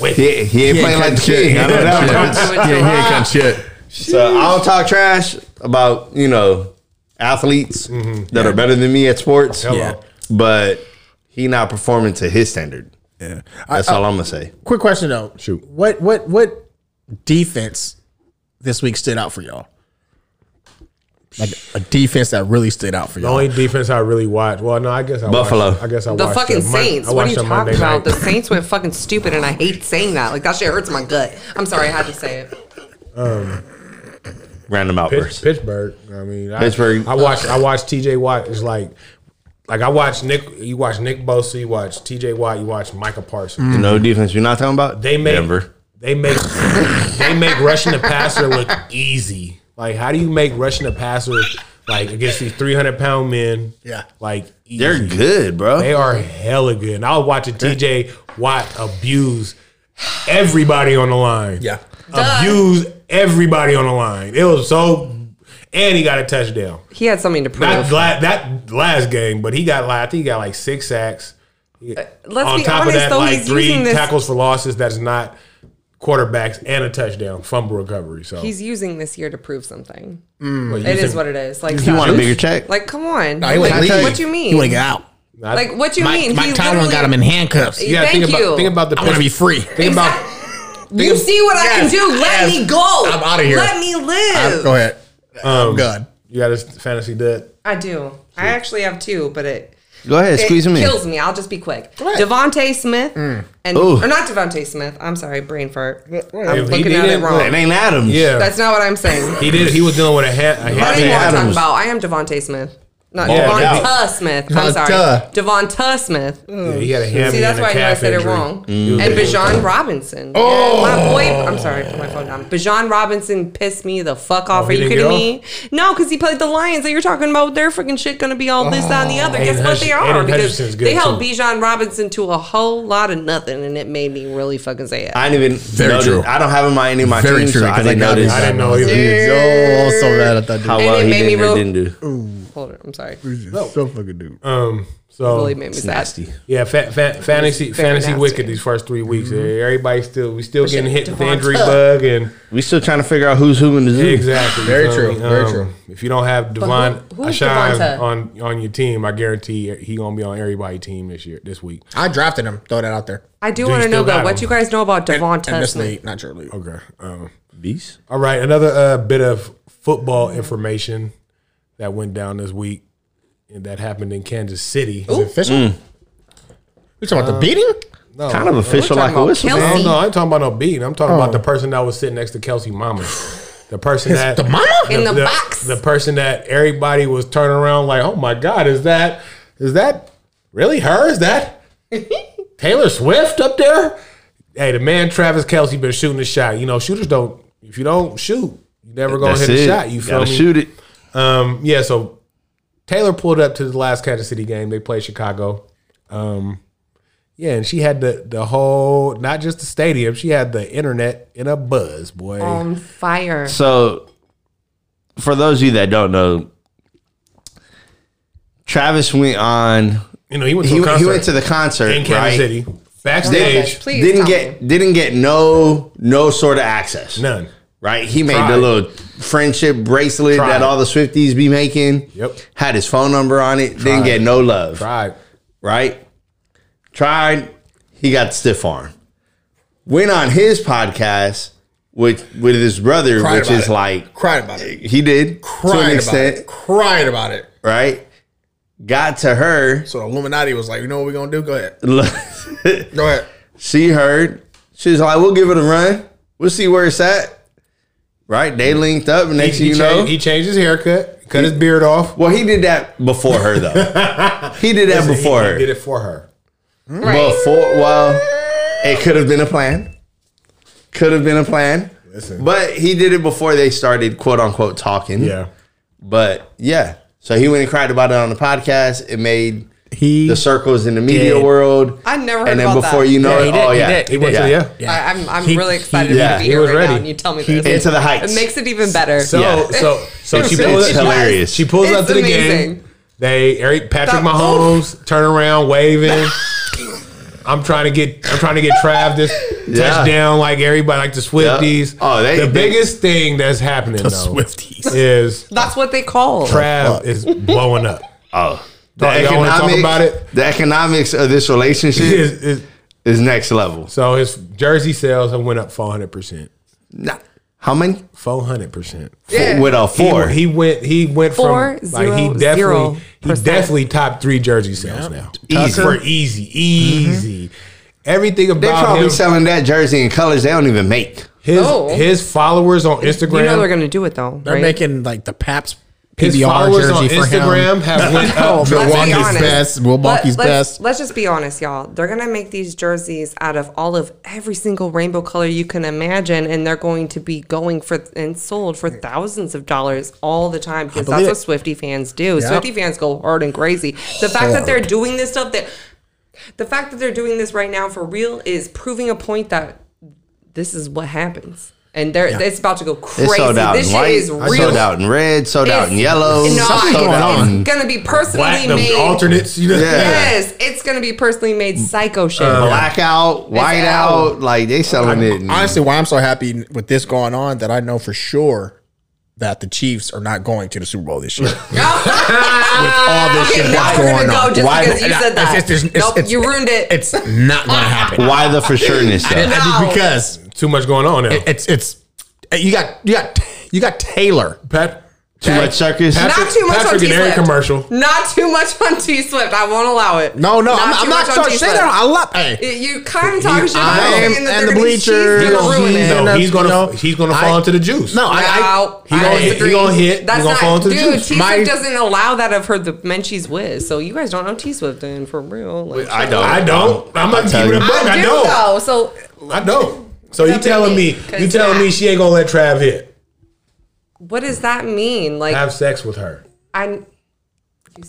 [SPEAKER 1] Wait,
[SPEAKER 2] He, he ain't playing like the king. I don't know.
[SPEAKER 4] Don't do it to him.
[SPEAKER 3] ain't got shit.
[SPEAKER 2] So I don't talk trash about you know athletes
[SPEAKER 1] Mm-hmm.
[SPEAKER 2] that are better than me at sports,
[SPEAKER 1] Hello.
[SPEAKER 3] Yeah.
[SPEAKER 2] but he not performing to his standard.
[SPEAKER 3] Yeah.
[SPEAKER 2] That's all I'm gonna say.
[SPEAKER 3] Quick question though.
[SPEAKER 1] Shoot.
[SPEAKER 3] What what what defense this week stood out for y'all? Like a defense that really stood out for
[SPEAKER 1] The
[SPEAKER 3] y'all.
[SPEAKER 1] only defense I really watched. Well, no, I guess I
[SPEAKER 2] Buffalo.
[SPEAKER 1] Watched, I guess I
[SPEAKER 4] The
[SPEAKER 1] watched
[SPEAKER 4] fucking
[SPEAKER 1] Mon-
[SPEAKER 4] Saints.
[SPEAKER 1] I
[SPEAKER 4] What are
[SPEAKER 1] watched
[SPEAKER 4] you
[SPEAKER 1] that
[SPEAKER 4] talking
[SPEAKER 1] Monday
[SPEAKER 4] about? The
[SPEAKER 1] night.
[SPEAKER 4] Saints went fucking stupid, and I hate saying that. Like that shit hurts my gut. I'm sorry, I had to say it.
[SPEAKER 2] Random
[SPEAKER 1] Pitts-
[SPEAKER 2] outburst.
[SPEAKER 1] Pittsburgh. I mean, I,
[SPEAKER 2] Pittsburgh.
[SPEAKER 1] I watched. I watched T.J. Watt. It's like, like I watched Nick. You watch Nick Bosa. You watch T.J. Watt. You watch Micah Parsons.
[SPEAKER 2] No defense. You're not talking about
[SPEAKER 1] They make
[SPEAKER 2] Mm. Denver.
[SPEAKER 1] they make they make rushing the passer look easy. Like, how do you make rushing the passer like against these three hundred pound men?
[SPEAKER 3] Yeah.
[SPEAKER 1] like easy?
[SPEAKER 2] They're good, bro.
[SPEAKER 1] They are hella good. And I was watching TJ Watt abuse everybody on the line.
[SPEAKER 3] Yeah.
[SPEAKER 1] Abuse everybody on the line. It was so and he got a touchdown.
[SPEAKER 4] He had something to prove.
[SPEAKER 1] Not la- that last game, but he got like I think he got like six sacks.
[SPEAKER 4] Let's
[SPEAKER 1] on
[SPEAKER 4] be
[SPEAKER 1] top of
[SPEAKER 4] honest,
[SPEAKER 1] that,
[SPEAKER 4] though,
[SPEAKER 1] like
[SPEAKER 4] he's
[SPEAKER 1] three
[SPEAKER 4] using this.
[SPEAKER 1] tackles for losses that's not quarterbacks and a touchdown, fumble recovery. So
[SPEAKER 4] He's using this year to prove something.
[SPEAKER 1] But
[SPEAKER 4] It
[SPEAKER 1] you
[SPEAKER 4] is
[SPEAKER 1] said-
[SPEAKER 4] what it is. Like
[SPEAKER 2] You want a
[SPEAKER 4] stop.
[SPEAKER 2] bigger check?
[SPEAKER 4] Like, come on.
[SPEAKER 3] he
[SPEAKER 4] like,
[SPEAKER 3] wouldn't leave.
[SPEAKER 4] what you
[SPEAKER 3] He
[SPEAKER 4] mean?
[SPEAKER 3] want to get out.
[SPEAKER 1] I-
[SPEAKER 4] like, what you
[SPEAKER 3] Mike,
[SPEAKER 4] mean?
[SPEAKER 3] Mike
[SPEAKER 4] He
[SPEAKER 3] Tomlin
[SPEAKER 4] literally-
[SPEAKER 3] got him in handcuffs.
[SPEAKER 1] you gotta
[SPEAKER 4] Thank
[SPEAKER 1] think
[SPEAKER 4] you.
[SPEAKER 1] about think about the
[SPEAKER 3] I want to be
[SPEAKER 1] Pitts-
[SPEAKER 3] free.
[SPEAKER 1] think about
[SPEAKER 4] You see what I can
[SPEAKER 3] Yes,
[SPEAKER 4] do? Let
[SPEAKER 3] yes.
[SPEAKER 4] me go.
[SPEAKER 3] I'm outta here.
[SPEAKER 4] Let me
[SPEAKER 3] I'm-
[SPEAKER 4] live.
[SPEAKER 3] go ahead.
[SPEAKER 1] um,
[SPEAKER 3] God.
[SPEAKER 1] You got a fantasy debt.
[SPEAKER 4] I do. I actually have two, but it
[SPEAKER 2] Go ahead, squeeze him in. Mm.
[SPEAKER 4] Kills me. I'll just be quick. Devonte Smith and or not Devonte Smith. I'm sorry, brain fart. I'm
[SPEAKER 1] He
[SPEAKER 4] looking at it
[SPEAKER 1] didn't-
[SPEAKER 4] wrong.
[SPEAKER 2] It ain't Adams.
[SPEAKER 1] Yeah,
[SPEAKER 4] That's not what I'm saying.
[SPEAKER 1] he did. He was dealing with a head. A
[SPEAKER 4] I don't even
[SPEAKER 1] head
[SPEAKER 4] want to talk
[SPEAKER 2] Adams.
[SPEAKER 4] about. I am Devonte Smith. Not
[SPEAKER 1] Yeah,
[SPEAKER 4] Devonta
[SPEAKER 1] yeah.
[SPEAKER 4] Smith. I'm sorry.
[SPEAKER 3] Devonta.
[SPEAKER 4] Devonta Smith.
[SPEAKER 1] yeah, he had a hammy
[SPEAKER 4] See,
[SPEAKER 1] and
[SPEAKER 4] that's
[SPEAKER 1] a
[SPEAKER 4] why I knew I
[SPEAKER 1] calf
[SPEAKER 4] said it
[SPEAKER 1] injury. Mm.
[SPEAKER 4] wrong. And Bajan Robinson. Oh. my boy. I'm sorry, put my phone down. Bajan Robinson pissed me the fuck off.
[SPEAKER 1] Oh,
[SPEAKER 4] Are
[SPEAKER 1] he
[SPEAKER 4] you
[SPEAKER 1] didn't
[SPEAKER 4] kidding
[SPEAKER 1] get
[SPEAKER 4] me? No, because he played the Lions that you're talking about. Their freaking shit gonna be all this, that, and the other.
[SPEAKER 1] Aiden
[SPEAKER 4] Guess what they
[SPEAKER 1] Hutch-
[SPEAKER 4] are?
[SPEAKER 1] Aiden
[SPEAKER 4] Because
[SPEAKER 1] Hutchinson's good,
[SPEAKER 4] they held
[SPEAKER 1] too.
[SPEAKER 4] Bijan Robinson to a whole lot of nothing, and it made me really fucking sad.
[SPEAKER 2] I didn't even.
[SPEAKER 3] Very
[SPEAKER 2] notice-
[SPEAKER 3] true.
[SPEAKER 2] I don't have him on any of my
[SPEAKER 3] Very
[SPEAKER 2] teams,
[SPEAKER 3] true,
[SPEAKER 2] so I
[SPEAKER 3] because I
[SPEAKER 2] didn't
[SPEAKER 3] got
[SPEAKER 2] notice
[SPEAKER 3] him.
[SPEAKER 1] I didn't know either.
[SPEAKER 3] Oh, so bad at that
[SPEAKER 2] how
[SPEAKER 3] dude.
[SPEAKER 4] And
[SPEAKER 2] well
[SPEAKER 4] it
[SPEAKER 2] he
[SPEAKER 4] made me
[SPEAKER 2] did or
[SPEAKER 4] real-
[SPEAKER 2] didn't do.
[SPEAKER 4] Hold it. I'm sorry.
[SPEAKER 3] So fucking dude.
[SPEAKER 1] Um, so
[SPEAKER 4] Really made me
[SPEAKER 2] It's
[SPEAKER 4] sad.
[SPEAKER 2] nasty.
[SPEAKER 1] Yeah, fa- fa- fantasy
[SPEAKER 4] Very
[SPEAKER 1] fantasy
[SPEAKER 4] nasty.
[SPEAKER 1] wicked these first three weeks. eh? Everybody still we still getting hit with the
[SPEAKER 4] Mm-hmm. Devonta. Mm-hmm.
[SPEAKER 1] injury bug and
[SPEAKER 2] We still trying to figure out who's who in the zoo.
[SPEAKER 1] exactly
[SPEAKER 3] Very
[SPEAKER 1] you feel
[SPEAKER 3] true,
[SPEAKER 1] me? Um,
[SPEAKER 3] very true.
[SPEAKER 1] If you don't have Devon
[SPEAKER 4] who is
[SPEAKER 1] Ashan
[SPEAKER 4] Devonta?
[SPEAKER 1] on on your team, I guarantee he gonna be on everybody's team this year this week.
[SPEAKER 3] I drafted him. Throw that out there.
[SPEAKER 4] I do
[SPEAKER 1] you
[SPEAKER 4] want to
[SPEAKER 1] still
[SPEAKER 4] know
[SPEAKER 1] got
[SPEAKER 4] though what
[SPEAKER 1] him?
[SPEAKER 4] you guys know about
[SPEAKER 3] In
[SPEAKER 4] Devonta
[SPEAKER 3] this
[SPEAKER 4] Smith.
[SPEAKER 3] league, not your league.
[SPEAKER 1] Okay. Um,
[SPEAKER 2] Beast.
[SPEAKER 1] all right, another uh, bit of football information that went down this week and that happened in Kansas City.
[SPEAKER 3] Is it official?
[SPEAKER 2] Mm.
[SPEAKER 3] You talking about the beating?
[SPEAKER 1] No,
[SPEAKER 2] Kind of official,
[SPEAKER 4] talking
[SPEAKER 2] like a
[SPEAKER 4] about
[SPEAKER 2] whistle.
[SPEAKER 1] I
[SPEAKER 4] Kelsey.
[SPEAKER 1] don't know. I ain't talking about no beating. I'm talking about the person that was sitting next to Kelsey Mama. The person that
[SPEAKER 3] The mama?
[SPEAKER 4] In the box.
[SPEAKER 1] The person that everybody was turning around like, oh my God, is that is that really her? Is that Taylor Swift up there? Hey, the man Travis Kelsey been shooting the shot. You know, shooters don't if you don't shoot, you never gonna
[SPEAKER 2] That's
[SPEAKER 1] hit a
[SPEAKER 2] it.
[SPEAKER 1] shot. You feel
[SPEAKER 2] Gotta
[SPEAKER 1] me?
[SPEAKER 2] shoot it.
[SPEAKER 1] Um, yeah, so Taylor pulled up to the last Kansas City game. They played Chicago. Um, yeah, and she had the the whole not just the stadium, she had the internet in a buzz, boy.
[SPEAKER 3] Um,
[SPEAKER 4] on fire.
[SPEAKER 2] So, for those of you that don't know, Travis went on.
[SPEAKER 1] you know, he went to
[SPEAKER 2] He,
[SPEAKER 1] a concert
[SPEAKER 2] he went to the concert
[SPEAKER 1] in Kansas
[SPEAKER 2] right?
[SPEAKER 1] City. Backstage,
[SPEAKER 4] Please
[SPEAKER 2] Didn't
[SPEAKER 4] tell me.
[SPEAKER 2] get didn't get no no sort of access.
[SPEAKER 1] none.
[SPEAKER 2] Right? He made
[SPEAKER 1] Tried.
[SPEAKER 2] the little friendship bracelet
[SPEAKER 1] Tried.
[SPEAKER 2] that all the Swifties be making.
[SPEAKER 1] Yep.
[SPEAKER 2] Had his phone number on it. Didn't get no love.
[SPEAKER 1] Right.
[SPEAKER 2] Right? Tried. He got stiff arm. Went on his podcast with with his brother,
[SPEAKER 3] Cried
[SPEAKER 2] which
[SPEAKER 3] about
[SPEAKER 2] is
[SPEAKER 3] it.
[SPEAKER 2] like
[SPEAKER 3] Cried about it.
[SPEAKER 2] he did to an
[SPEAKER 3] Cried about
[SPEAKER 2] extent,
[SPEAKER 3] it. Cried about it.
[SPEAKER 2] right? Got to her.
[SPEAKER 3] So the Illuminati was like, you know what we're gonna do? Go ahead.
[SPEAKER 2] look,
[SPEAKER 3] Go ahead.
[SPEAKER 2] she heard. She's like, we'll give it a run. We'll see where it's at. Right? They linked up. and
[SPEAKER 1] He,
[SPEAKER 2] Next
[SPEAKER 1] he,
[SPEAKER 2] thing you
[SPEAKER 1] changed,
[SPEAKER 2] know,
[SPEAKER 1] he changed his haircut, cut his beard off.
[SPEAKER 2] well, he did that before her though. he did that before
[SPEAKER 1] he,
[SPEAKER 2] her.
[SPEAKER 1] he did it for her.
[SPEAKER 4] Right.
[SPEAKER 2] Before, well, it could have been a plan. Could have been a plan.
[SPEAKER 1] Listen.
[SPEAKER 2] But he did it before they started quote unquote talking.
[SPEAKER 1] Yeah.
[SPEAKER 2] But yeah. So he went and cried about it on the podcast. It made
[SPEAKER 3] He
[SPEAKER 2] the circles in the media
[SPEAKER 3] did.
[SPEAKER 2] world.
[SPEAKER 4] I never heard
[SPEAKER 2] and then
[SPEAKER 4] about
[SPEAKER 2] before
[SPEAKER 4] that.
[SPEAKER 2] you know
[SPEAKER 3] Yeah, he
[SPEAKER 2] it,
[SPEAKER 3] did,
[SPEAKER 2] oh
[SPEAKER 3] he
[SPEAKER 2] yeah,
[SPEAKER 3] did, he
[SPEAKER 1] He went to the yeah.
[SPEAKER 4] I, I'm, I'm
[SPEAKER 3] He-
[SPEAKER 4] really excited
[SPEAKER 3] he-
[SPEAKER 4] to
[SPEAKER 2] yeah,
[SPEAKER 4] be
[SPEAKER 2] he
[SPEAKER 4] here
[SPEAKER 1] was
[SPEAKER 4] right
[SPEAKER 1] ready.
[SPEAKER 4] now, and you tell me
[SPEAKER 3] He-
[SPEAKER 4] this.
[SPEAKER 2] into the heights.
[SPEAKER 4] It makes it even better.
[SPEAKER 1] So
[SPEAKER 2] Yeah.
[SPEAKER 1] so so
[SPEAKER 2] It's-
[SPEAKER 1] she
[SPEAKER 2] it's
[SPEAKER 1] pulls up,
[SPEAKER 2] hilarious.
[SPEAKER 1] She pulls up
[SPEAKER 4] It's
[SPEAKER 1] to the game.
[SPEAKER 4] amazing.
[SPEAKER 1] They Eric Patrick
[SPEAKER 4] Stop.
[SPEAKER 1] Mahomes turn around waving. I'm trying to get I'm trying to get Trav this
[SPEAKER 2] Yeah.
[SPEAKER 1] touchdown like everybody like the Swifties.
[SPEAKER 2] Oh, they-
[SPEAKER 1] the
[SPEAKER 2] they-
[SPEAKER 1] biggest thing that's happening though
[SPEAKER 3] Swifties.
[SPEAKER 1] is
[SPEAKER 4] That's what they call.
[SPEAKER 1] Trav is blowing up.
[SPEAKER 2] oh, the
[SPEAKER 1] Y'all- y'all wanna talk about it?
[SPEAKER 2] The economics of this
[SPEAKER 1] It
[SPEAKER 2] relationship
[SPEAKER 1] is- it-
[SPEAKER 2] is next level.
[SPEAKER 1] so his jersey sales have went up 400 percent,
[SPEAKER 2] Nah. How many?
[SPEAKER 1] 400 percent.
[SPEAKER 4] Yeah.
[SPEAKER 2] With a four.
[SPEAKER 1] He, he went. He went
[SPEAKER 4] Four,
[SPEAKER 1] from like he
[SPEAKER 4] zero,
[SPEAKER 1] definitely
[SPEAKER 4] zero
[SPEAKER 1] he
[SPEAKER 4] percent.
[SPEAKER 1] definitely top three jersey sales now.
[SPEAKER 2] Easy.
[SPEAKER 1] for easy, easy. Everything
[SPEAKER 2] they
[SPEAKER 1] about
[SPEAKER 2] probably
[SPEAKER 1] him,
[SPEAKER 2] selling that jersey in colors they don't even make.
[SPEAKER 1] his
[SPEAKER 4] Oh.
[SPEAKER 1] his followers on Instagram.
[SPEAKER 4] You know they're gonna do it though,
[SPEAKER 3] They're
[SPEAKER 4] right?
[SPEAKER 3] making like the Paps
[SPEAKER 1] his
[SPEAKER 3] PBR
[SPEAKER 1] followers on
[SPEAKER 3] jersey for
[SPEAKER 1] Instagram
[SPEAKER 3] him.
[SPEAKER 1] have went up.
[SPEAKER 3] No,
[SPEAKER 1] dramatically.
[SPEAKER 4] Let's be
[SPEAKER 3] Milwaukee's
[SPEAKER 4] honest.
[SPEAKER 3] best, Milwaukee's
[SPEAKER 4] Let- let's-
[SPEAKER 3] best.
[SPEAKER 4] Let's just be honest, y'all. They're gonna make these jerseys out of all of every single rainbow color you can imagine, and they're going to be going for and sold for thousands of dollars all the time because that's
[SPEAKER 3] believe
[SPEAKER 4] what
[SPEAKER 3] it.
[SPEAKER 4] Swifty fans do.
[SPEAKER 3] Yep.
[SPEAKER 4] Swifty fans go hard and crazy. The fact that they're doing this stuff that the fact that they're doing this right now for real is proving a point that this is what happens. And they're it's about to go
[SPEAKER 2] They
[SPEAKER 4] crazy.
[SPEAKER 2] sold out
[SPEAKER 4] This
[SPEAKER 2] in
[SPEAKER 4] shit
[SPEAKER 2] white,
[SPEAKER 4] is real.
[SPEAKER 2] sold out in red, sold out in
[SPEAKER 4] It's-
[SPEAKER 2] yellow,
[SPEAKER 4] No,
[SPEAKER 2] sold out
[SPEAKER 4] it's,
[SPEAKER 2] in
[SPEAKER 4] it's gonna be personally
[SPEAKER 1] Black, them
[SPEAKER 4] made.
[SPEAKER 1] alternates. You know?
[SPEAKER 2] Yeah.
[SPEAKER 4] Yes, it's gonna be personally made psycho shit.
[SPEAKER 2] blackout, white
[SPEAKER 4] out.
[SPEAKER 2] out. Like they selling it. in-
[SPEAKER 3] Honestly, why I'm so happy with this going on that I know for sure that the Chiefs are not going to the Super Bowl this year. All this
[SPEAKER 4] Okay,
[SPEAKER 3] shit
[SPEAKER 4] now
[SPEAKER 3] that's
[SPEAKER 4] we're
[SPEAKER 3] going
[SPEAKER 4] gonna go
[SPEAKER 3] on.
[SPEAKER 4] just
[SPEAKER 3] Why-
[SPEAKER 4] because you said that.
[SPEAKER 3] It's, it's, it's,
[SPEAKER 4] nope,
[SPEAKER 3] it's-
[SPEAKER 4] you ruined it.
[SPEAKER 3] It's not going to happen.
[SPEAKER 2] Why the for sureness though?
[SPEAKER 3] I think because
[SPEAKER 1] Too much going on now.
[SPEAKER 3] it's it's you got you got you got Taylor
[SPEAKER 1] Pat
[SPEAKER 2] Too much circus.
[SPEAKER 1] Pat-
[SPEAKER 4] Not too much
[SPEAKER 1] Patrick
[SPEAKER 4] on
[SPEAKER 1] and
[SPEAKER 4] T
[SPEAKER 1] Aaron
[SPEAKER 4] Swift.
[SPEAKER 1] commercial.
[SPEAKER 4] Not too much on T Swift. I won't allow it.
[SPEAKER 3] No, no, I'm,
[SPEAKER 4] too
[SPEAKER 3] I'm not
[SPEAKER 4] much on
[SPEAKER 3] talking shit.
[SPEAKER 4] T-Swift.
[SPEAKER 3] on- I love. Hey,
[SPEAKER 4] You kind of talking shit about
[SPEAKER 3] I
[SPEAKER 4] him
[SPEAKER 3] am-
[SPEAKER 4] and, that
[SPEAKER 3] and
[SPEAKER 4] they're
[SPEAKER 3] the
[SPEAKER 4] gonna- she's
[SPEAKER 3] bleachers.
[SPEAKER 4] gonna ruin
[SPEAKER 3] He's
[SPEAKER 4] it.
[SPEAKER 3] a-
[SPEAKER 1] No, he's gonna
[SPEAKER 3] No.
[SPEAKER 1] he's gonna fall
[SPEAKER 3] I-
[SPEAKER 1] into the juice.
[SPEAKER 3] no, I, I
[SPEAKER 4] Wow.
[SPEAKER 1] he gonna hit- he gonna hit, he
[SPEAKER 4] That's
[SPEAKER 1] gonna
[SPEAKER 4] not,
[SPEAKER 1] fall into the
[SPEAKER 4] dude.
[SPEAKER 1] juice.
[SPEAKER 4] T Swift
[SPEAKER 3] My-
[SPEAKER 4] doesn't allow that of her the men she's with. So you guys don't know T Swift then for real. Like,
[SPEAKER 2] I don't.
[SPEAKER 1] I don't. I'm not keeping it a
[SPEAKER 2] you.
[SPEAKER 1] buck. I,
[SPEAKER 4] I do
[SPEAKER 1] don't.
[SPEAKER 4] though. So
[SPEAKER 1] I don't. So you
[SPEAKER 4] Nothing
[SPEAKER 1] telling me
[SPEAKER 4] means,
[SPEAKER 1] you
[SPEAKER 4] 'cause
[SPEAKER 1] telling
[SPEAKER 4] that-
[SPEAKER 1] me she ain't gonna let Trav hit?
[SPEAKER 4] what does that mean? Like
[SPEAKER 1] Have sex with her?
[SPEAKER 4] I. You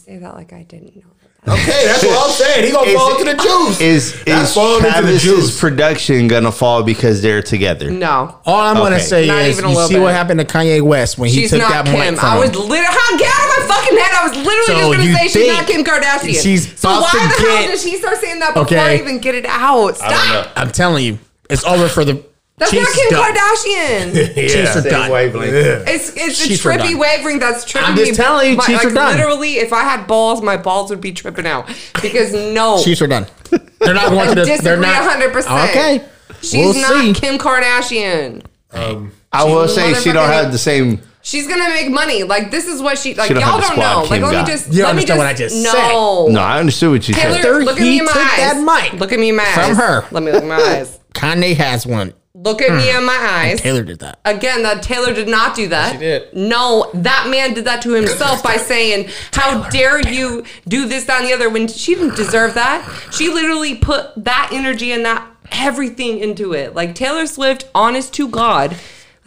[SPEAKER 4] say that like I didn't know. That.
[SPEAKER 1] Okay, that's what I'm saying. He gonna
[SPEAKER 2] Is-
[SPEAKER 1] fall into the juice.
[SPEAKER 2] Is
[SPEAKER 1] That's
[SPEAKER 2] is
[SPEAKER 1] falling into the juice.
[SPEAKER 2] Travis's production gonna fall because they're together?
[SPEAKER 4] No,
[SPEAKER 3] all I'm gonna
[SPEAKER 2] Okay.
[SPEAKER 3] say
[SPEAKER 4] Not
[SPEAKER 3] is,
[SPEAKER 4] even a
[SPEAKER 3] you
[SPEAKER 4] little
[SPEAKER 3] see
[SPEAKER 4] bit.
[SPEAKER 3] what happened to Kanye West when he
[SPEAKER 4] she's
[SPEAKER 3] took
[SPEAKER 4] not
[SPEAKER 3] that mic
[SPEAKER 4] Kim.
[SPEAKER 3] from
[SPEAKER 4] I was
[SPEAKER 3] him.
[SPEAKER 4] literally how get out of my fucking head. I was literally
[SPEAKER 3] So
[SPEAKER 4] just
[SPEAKER 3] you
[SPEAKER 4] gonna say she's not Kim
[SPEAKER 3] think
[SPEAKER 4] Kardashian.
[SPEAKER 3] she's
[SPEAKER 4] so
[SPEAKER 3] about
[SPEAKER 4] why
[SPEAKER 3] to
[SPEAKER 4] the hell
[SPEAKER 3] get-
[SPEAKER 4] did she start saying that before I
[SPEAKER 3] Okay.
[SPEAKER 4] even get it out? Stop.
[SPEAKER 3] I'm telling you, it's over for the.
[SPEAKER 4] That's
[SPEAKER 3] Chiefs
[SPEAKER 4] not Kim
[SPEAKER 3] done.
[SPEAKER 4] Kardashian.
[SPEAKER 3] Chiefs are
[SPEAKER 1] Yeah.
[SPEAKER 3] done.
[SPEAKER 2] wavelength.
[SPEAKER 4] It's it's
[SPEAKER 3] She's
[SPEAKER 4] a trippy
[SPEAKER 3] forgotten.
[SPEAKER 4] wavering that's tripping
[SPEAKER 3] I'm just
[SPEAKER 4] me.
[SPEAKER 3] telling you,
[SPEAKER 4] my,
[SPEAKER 3] Chiefs
[SPEAKER 4] like,
[SPEAKER 3] are done.
[SPEAKER 4] Literally, if I had balls, my balls would be tripping out because no,
[SPEAKER 3] Chiefs are done. They're not going to the.
[SPEAKER 4] disagree
[SPEAKER 3] They're not
[SPEAKER 4] 100%.
[SPEAKER 3] Okay,
[SPEAKER 4] she's
[SPEAKER 3] we'll
[SPEAKER 4] not
[SPEAKER 3] see.
[SPEAKER 4] Kim Kardashian.
[SPEAKER 2] I will say she don't
[SPEAKER 4] motherfucking-
[SPEAKER 2] have the same.
[SPEAKER 4] She's gonna make money. Like this is what she like.
[SPEAKER 2] She don't
[SPEAKER 4] y'all
[SPEAKER 2] have the
[SPEAKER 4] don't
[SPEAKER 2] squad
[SPEAKER 4] know.
[SPEAKER 2] Kim
[SPEAKER 4] like let
[SPEAKER 2] got.
[SPEAKER 4] me just.
[SPEAKER 3] You don't
[SPEAKER 4] let me
[SPEAKER 3] understand what I just said.
[SPEAKER 4] no.
[SPEAKER 2] No, I understood what you said.
[SPEAKER 4] Taylor, look at me
[SPEAKER 3] he
[SPEAKER 4] in my
[SPEAKER 3] took
[SPEAKER 4] eyes.
[SPEAKER 3] that mic
[SPEAKER 4] Look at me in my eyes.
[SPEAKER 3] from her.
[SPEAKER 4] Let me look in my eyes.
[SPEAKER 3] Kanye has one.
[SPEAKER 4] Look at me
[SPEAKER 2] Hmm.
[SPEAKER 4] in my eyes.
[SPEAKER 3] Taylor did that.
[SPEAKER 4] Again, that Taylor did not do that.
[SPEAKER 3] she did.
[SPEAKER 4] No, that man did that to himself by saying, "How dare you do this, that, and the other?" When she didn't deserve that. She literally put that energy and that everything into it. Like Taylor Swift, honest to God,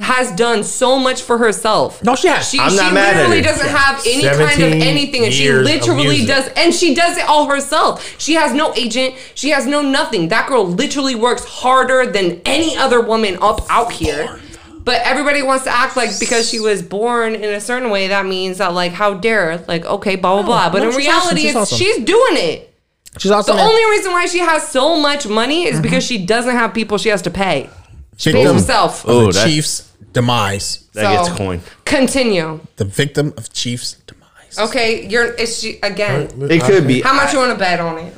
[SPEAKER 4] has done so much for herself.
[SPEAKER 3] No, she has.
[SPEAKER 4] She,
[SPEAKER 2] I'm
[SPEAKER 4] she
[SPEAKER 2] not mad at
[SPEAKER 4] literally
[SPEAKER 2] her.
[SPEAKER 4] doesn't have any kind of
[SPEAKER 1] 17
[SPEAKER 4] anything, and she
[SPEAKER 1] years of
[SPEAKER 4] literally
[SPEAKER 1] music.
[SPEAKER 4] does, and she does it all herself. She has no agent. She has no nothing. That girl literally works harder than any other woman up out here. But everybody wants to act like because she was born in a certain way, that means that like how dare like okay blah blah blah. But
[SPEAKER 3] Oh, no,
[SPEAKER 4] in
[SPEAKER 3] she's awesome.
[SPEAKER 4] reality,
[SPEAKER 3] She's
[SPEAKER 4] it's,
[SPEAKER 3] awesome.
[SPEAKER 4] she's doing it.
[SPEAKER 3] She's also
[SPEAKER 4] The only reason why she has so much money
[SPEAKER 3] Mm-hmm.
[SPEAKER 4] is because she doesn't have people she has to pay. Pays
[SPEAKER 3] victim
[SPEAKER 4] herself.
[SPEAKER 2] Oh,
[SPEAKER 3] of
[SPEAKER 2] that,
[SPEAKER 3] Chiefs demise.
[SPEAKER 2] that
[SPEAKER 4] So-
[SPEAKER 2] gets coined.
[SPEAKER 4] Continue.
[SPEAKER 3] The victim of Chiefs demise.
[SPEAKER 4] Okay, you're is she again?
[SPEAKER 2] It could be.
[SPEAKER 4] How much you want to bet on it?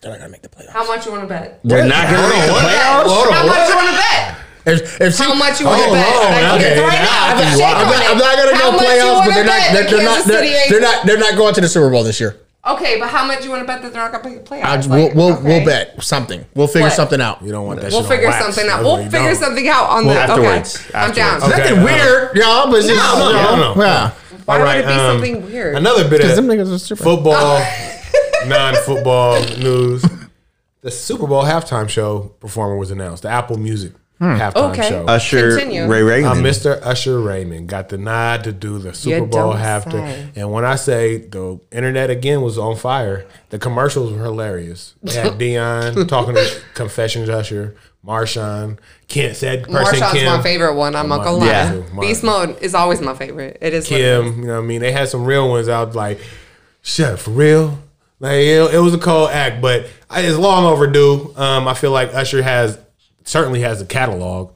[SPEAKER 3] They're not gonna make the playoffs.
[SPEAKER 4] How much you want to bet?
[SPEAKER 2] We're not gonna make the playoffs.
[SPEAKER 4] How much you want to bet?
[SPEAKER 3] If, if she,
[SPEAKER 4] How much you want to
[SPEAKER 1] Oh,
[SPEAKER 4] bet?
[SPEAKER 1] Lord,
[SPEAKER 4] Like,
[SPEAKER 1] okay.
[SPEAKER 4] it's right now.
[SPEAKER 1] I'm
[SPEAKER 4] Shake
[SPEAKER 1] not-
[SPEAKER 4] on
[SPEAKER 3] I'm, not,
[SPEAKER 4] it.
[SPEAKER 3] I'm not gonna
[SPEAKER 4] How
[SPEAKER 3] go
[SPEAKER 4] much you
[SPEAKER 3] playoffs,
[SPEAKER 4] wanna
[SPEAKER 3] but they're not.
[SPEAKER 4] bet
[SPEAKER 3] They're,
[SPEAKER 4] that
[SPEAKER 3] they're not.
[SPEAKER 4] Kansas City
[SPEAKER 3] They're,
[SPEAKER 4] ain't-
[SPEAKER 3] they're not. They're not going to the Super Bowl this year.
[SPEAKER 4] Okay, but how much you want to bet that they're not gonna make the playoffs?
[SPEAKER 3] I, we'll
[SPEAKER 4] Like,
[SPEAKER 3] we'll,
[SPEAKER 4] okay.
[SPEAKER 3] we'll bet something. We'll figure
[SPEAKER 4] What?
[SPEAKER 3] something out. You
[SPEAKER 1] don't want that
[SPEAKER 4] We'll
[SPEAKER 1] shit on
[SPEAKER 4] figure
[SPEAKER 1] wax.
[SPEAKER 4] something out.
[SPEAKER 1] That's
[SPEAKER 4] We'll
[SPEAKER 1] what you
[SPEAKER 4] figure
[SPEAKER 1] don't.
[SPEAKER 4] something out on
[SPEAKER 2] Well,
[SPEAKER 4] the
[SPEAKER 2] afterwards.
[SPEAKER 4] Okay, I'm down.
[SPEAKER 1] Afterwards.
[SPEAKER 3] Nothing
[SPEAKER 1] Okay, uh,
[SPEAKER 3] weird, y'all. But no,
[SPEAKER 1] no, no, no.
[SPEAKER 3] Yeah.
[SPEAKER 4] Why
[SPEAKER 1] All
[SPEAKER 4] would it
[SPEAKER 1] right,
[SPEAKER 4] be
[SPEAKER 1] um,
[SPEAKER 4] something weird?
[SPEAKER 1] Another bit
[SPEAKER 3] Because them
[SPEAKER 1] of
[SPEAKER 3] niggas are super.
[SPEAKER 1] football, non-football news. The Super Bowl halftime show performer was announced. The Apple Music halftime
[SPEAKER 4] Hmm. Okay.
[SPEAKER 1] show.
[SPEAKER 2] Usher,
[SPEAKER 4] Continue.
[SPEAKER 2] Ray Ray.
[SPEAKER 1] Uh, Mr. Usher Raymond got the nod to do the Super Bowl
[SPEAKER 4] don't
[SPEAKER 1] after.
[SPEAKER 4] say.
[SPEAKER 1] And when I say the internet again was on fire, the commercials were hilarious. They had Dion talking to Confessions Usher, Marshawn, Kent said person
[SPEAKER 4] Marshawn's
[SPEAKER 1] Kim.
[SPEAKER 4] my favorite one. I'm not gonna lie.
[SPEAKER 2] Yeah.
[SPEAKER 4] Beast mode is always my favorite. It is. what it is.
[SPEAKER 1] Kim, you know what I mean? They had some real ones out like, shut up, for real? Like it, it was a cold act, but I- it's long overdue. Um, I feel like Usher has certainly has a catalog.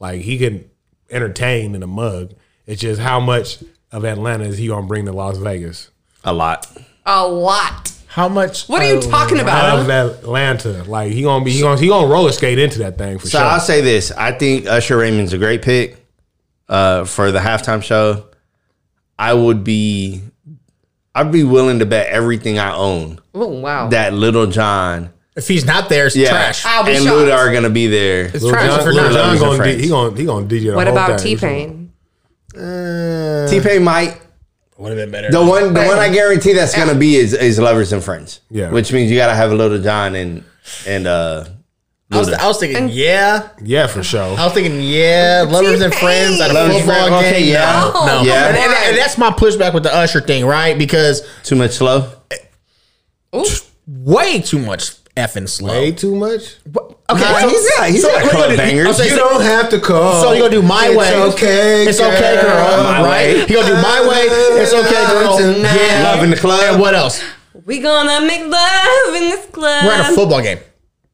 [SPEAKER 1] Like he can entertain in a mug. It's just how much of Atlanta is he gonna bring to Las Vegas?
[SPEAKER 2] A lot.
[SPEAKER 4] A lot.
[SPEAKER 3] How much? Oh,
[SPEAKER 4] What are you talking about?
[SPEAKER 1] Of Atlanta, like he gonna be he gonna he gonna roller skate into that thing for
[SPEAKER 2] So
[SPEAKER 1] sure.
[SPEAKER 2] I'll say this: I think Usher Raymond's a great pick uh, for the halftime show. I would be, I'd be willing to bet everything I own
[SPEAKER 4] Oh wow.
[SPEAKER 2] that Little John,
[SPEAKER 3] If he's not there, it's
[SPEAKER 2] yeah,
[SPEAKER 3] trash.
[SPEAKER 4] I'll be
[SPEAKER 2] and
[SPEAKER 4] shocked.
[SPEAKER 2] Luda are gonna be there.
[SPEAKER 1] Lil
[SPEAKER 3] trash.
[SPEAKER 1] Jon-
[SPEAKER 3] It's for
[SPEAKER 1] Lil Jon
[SPEAKER 3] now.
[SPEAKER 2] Lil Jon's
[SPEAKER 1] gonna
[SPEAKER 2] a
[SPEAKER 1] D- he gonna he gonna DJ the
[SPEAKER 4] what
[SPEAKER 1] whole
[SPEAKER 4] about T
[SPEAKER 1] thing.
[SPEAKER 4] Pain?
[SPEAKER 2] T Pain might.
[SPEAKER 3] Would have been better.
[SPEAKER 2] The one, the one I guarantee that's gonna be is, is lovers and friends.
[SPEAKER 1] Yeah.
[SPEAKER 2] which means you gotta have a Little John and and uh,
[SPEAKER 3] I was, I was thinking, yeah.
[SPEAKER 1] Yeah, for sure.
[SPEAKER 3] I was thinking, yeah. Lovers and
[SPEAKER 4] T-Pain.
[SPEAKER 3] friends at a
[SPEAKER 2] Lovers and
[SPEAKER 3] football
[SPEAKER 2] Friends, okay,
[SPEAKER 3] game.
[SPEAKER 2] yeah.
[SPEAKER 3] No, no.
[SPEAKER 4] No,
[SPEAKER 2] Yeah.
[SPEAKER 3] And, and- and that's my pushback with the Usher thing, right? Because
[SPEAKER 2] too much slow.
[SPEAKER 4] Ooh.
[SPEAKER 3] way too much effing slow.
[SPEAKER 1] Way too much.
[SPEAKER 3] Okay,
[SPEAKER 2] Nah,
[SPEAKER 3] so-
[SPEAKER 2] he's not- he's
[SPEAKER 3] so
[SPEAKER 2] not
[SPEAKER 3] we're
[SPEAKER 2] club
[SPEAKER 3] gonna-
[SPEAKER 2] bangers.
[SPEAKER 3] okay,
[SPEAKER 1] You
[SPEAKER 3] so-
[SPEAKER 1] don't have to call.
[SPEAKER 3] So you gonna do my
[SPEAKER 1] it's
[SPEAKER 3] way?
[SPEAKER 1] Okay,
[SPEAKER 3] It's okay, girl.
[SPEAKER 2] My
[SPEAKER 3] right?
[SPEAKER 2] way.
[SPEAKER 3] You gonna do my way? It's okay, girl.
[SPEAKER 4] Tonight.
[SPEAKER 3] Yeah.
[SPEAKER 2] Love in the club.
[SPEAKER 3] And what else?
[SPEAKER 4] We gonna make love in this club.
[SPEAKER 3] We're at a football game.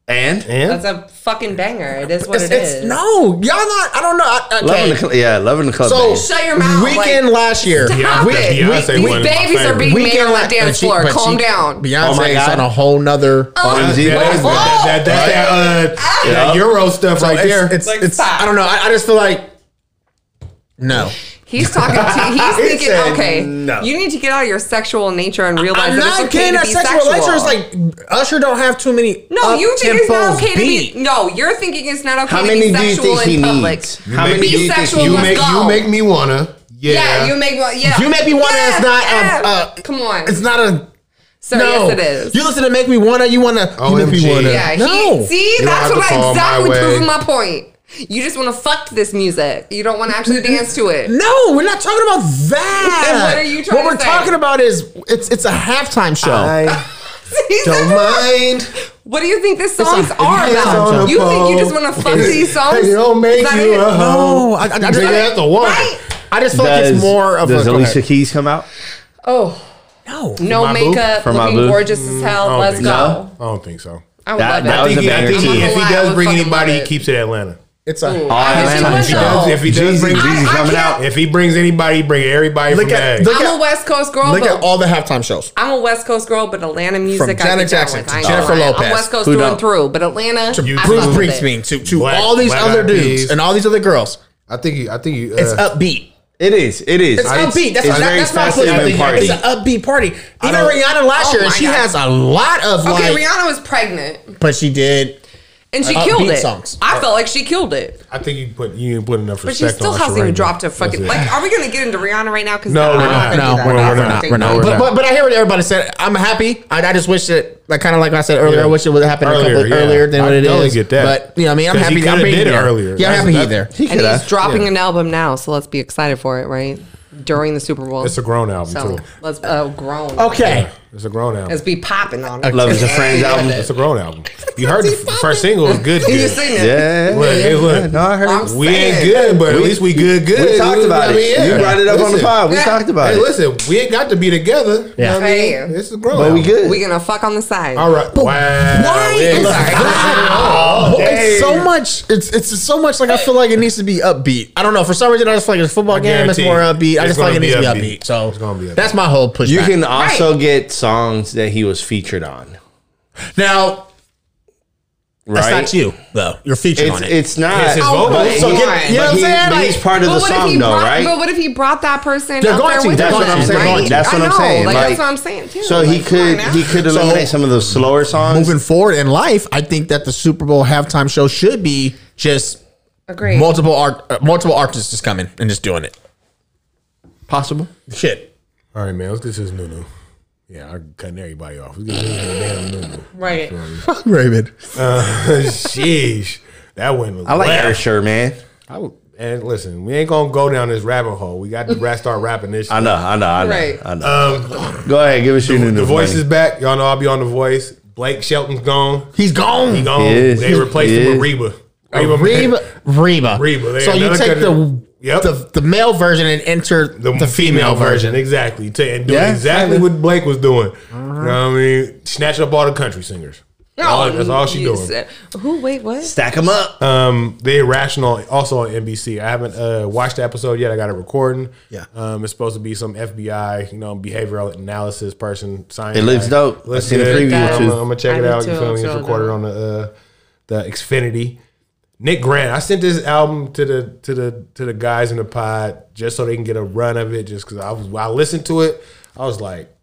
[SPEAKER 2] And
[SPEAKER 1] And
[SPEAKER 4] That's a fucking banger. It is what
[SPEAKER 3] It's,
[SPEAKER 4] it's,
[SPEAKER 3] it's- no, y'all not. I don't know. I,
[SPEAKER 2] Love in
[SPEAKER 3] okay.
[SPEAKER 2] the club. Yeah, love in the club.
[SPEAKER 3] So
[SPEAKER 2] baby.
[SPEAKER 4] Shut your mouth,
[SPEAKER 3] Weekend
[SPEAKER 4] like-
[SPEAKER 3] last year.
[SPEAKER 4] Stop
[SPEAKER 1] Beyonce-
[SPEAKER 4] it.
[SPEAKER 1] Beyonce
[SPEAKER 4] We-
[SPEAKER 1] wasn't my
[SPEAKER 4] babies are
[SPEAKER 1] favorite.
[SPEAKER 4] being made on
[SPEAKER 3] la-
[SPEAKER 4] the dance
[SPEAKER 3] but she-
[SPEAKER 4] floor.
[SPEAKER 3] but
[SPEAKER 4] Calm
[SPEAKER 3] she-
[SPEAKER 4] down.
[SPEAKER 2] Oh my
[SPEAKER 3] Beyonce's
[SPEAKER 2] God.
[SPEAKER 3] on a whole nother.
[SPEAKER 1] That-
[SPEAKER 2] OMG,
[SPEAKER 1] that is-
[SPEAKER 4] oh,
[SPEAKER 1] that- that- That's that uh, that Euro stuff right
[SPEAKER 3] it's,
[SPEAKER 1] there.
[SPEAKER 3] It's,
[SPEAKER 4] Like,
[SPEAKER 3] it's-
[SPEAKER 4] stop.
[SPEAKER 3] I don't know. I, I just feel like No.
[SPEAKER 4] He's talking to. He's thinking,
[SPEAKER 2] said
[SPEAKER 4] okay,
[SPEAKER 2] no.
[SPEAKER 4] you need to get out of your sexual nature and realize
[SPEAKER 3] I'm
[SPEAKER 4] that
[SPEAKER 3] not
[SPEAKER 4] it's okay
[SPEAKER 3] getting that
[SPEAKER 4] to be
[SPEAKER 3] sexual.
[SPEAKER 4] sexual.
[SPEAKER 3] Usher is like Usher don't have too many.
[SPEAKER 4] no, you think it's not
[SPEAKER 3] up-tempos
[SPEAKER 4] okay
[SPEAKER 3] beat.
[SPEAKER 4] to be. No, you're thinking it's not okay
[SPEAKER 2] How
[SPEAKER 4] to
[SPEAKER 2] many
[SPEAKER 4] be
[SPEAKER 2] do you
[SPEAKER 4] sexual
[SPEAKER 2] think he
[SPEAKER 4] in public.
[SPEAKER 2] needs? How
[SPEAKER 4] Be
[SPEAKER 2] many do you think
[SPEAKER 4] sexual,
[SPEAKER 2] he
[SPEAKER 4] let's
[SPEAKER 2] needs?
[SPEAKER 1] make
[SPEAKER 4] go.
[SPEAKER 1] you make me wanna. Yeah,
[SPEAKER 4] Yeah, you make one. Yeah,
[SPEAKER 3] You make me wanna.
[SPEAKER 4] Yeah,
[SPEAKER 3] it's not a.
[SPEAKER 4] yeah.
[SPEAKER 3] Uh,
[SPEAKER 4] Come on,
[SPEAKER 3] It's not a.
[SPEAKER 4] sir.
[SPEAKER 3] no.
[SPEAKER 4] Yes, it is.
[SPEAKER 3] You listen to make me wanna. You wanna. You make me
[SPEAKER 1] OMG.
[SPEAKER 3] wanna.
[SPEAKER 4] yeah,
[SPEAKER 3] no.
[SPEAKER 4] he, see,
[SPEAKER 1] You don't
[SPEAKER 4] that's
[SPEAKER 1] have to
[SPEAKER 4] what I
[SPEAKER 1] fall my
[SPEAKER 4] exactly
[SPEAKER 1] way.
[SPEAKER 4] proving my point. You just want to fuck this music. You don't want to actually dance to it.
[SPEAKER 3] no, we're not talking about that.
[SPEAKER 4] Then what are you
[SPEAKER 3] What
[SPEAKER 4] trying to
[SPEAKER 3] we're
[SPEAKER 4] say?
[SPEAKER 3] talking about is it's it's a halftime show.
[SPEAKER 4] He's
[SPEAKER 1] don't
[SPEAKER 4] not-
[SPEAKER 1] mind.
[SPEAKER 4] What do you think the
[SPEAKER 3] it's
[SPEAKER 4] songs are
[SPEAKER 3] on
[SPEAKER 4] about?
[SPEAKER 3] the
[SPEAKER 4] You think you just want to fuck these songs?
[SPEAKER 1] Hey, don't make
[SPEAKER 4] Is that
[SPEAKER 1] you
[SPEAKER 4] it?
[SPEAKER 1] a hoe.
[SPEAKER 3] no, I, I, I just,
[SPEAKER 1] Nigga, that's a woman.
[SPEAKER 4] Right?
[SPEAKER 3] I just feel like it's more of
[SPEAKER 2] does
[SPEAKER 3] a.
[SPEAKER 2] Alicia Keys come out?
[SPEAKER 4] Oh,
[SPEAKER 3] No.
[SPEAKER 4] no
[SPEAKER 1] my booth?
[SPEAKER 4] makeup,
[SPEAKER 2] For my
[SPEAKER 4] looking
[SPEAKER 2] booth?
[SPEAKER 4] gorgeous as hell.
[SPEAKER 1] I don't
[SPEAKER 4] Let's
[SPEAKER 1] think
[SPEAKER 4] go.
[SPEAKER 1] so. I don't think so.
[SPEAKER 4] I would
[SPEAKER 2] That-
[SPEAKER 4] love
[SPEAKER 2] that
[SPEAKER 1] I
[SPEAKER 4] it.
[SPEAKER 2] was
[SPEAKER 1] think, he, I
[SPEAKER 2] a
[SPEAKER 1] think
[SPEAKER 2] banger.
[SPEAKER 1] he- if he
[SPEAKER 4] I'm not gonna
[SPEAKER 1] does bring
[SPEAKER 4] lie, I would
[SPEAKER 1] anybody, he
[SPEAKER 4] fucking
[SPEAKER 1] keeps it Atlanta.
[SPEAKER 3] It's a.
[SPEAKER 4] Ooh.
[SPEAKER 2] All
[SPEAKER 4] I wish
[SPEAKER 2] Atlanta
[SPEAKER 4] he would
[SPEAKER 1] If
[SPEAKER 2] is
[SPEAKER 1] he
[SPEAKER 2] No.
[SPEAKER 1] does,
[SPEAKER 4] though.
[SPEAKER 1] if he does
[SPEAKER 2] Jeezy,
[SPEAKER 1] bring,
[SPEAKER 2] Jeezy
[SPEAKER 4] I
[SPEAKER 2] coming
[SPEAKER 4] can't-
[SPEAKER 2] out.
[SPEAKER 1] if he brings anybody, he bring everybody
[SPEAKER 3] Look
[SPEAKER 1] from
[SPEAKER 3] at-
[SPEAKER 1] the
[SPEAKER 3] look
[SPEAKER 1] A.
[SPEAKER 4] I'm
[SPEAKER 3] at-
[SPEAKER 4] a West Coast girl.
[SPEAKER 3] Look
[SPEAKER 4] but
[SPEAKER 3] at all the halftime shows.
[SPEAKER 4] I'm a West Coast girl, but Atlanta music.
[SPEAKER 3] Janet
[SPEAKER 4] I get down
[SPEAKER 3] Jackson
[SPEAKER 4] with.
[SPEAKER 3] to
[SPEAKER 4] I ain't gonna
[SPEAKER 3] Jennifer
[SPEAKER 4] lie.
[SPEAKER 3] Lopez,
[SPEAKER 4] I'm West Coast
[SPEAKER 2] who
[SPEAKER 4] through
[SPEAKER 2] don't-
[SPEAKER 4] and through, but Atlanta.
[SPEAKER 3] To
[SPEAKER 4] I
[SPEAKER 3] Bruce
[SPEAKER 4] fuck with it.
[SPEAKER 3] Springsteen, to, to
[SPEAKER 1] Black-
[SPEAKER 3] all these
[SPEAKER 1] Black
[SPEAKER 3] other
[SPEAKER 1] Eyed
[SPEAKER 3] dudes
[SPEAKER 1] Peas.
[SPEAKER 3] and all these other girls.
[SPEAKER 1] I think you. I think you. Uh,
[SPEAKER 3] It's upbeat.
[SPEAKER 2] It is. It is.
[SPEAKER 3] It's upbeat. That's,
[SPEAKER 2] it's
[SPEAKER 3] that-
[SPEAKER 2] very
[SPEAKER 3] that's my
[SPEAKER 2] festive
[SPEAKER 3] point.
[SPEAKER 2] and party.
[SPEAKER 3] It's an upbeat party. Even
[SPEAKER 1] don't-
[SPEAKER 3] Rihanna last
[SPEAKER 4] Oh
[SPEAKER 3] year, and
[SPEAKER 4] my
[SPEAKER 3] she
[SPEAKER 4] God.
[SPEAKER 3] has a lot of
[SPEAKER 4] Okay,
[SPEAKER 3] like,
[SPEAKER 4] Rihanna was pregnant,
[SPEAKER 3] but she did.
[SPEAKER 4] and she
[SPEAKER 3] Upbeat
[SPEAKER 4] killed it.
[SPEAKER 3] songs. Uh,
[SPEAKER 4] I felt like she killed it,
[SPEAKER 1] I think you put you didn't put enough
[SPEAKER 4] but
[SPEAKER 1] respect.
[SPEAKER 4] she still
[SPEAKER 1] on
[SPEAKER 4] hasn't even
[SPEAKER 1] Shereen.
[SPEAKER 4] dropped a fucking.
[SPEAKER 1] That's it.
[SPEAKER 4] Like, are we gonna get into Rihanna right now? Because
[SPEAKER 1] No, we're not.
[SPEAKER 3] No, we're not, we're not,
[SPEAKER 1] we're not, we're
[SPEAKER 3] But,
[SPEAKER 1] not.
[SPEAKER 3] but but I hear what everybody said. I'm happy. I, I just wish that like kind of like I said earlier.
[SPEAKER 1] Yeah.
[SPEAKER 3] I wish it would have happened a
[SPEAKER 1] Earlier,
[SPEAKER 3] couple
[SPEAKER 1] yeah.
[SPEAKER 3] earlier than
[SPEAKER 1] I
[SPEAKER 3] what it is.
[SPEAKER 1] totally get that.
[SPEAKER 3] But you know, what I mean, I'm
[SPEAKER 1] 'Cause he
[SPEAKER 3] happy. I'm
[SPEAKER 1] coulda
[SPEAKER 3] being
[SPEAKER 1] did it
[SPEAKER 3] there.
[SPEAKER 1] earlier.
[SPEAKER 3] Yeah, I'm
[SPEAKER 1] That's-
[SPEAKER 3] happy he's
[SPEAKER 1] that-
[SPEAKER 3] there.
[SPEAKER 2] He
[SPEAKER 4] And
[SPEAKER 2] could
[SPEAKER 4] he's
[SPEAKER 2] have.
[SPEAKER 4] dropping an album now, so let's be excited for it, right? During the Super Bowl.
[SPEAKER 1] It's a grown album
[SPEAKER 4] so
[SPEAKER 1] too.
[SPEAKER 4] let's oh grown.
[SPEAKER 3] Okay.
[SPEAKER 1] It's a grown album.
[SPEAKER 4] Let's be popping on it.
[SPEAKER 2] Love is a Friends album.
[SPEAKER 1] It's a grown album. You heard the f- first single is good.
[SPEAKER 4] You
[SPEAKER 1] good.
[SPEAKER 4] seen it?
[SPEAKER 2] Yeah.
[SPEAKER 1] Look, hey, look.
[SPEAKER 2] No, I heard it.
[SPEAKER 4] I'm
[SPEAKER 1] We
[SPEAKER 4] saying.
[SPEAKER 1] ain't good, but at least we good. Good.
[SPEAKER 2] We talked about
[SPEAKER 1] I mean,
[SPEAKER 2] it.
[SPEAKER 1] yeah.
[SPEAKER 2] You brought it up on the
[SPEAKER 1] Listen.
[SPEAKER 2] pod. We
[SPEAKER 4] Yeah.
[SPEAKER 2] talked about
[SPEAKER 1] Hey,
[SPEAKER 2] it.
[SPEAKER 1] listen, we ain't got to be together.
[SPEAKER 3] Yeah.
[SPEAKER 1] You know what I mean?
[SPEAKER 4] Hey.
[SPEAKER 1] This is grown.
[SPEAKER 2] But we
[SPEAKER 1] album.
[SPEAKER 2] good.
[SPEAKER 4] We gonna fuck on the side.
[SPEAKER 1] All right. Wow.
[SPEAKER 3] Why
[SPEAKER 1] We
[SPEAKER 3] is
[SPEAKER 1] ain't got
[SPEAKER 4] sorry.
[SPEAKER 1] to be together. Oh,
[SPEAKER 3] But
[SPEAKER 1] dang.
[SPEAKER 3] it's so much. It's it's so much. Like I feel like it needs to be upbeat. I don't know. For some reason, I just feel like it's a football
[SPEAKER 1] I
[SPEAKER 3] game. It's
[SPEAKER 1] guarantee
[SPEAKER 3] more upbeat. I
[SPEAKER 1] it's
[SPEAKER 3] just feel like it
[SPEAKER 1] gonna
[SPEAKER 3] needs to be
[SPEAKER 1] be
[SPEAKER 3] upbeat.
[SPEAKER 1] upbeat.
[SPEAKER 3] So
[SPEAKER 1] It's gonna be upbeat.
[SPEAKER 3] that's my whole pushback.
[SPEAKER 2] You can also get songs that he was featured on.
[SPEAKER 3] now. That's
[SPEAKER 2] Right?
[SPEAKER 3] not you though. You're featured
[SPEAKER 2] It's
[SPEAKER 3] on it.
[SPEAKER 2] it's not.
[SPEAKER 1] It's his
[SPEAKER 4] Oh,
[SPEAKER 1] vocal.
[SPEAKER 4] but
[SPEAKER 2] But
[SPEAKER 4] so
[SPEAKER 2] he- but
[SPEAKER 4] get-
[SPEAKER 3] you know what I'm
[SPEAKER 2] he-
[SPEAKER 3] saying?
[SPEAKER 2] But he's
[SPEAKER 3] Like-
[SPEAKER 2] part of the
[SPEAKER 4] what if he
[SPEAKER 2] song, though,
[SPEAKER 4] brought,
[SPEAKER 2] right?
[SPEAKER 4] But what if he brought that person?
[SPEAKER 3] They're
[SPEAKER 4] out
[SPEAKER 3] going
[SPEAKER 4] there
[SPEAKER 3] to.
[SPEAKER 4] with
[SPEAKER 3] That's
[SPEAKER 4] him,
[SPEAKER 3] what I'm saying. They're going
[SPEAKER 4] Right?
[SPEAKER 3] to.
[SPEAKER 2] That's
[SPEAKER 4] I
[SPEAKER 2] what I'm
[SPEAKER 4] know,
[SPEAKER 2] saying.
[SPEAKER 4] Like,
[SPEAKER 2] Like,
[SPEAKER 4] that's what I'm saying too.
[SPEAKER 2] So he
[SPEAKER 4] Like, come on
[SPEAKER 2] could
[SPEAKER 4] now.
[SPEAKER 2] he could eliminate some of those slower songs.
[SPEAKER 3] moving forward in life, I think that the Super Bowl halftime show should be just
[SPEAKER 4] Agreed.
[SPEAKER 3] multiple art, uh, multiple artists just coming and just doing it.
[SPEAKER 2] Possible.
[SPEAKER 3] Shit.
[SPEAKER 1] All right, man. Let's get this Nunu. Yeah, I'm cutting everybody off. Let's get this damn Nunu.
[SPEAKER 4] Right.
[SPEAKER 3] Raven.
[SPEAKER 1] Sheesh. That went.
[SPEAKER 2] I like
[SPEAKER 1] left.
[SPEAKER 2] Ursher, man.
[SPEAKER 1] I would, and listen, we ain't gonna go down this rabbit hole. We got to ra- start rapping this.
[SPEAKER 2] I
[SPEAKER 1] shit.
[SPEAKER 2] know, I know, I know.
[SPEAKER 4] Right.
[SPEAKER 2] I know. Go ahead, give us your new
[SPEAKER 1] The
[SPEAKER 2] new
[SPEAKER 1] voice is
[SPEAKER 2] money.
[SPEAKER 1] back. Y'all know I'll be on the voice. Blake Shelton's gone.
[SPEAKER 3] He's gone.
[SPEAKER 1] He gone.
[SPEAKER 2] is.
[SPEAKER 1] They replaced
[SPEAKER 2] He
[SPEAKER 1] him
[SPEAKER 2] is.
[SPEAKER 1] with Reba.
[SPEAKER 3] Reba. Reba. Reba.
[SPEAKER 1] Reba. They
[SPEAKER 3] So you
[SPEAKER 1] another
[SPEAKER 3] take
[SPEAKER 1] country-
[SPEAKER 3] the,
[SPEAKER 1] Yep.
[SPEAKER 3] the the male version and enter the,
[SPEAKER 1] The,
[SPEAKER 3] female, version.
[SPEAKER 1] exactly. To, and doing
[SPEAKER 2] Yeah,
[SPEAKER 1] exactly
[SPEAKER 2] kinda.
[SPEAKER 1] what Blake was doing. You know what I mean? Snatching up all the country singers. All- that's all she
[SPEAKER 4] you
[SPEAKER 1] doing.
[SPEAKER 4] said- Who? Wait, what?
[SPEAKER 2] Stack them up.
[SPEAKER 3] Uh,
[SPEAKER 1] Um, they irrational also on NBC. I haven't uh, watched the episode yet. I got it recording.
[SPEAKER 3] Yeah.
[SPEAKER 1] um, it's supposed to be some FBI, you know, behavioral analysis person. Science.
[SPEAKER 2] It looks
[SPEAKER 1] guy.
[SPEAKER 2] dope.
[SPEAKER 1] Looks
[SPEAKER 2] I seen a
[SPEAKER 1] good.
[SPEAKER 2] preview
[SPEAKER 1] I'm,
[SPEAKER 2] too.
[SPEAKER 1] gonna- I'm gonna check
[SPEAKER 4] I
[SPEAKER 1] it
[SPEAKER 4] did
[SPEAKER 1] out. You
[SPEAKER 4] too.
[SPEAKER 1] feel me?
[SPEAKER 4] So
[SPEAKER 1] It's recorded
[SPEAKER 4] dope.
[SPEAKER 1] on the uh, the Xfinity. Nick Grant. I sent this album to the to the to the guys in the pod just so they can get a run of it. Just because I was when I listened to it, I was like,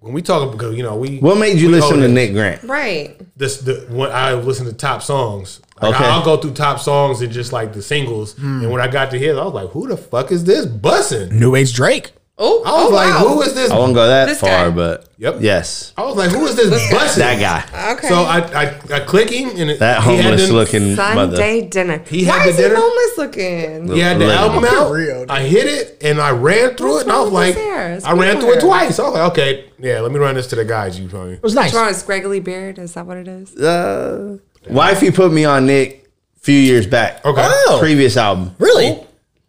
[SPEAKER 1] when we talk because you know we
[SPEAKER 2] What made you
[SPEAKER 1] we
[SPEAKER 2] listen
[SPEAKER 1] hold
[SPEAKER 2] to
[SPEAKER 1] it
[SPEAKER 2] Nick Grant?
[SPEAKER 4] Right.
[SPEAKER 1] this the when I listen to top songs. Like,
[SPEAKER 2] Okay. Hmm.
[SPEAKER 1] I'll go through top songs and just like the singles. And when I got to his, I was like, "Who the fuck is this bussin'?"
[SPEAKER 3] New Age Drake.
[SPEAKER 4] Oh,
[SPEAKER 1] I was
[SPEAKER 4] oh,
[SPEAKER 1] like,
[SPEAKER 4] wow.
[SPEAKER 1] "Who is this?"
[SPEAKER 2] I won't go that
[SPEAKER 4] This
[SPEAKER 2] far,
[SPEAKER 4] guy.
[SPEAKER 2] but
[SPEAKER 1] Yep.
[SPEAKER 2] yes,
[SPEAKER 1] I was like, "Who is this bussin'?"
[SPEAKER 2] that guy,
[SPEAKER 4] Okay.
[SPEAKER 1] So I, I I click him and it,
[SPEAKER 2] that
[SPEAKER 1] he had
[SPEAKER 2] homeless
[SPEAKER 1] the-
[SPEAKER 2] looking mother.
[SPEAKER 4] Sunday dinner.
[SPEAKER 1] He
[SPEAKER 4] Why
[SPEAKER 1] had the
[SPEAKER 4] is
[SPEAKER 1] dinner?
[SPEAKER 4] he homeless looking?
[SPEAKER 1] He had the
[SPEAKER 2] Look.
[SPEAKER 1] album
[SPEAKER 3] Real,
[SPEAKER 1] out.
[SPEAKER 3] dude.
[SPEAKER 1] I hit it and I ran through it and I was
[SPEAKER 4] wrong
[SPEAKER 1] like,
[SPEAKER 4] with this?
[SPEAKER 1] I ran through it
[SPEAKER 4] Weird.
[SPEAKER 1] twice. I was like, "Okay, yeah, let me run this to the guys." You feel me?
[SPEAKER 3] It was nice.
[SPEAKER 4] What's wrong with scraggly beard? Is that what it is?
[SPEAKER 2] Uh, wifey put me on Nick a few years back.
[SPEAKER 1] Okay.
[SPEAKER 3] Oh.
[SPEAKER 2] previous album.
[SPEAKER 3] Really?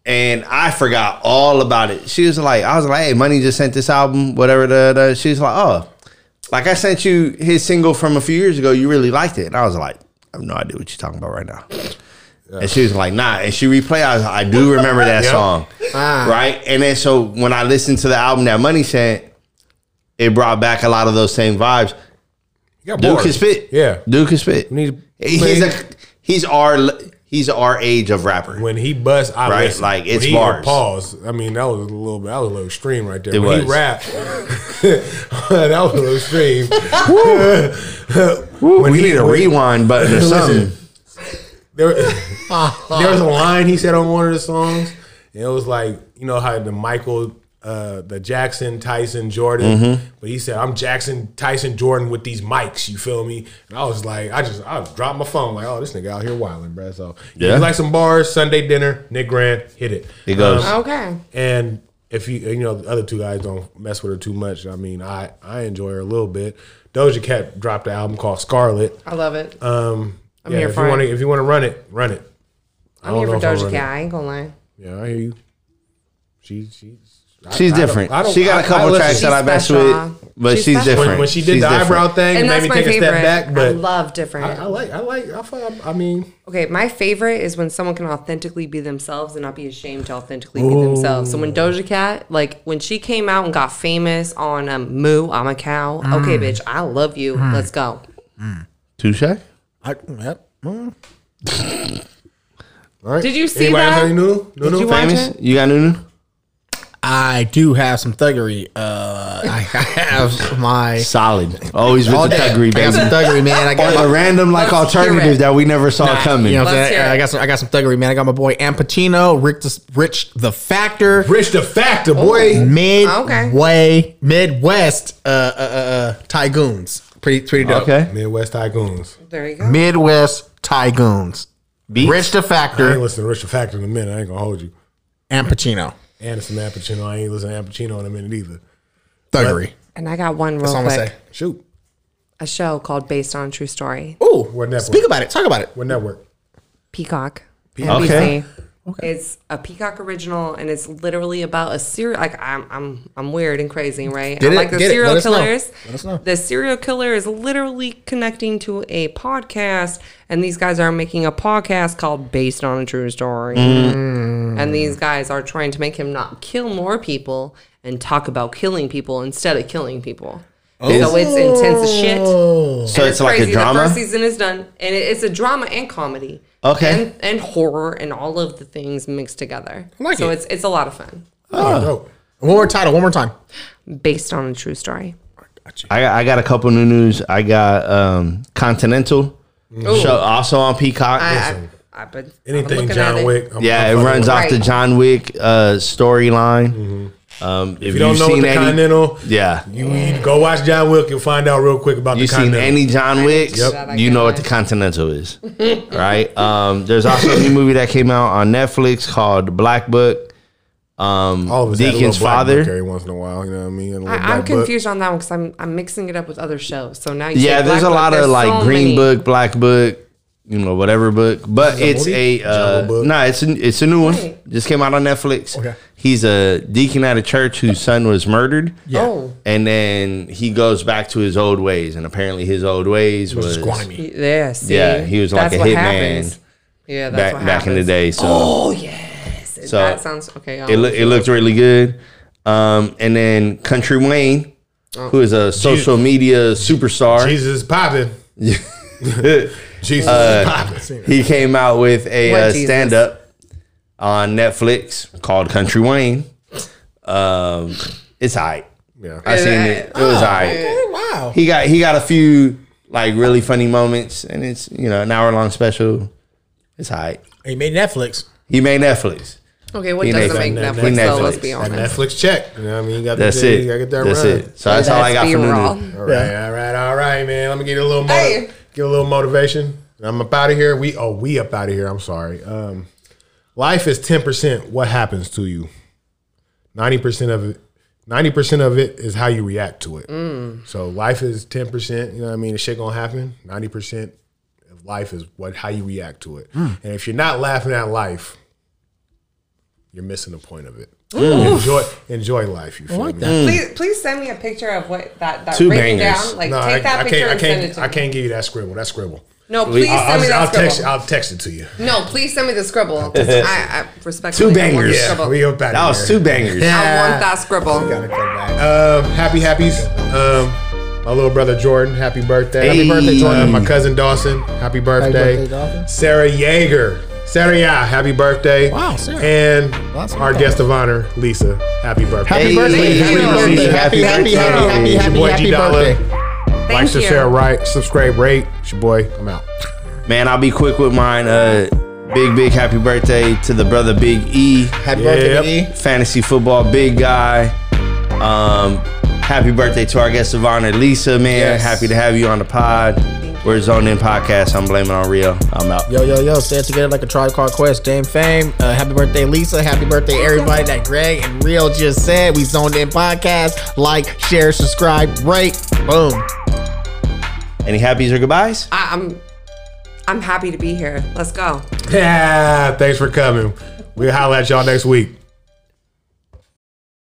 [SPEAKER 2] and I forgot all about it. She was like, I was like, hey, Money just sent this album, whatever. Da, da. She was like, oh, like I sent you his single from a few years ago. You really liked it. And I was like, I have no idea what you're talking about right now. And she was like, nah. And she replayed, I, was like, I do remember that
[SPEAKER 1] Yep. Ah.
[SPEAKER 2] song. Right. And then so when I listened to the album that Money sent, it brought back a lot of those same vibes.
[SPEAKER 1] You got
[SPEAKER 2] Dude
[SPEAKER 1] bored.
[SPEAKER 2] can spit.
[SPEAKER 1] Yeah.
[SPEAKER 2] Dude can spit.
[SPEAKER 1] need to
[SPEAKER 2] He's
[SPEAKER 1] play.
[SPEAKER 2] a, he's our he's our age of rapper.
[SPEAKER 1] When he busts, I
[SPEAKER 2] Right,
[SPEAKER 1] listen.
[SPEAKER 2] like,
[SPEAKER 1] When
[SPEAKER 2] it's
[SPEAKER 1] he hit
[SPEAKER 2] bars.
[SPEAKER 1] Pause. I mean, that was a little that was a little extreme right there.
[SPEAKER 2] It
[SPEAKER 1] when he
[SPEAKER 2] was.
[SPEAKER 1] rapped, that was a little extreme. when
[SPEAKER 2] we
[SPEAKER 1] he-
[SPEAKER 2] need a
[SPEAKER 1] when-
[SPEAKER 2] rewind button or something.
[SPEAKER 1] there, there was a line he said on one of the songs, and it was like, you know how the Michael, uh, the Jackson, Tyson, Jordan,
[SPEAKER 2] Mm-hmm.
[SPEAKER 1] but he said, "I'm Jackson, Tyson, Jordan with these mics." You feel me? And I was like, I just, I dropped my phone, like, oh, this nigga out here wilding, bruh. So yeah,
[SPEAKER 2] Yeah.
[SPEAKER 1] like some bars, Sunday dinner, Nick Grant, hit it. Um,
[SPEAKER 2] It goes.
[SPEAKER 4] Okay.
[SPEAKER 1] And if you you know the other two guys don't mess with her too much. I mean, I I enjoy her a little bit. Doja Cat dropped an album called Scarlet.
[SPEAKER 4] I love it.
[SPEAKER 1] Um,
[SPEAKER 4] I'm
[SPEAKER 1] yeah,
[SPEAKER 4] here
[SPEAKER 1] if
[SPEAKER 4] for
[SPEAKER 1] you want
[SPEAKER 4] it.
[SPEAKER 1] to if you want to run it, run it.
[SPEAKER 4] I'm here
[SPEAKER 1] don't
[SPEAKER 4] for
[SPEAKER 1] know if I
[SPEAKER 4] Doja
[SPEAKER 1] run it.
[SPEAKER 4] Cat. I ain't gonna lie.
[SPEAKER 1] Yeah, I hear you. She she
[SPEAKER 2] She's
[SPEAKER 1] I don't-
[SPEAKER 2] different.
[SPEAKER 1] I don't-
[SPEAKER 2] she got a
[SPEAKER 1] I-
[SPEAKER 2] couple
[SPEAKER 1] I listen-
[SPEAKER 2] tracks that I
[SPEAKER 4] She's
[SPEAKER 2] mess
[SPEAKER 4] special.
[SPEAKER 2] with, but
[SPEAKER 4] She's
[SPEAKER 2] she's,
[SPEAKER 4] special.
[SPEAKER 2] different.
[SPEAKER 1] when, when she did
[SPEAKER 2] She's
[SPEAKER 1] the
[SPEAKER 2] different.
[SPEAKER 1] eyebrow thing,
[SPEAKER 4] And
[SPEAKER 1] it made
[SPEAKER 4] that's
[SPEAKER 1] me
[SPEAKER 4] my
[SPEAKER 1] take a
[SPEAKER 4] favorite.
[SPEAKER 1] step back.
[SPEAKER 4] I
[SPEAKER 1] But
[SPEAKER 4] love different.
[SPEAKER 1] I, I like I like I fuck- I mean
[SPEAKER 4] Okay, my favorite is when someone can authentically be themselves and not be ashamed to authentically be themselves. So when Doja Cat, like when she came out and got famous on um, Moo, I'm a cow.
[SPEAKER 1] Mm.
[SPEAKER 4] Okay, bitch, I love you. Let's go.
[SPEAKER 2] Touche.
[SPEAKER 3] I, yep. Mm.
[SPEAKER 4] Did you see
[SPEAKER 1] anybody else
[SPEAKER 4] that?
[SPEAKER 1] have any noodle? Noodle?
[SPEAKER 4] you watch
[SPEAKER 2] Famous.
[SPEAKER 4] it?
[SPEAKER 2] You got Nunu?
[SPEAKER 3] I do have some thuggery. Uh, I have my
[SPEAKER 2] Solid. Always with
[SPEAKER 3] all
[SPEAKER 2] the
[SPEAKER 3] day.
[SPEAKER 2] thuggery,
[SPEAKER 3] I got some
[SPEAKER 2] baby.
[SPEAKER 3] thuggery, man. I got
[SPEAKER 2] On
[SPEAKER 3] my
[SPEAKER 2] the random like
[SPEAKER 4] Let's hear it.
[SPEAKER 2] alternative that we never saw coming.
[SPEAKER 3] You know what I'm
[SPEAKER 4] Let's
[SPEAKER 3] saying?
[SPEAKER 4] hear it.
[SPEAKER 3] I got some. I got some thuggery, man. I got my boy Am Pacino, Rick the, Rich the Factor,
[SPEAKER 1] Rich the factor, boy.
[SPEAKER 4] Okay.
[SPEAKER 3] Midway, Midwest, uh, uh, uh, uh, Tygoons. Pretty, pretty dope.
[SPEAKER 2] okay.
[SPEAKER 1] Midwest tycoons.
[SPEAKER 4] There you go.
[SPEAKER 3] Midwest Tygoons.
[SPEAKER 2] Beats.
[SPEAKER 3] Rich the
[SPEAKER 1] I ain't
[SPEAKER 3] Factor
[SPEAKER 1] listening to Rich the factor in a minute. I ain't gonna hold you.
[SPEAKER 3] and Pacino.
[SPEAKER 1] Anderson Al Pacino. I ain't listening to Al Pacino in a minute either.
[SPEAKER 3] Thuggery.
[SPEAKER 4] And I got one real
[SPEAKER 3] That's all I'm gonna
[SPEAKER 4] quick.
[SPEAKER 3] say.
[SPEAKER 1] Shoot.
[SPEAKER 4] A show called Based on True Story.
[SPEAKER 3] Ooh,
[SPEAKER 1] network?
[SPEAKER 3] speak about it. Talk about it.
[SPEAKER 1] What network?
[SPEAKER 4] Peacock.
[SPEAKER 1] Peacock.
[SPEAKER 2] Okay.
[SPEAKER 4] NBC. It's a Peacock original, and it's literally about a serial. Like I'm, I'm, I'm weird and crazy, right?
[SPEAKER 3] Get
[SPEAKER 4] I'm
[SPEAKER 3] it,
[SPEAKER 4] like the
[SPEAKER 3] get it,
[SPEAKER 4] serial
[SPEAKER 3] let us know,
[SPEAKER 4] killers.
[SPEAKER 3] let us know.
[SPEAKER 4] The serial killer is literally connecting to a podcast, and these guys are making a podcast called "Based on a True Story,"
[SPEAKER 3] Mm.
[SPEAKER 4] and these guys are trying to make him not kill more people and talk about killing people instead of killing people.
[SPEAKER 3] Oh.
[SPEAKER 4] So it's intense as shit.
[SPEAKER 2] So
[SPEAKER 4] And
[SPEAKER 2] it's like a
[SPEAKER 4] The first
[SPEAKER 2] drama.
[SPEAKER 4] season is done, and it, it's a drama and comedy.
[SPEAKER 2] Okay.
[SPEAKER 4] And, and horror and all of the things mixed together.
[SPEAKER 3] like
[SPEAKER 4] so
[SPEAKER 3] it.
[SPEAKER 4] it's it's a lot of fun,
[SPEAKER 1] Oh, dope.
[SPEAKER 3] One more title. One more time.
[SPEAKER 4] based on a true story.
[SPEAKER 2] I got, I got a couple new news. I got um, Continental show also on Peacock.
[SPEAKER 4] I, I, I've been I'm
[SPEAKER 1] Anything
[SPEAKER 4] looking at
[SPEAKER 1] John
[SPEAKER 4] it.
[SPEAKER 1] Wick. I'm-
[SPEAKER 2] yeah,
[SPEAKER 1] I'm
[SPEAKER 2] it
[SPEAKER 1] fucking
[SPEAKER 2] runs
[SPEAKER 1] with
[SPEAKER 2] off the
[SPEAKER 4] Right.
[SPEAKER 2] John Wick uh, storyline. Um, if,
[SPEAKER 1] Mm-hmm. If you
[SPEAKER 2] have
[SPEAKER 1] don't know what
[SPEAKER 2] seen
[SPEAKER 1] the
[SPEAKER 2] any,
[SPEAKER 1] Continental,
[SPEAKER 2] yeah,
[SPEAKER 1] you, you go watch John Wick and find out real quick about
[SPEAKER 2] you
[SPEAKER 1] the
[SPEAKER 2] seen
[SPEAKER 1] Continental.
[SPEAKER 2] any John Wicks,
[SPEAKER 4] Yep. that, I
[SPEAKER 2] you know what
[SPEAKER 4] guess.
[SPEAKER 2] the Continental is, right? Um, there's also a new movie that came out on Netflix called Black Book. Um,
[SPEAKER 1] All of us had a little
[SPEAKER 2] Deacon's
[SPEAKER 1] black
[SPEAKER 2] father.
[SPEAKER 1] book every once in a while. You know what I mean? A little
[SPEAKER 4] I, I'm
[SPEAKER 1] black book.
[SPEAKER 4] confused on that one because I'm I'm mixing it up with other shows. So now you
[SPEAKER 2] yeah,
[SPEAKER 4] say
[SPEAKER 2] there's
[SPEAKER 4] Black
[SPEAKER 2] a
[SPEAKER 4] Book,
[SPEAKER 2] lot
[SPEAKER 4] there's
[SPEAKER 2] of like
[SPEAKER 4] so
[SPEAKER 2] Green
[SPEAKER 4] many.
[SPEAKER 2] Book, Black Book, you know, whatever book. But it's
[SPEAKER 1] movie?
[SPEAKER 2] a uh,
[SPEAKER 1] Jungle Book?
[SPEAKER 2] nah, it's a, it's a new one.
[SPEAKER 4] Right.
[SPEAKER 2] Just came out on Netflix.
[SPEAKER 3] Okay.
[SPEAKER 2] He's a deacon at a church whose son was murdered.
[SPEAKER 3] Yeah.
[SPEAKER 4] Oh,
[SPEAKER 2] And then he goes back to his old ways, and apparently his old ways was,
[SPEAKER 3] Squammy.
[SPEAKER 4] yeah. See,
[SPEAKER 2] Yeah, he was like
[SPEAKER 4] That's
[SPEAKER 2] a
[SPEAKER 4] what
[SPEAKER 2] hitman
[SPEAKER 4] happens. Yeah, that's
[SPEAKER 2] back
[SPEAKER 4] what
[SPEAKER 2] back in the
[SPEAKER 4] happens.
[SPEAKER 2] day. So
[SPEAKER 4] Oh yes,
[SPEAKER 2] So,
[SPEAKER 4] that sounds okay.
[SPEAKER 2] it, loo- it looked really good. Um, and then Country Wayne,
[SPEAKER 4] Oh.
[SPEAKER 2] who is a social media superstar,
[SPEAKER 1] Jesus is popping. Jesus
[SPEAKER 2] Uh,
[SPEAKER 1] is popping.
[SPEAKER 2] he came out with a
[SPEAKER 4] What
[SPEAKER 2] uh,
[SPEAKER 4] Jesus?
[SPEAKER 2] stand up on Netflix called Country Wayne. Um, it's hype.
[SPEAKER 1] Yeah. Oh,
[SPEAKER 2] I seen it. It
[SPEAKER 4] Oh,
[SPEAKER 2] was hype.
[SPEAKER 3] Wow.
[SPEAKER 2] He got he got a few like really funny moments, and it's you know an hour long special. It's hype.
[SPEAKER 3] He made Netflix.
[SPEAKER 2] He made Netflix.
[SPEAKER 4] okay, what
[SPEAKER 2] He
[SPEAKER 4] doesn't
[SPEAKER 2] Netflix.
[SPEAKER 4] make
[SPEAKER 2] He
[SPEAKER 4] Netflix? though, let's
[SPEAKER 2] Netflix.
[SPEAKER 4] be
[SPEAKER 2] That
[SPEAKER 1] That
[SPEAKER 4] honest.
[SPEAKER 1] Netflix check. You know what I mean? You got
[SPEAKER 2] That's
[SPEAKER 1] that,
[SPEAKER 2] it.
[SPEAKER 1] You got to get that
[SPEAKER 2] That's
[SPEAKER 1] run.
[SPEAKER 2] it. So that's all I got
[SPEAKER 4] be
[SPEAKER 2] from
[SPEAKER 4] raw.
[SPEAKER 2] the
[SPEAKER 1] All right, all right, all right, man. Let me get a little motiv-
[SPEAKER 4] Hey.
[SPEAKER 1] get a little motivation. I'm up out of here. We oh we up out of here. I'm sorry. Um, life is ten percent what happens to you. Ninety percent of it. Ninety percent of it is how you react to it. So life is ten percent. You know what I mean? The shit gonna happen. Ninety percent of life is what how you react to it. And if you're not laughing at life, you're missing the point of it. Enjoy enjoy life. You feel me?
[SPEAKER 4] Please, please send me a picture of what that that
[SPEAKER 2] Two
[SPEAKER 4] written
[SPEAKER 2] bangers.
[SPEAKER 4] down. Like
[SPEAKER 1] No,
[SPEAKER 4] take
[SPEAKER 1] I,
[SPEAKER 4] that
[SPEAKER 1] I
[SPEAKER 4] picture
[SPEAKER 1] can't. I
[SPEAKER 4] and send it
[SPEAKER 1] can't.
[SPEAKER 4] to
[SPEAKER 1] I
[SPEAKER 4] me.
[SPEAKER 1] can't give you that scribble. That scribble.
[SPEAKER 4] No, please send
[SPEAKER 1] I'll,
[SPEAKER 4] me
[SPEAKER 1] I'll,
[SPEAKER 4] that
[SPEAKER 1] I'll
[SPEAKER 4] scribble.
[SPEAKER 1] text. I'll text it to you.
[SPEAKER 4] no, please send me the scribble. I, I respectfully
[SPEAKER 2] Two
[SPEAKER 4] I want the
[SPEAKER 2] bangers.
[SPEAKER 1] Yeah,
[SPEAKER 4] scribble.
[SPEAKER 1] we up out
[SPEAKER 2] That was two bangers.
[SPEAKER 4] I want that scribble.
[SPEAKER 1] Um, happy happies. Um, my little brother Jordan, happy birthday.
[SPEAKER 2] Happy birthday, Jordan.
[SPEAKER 1] Uh, my cousin Dawson, happy birthday.
[SPEAKER 3] birthday, Dawson.
[SPEAKER 1] Sarah Yeager, Saturday, yeah, happy birthday.
[SPEAKER 3] Wow, Sarah.
[SPEAKER 1] And
[SPEAKER 3] That's
[SPEAKER 1] our
[SPEAKER 3] awesome.
[SPEAKER 1] guest of honor, Lisa, happy birthday.
[SPEAKER 2] Hey,
[SPEAKER 3] Happy birthday.
[SPEAKER 2] happy birthday.
[SPEAKER 3] Happy, happy, happy, happy, happy, happy,
[SPEAKER 1] It's your boy
[SPEAKER 3] happy
[SPEAKER 1] G Dollar.
[SPEAKER 3] birthday.
[SPEAKER 1] Like,
[SPEAKER 4] Thank you.
[SPEAKER 1] share, right, subscribe, rate. It's your boy. I'm out.
[SPEAKER 2] Man, I'll be quick with mine. Uh, big, big happy birthday to the brother Big E.
[SPEAKER 3] Happy
[SPEAKER 1] Yep.
[SPEAKER 3] birthday, Big E.
[SPEAKER 2] Fantasy football big guy. Um, happy birthday to our guest of honor, Lisa, man.
[SPEAKER 3] Yes.
[SPEAKER 2] Happy to have you on the pod. We're Zoned In Podcast. I'm blaming on Rio. I'm out.
[SPEAKER 3] Yo, yo, yo, stay together like a tribe called Quest. Dame Fame. Uh, happy birthday, Lisa. Happy birthday, everybody that Greg and Real just said. We zoned in podcast. Like, share, subscribe, rate. Boom.
[SPEAKER 2] Any happies or goodbyes?
[SPEAKER 4] I, I'm I'm happy to be here. Let's go.
[SPEAKER 1] Yeah, thanks for coming. We'll holler at y'all next week.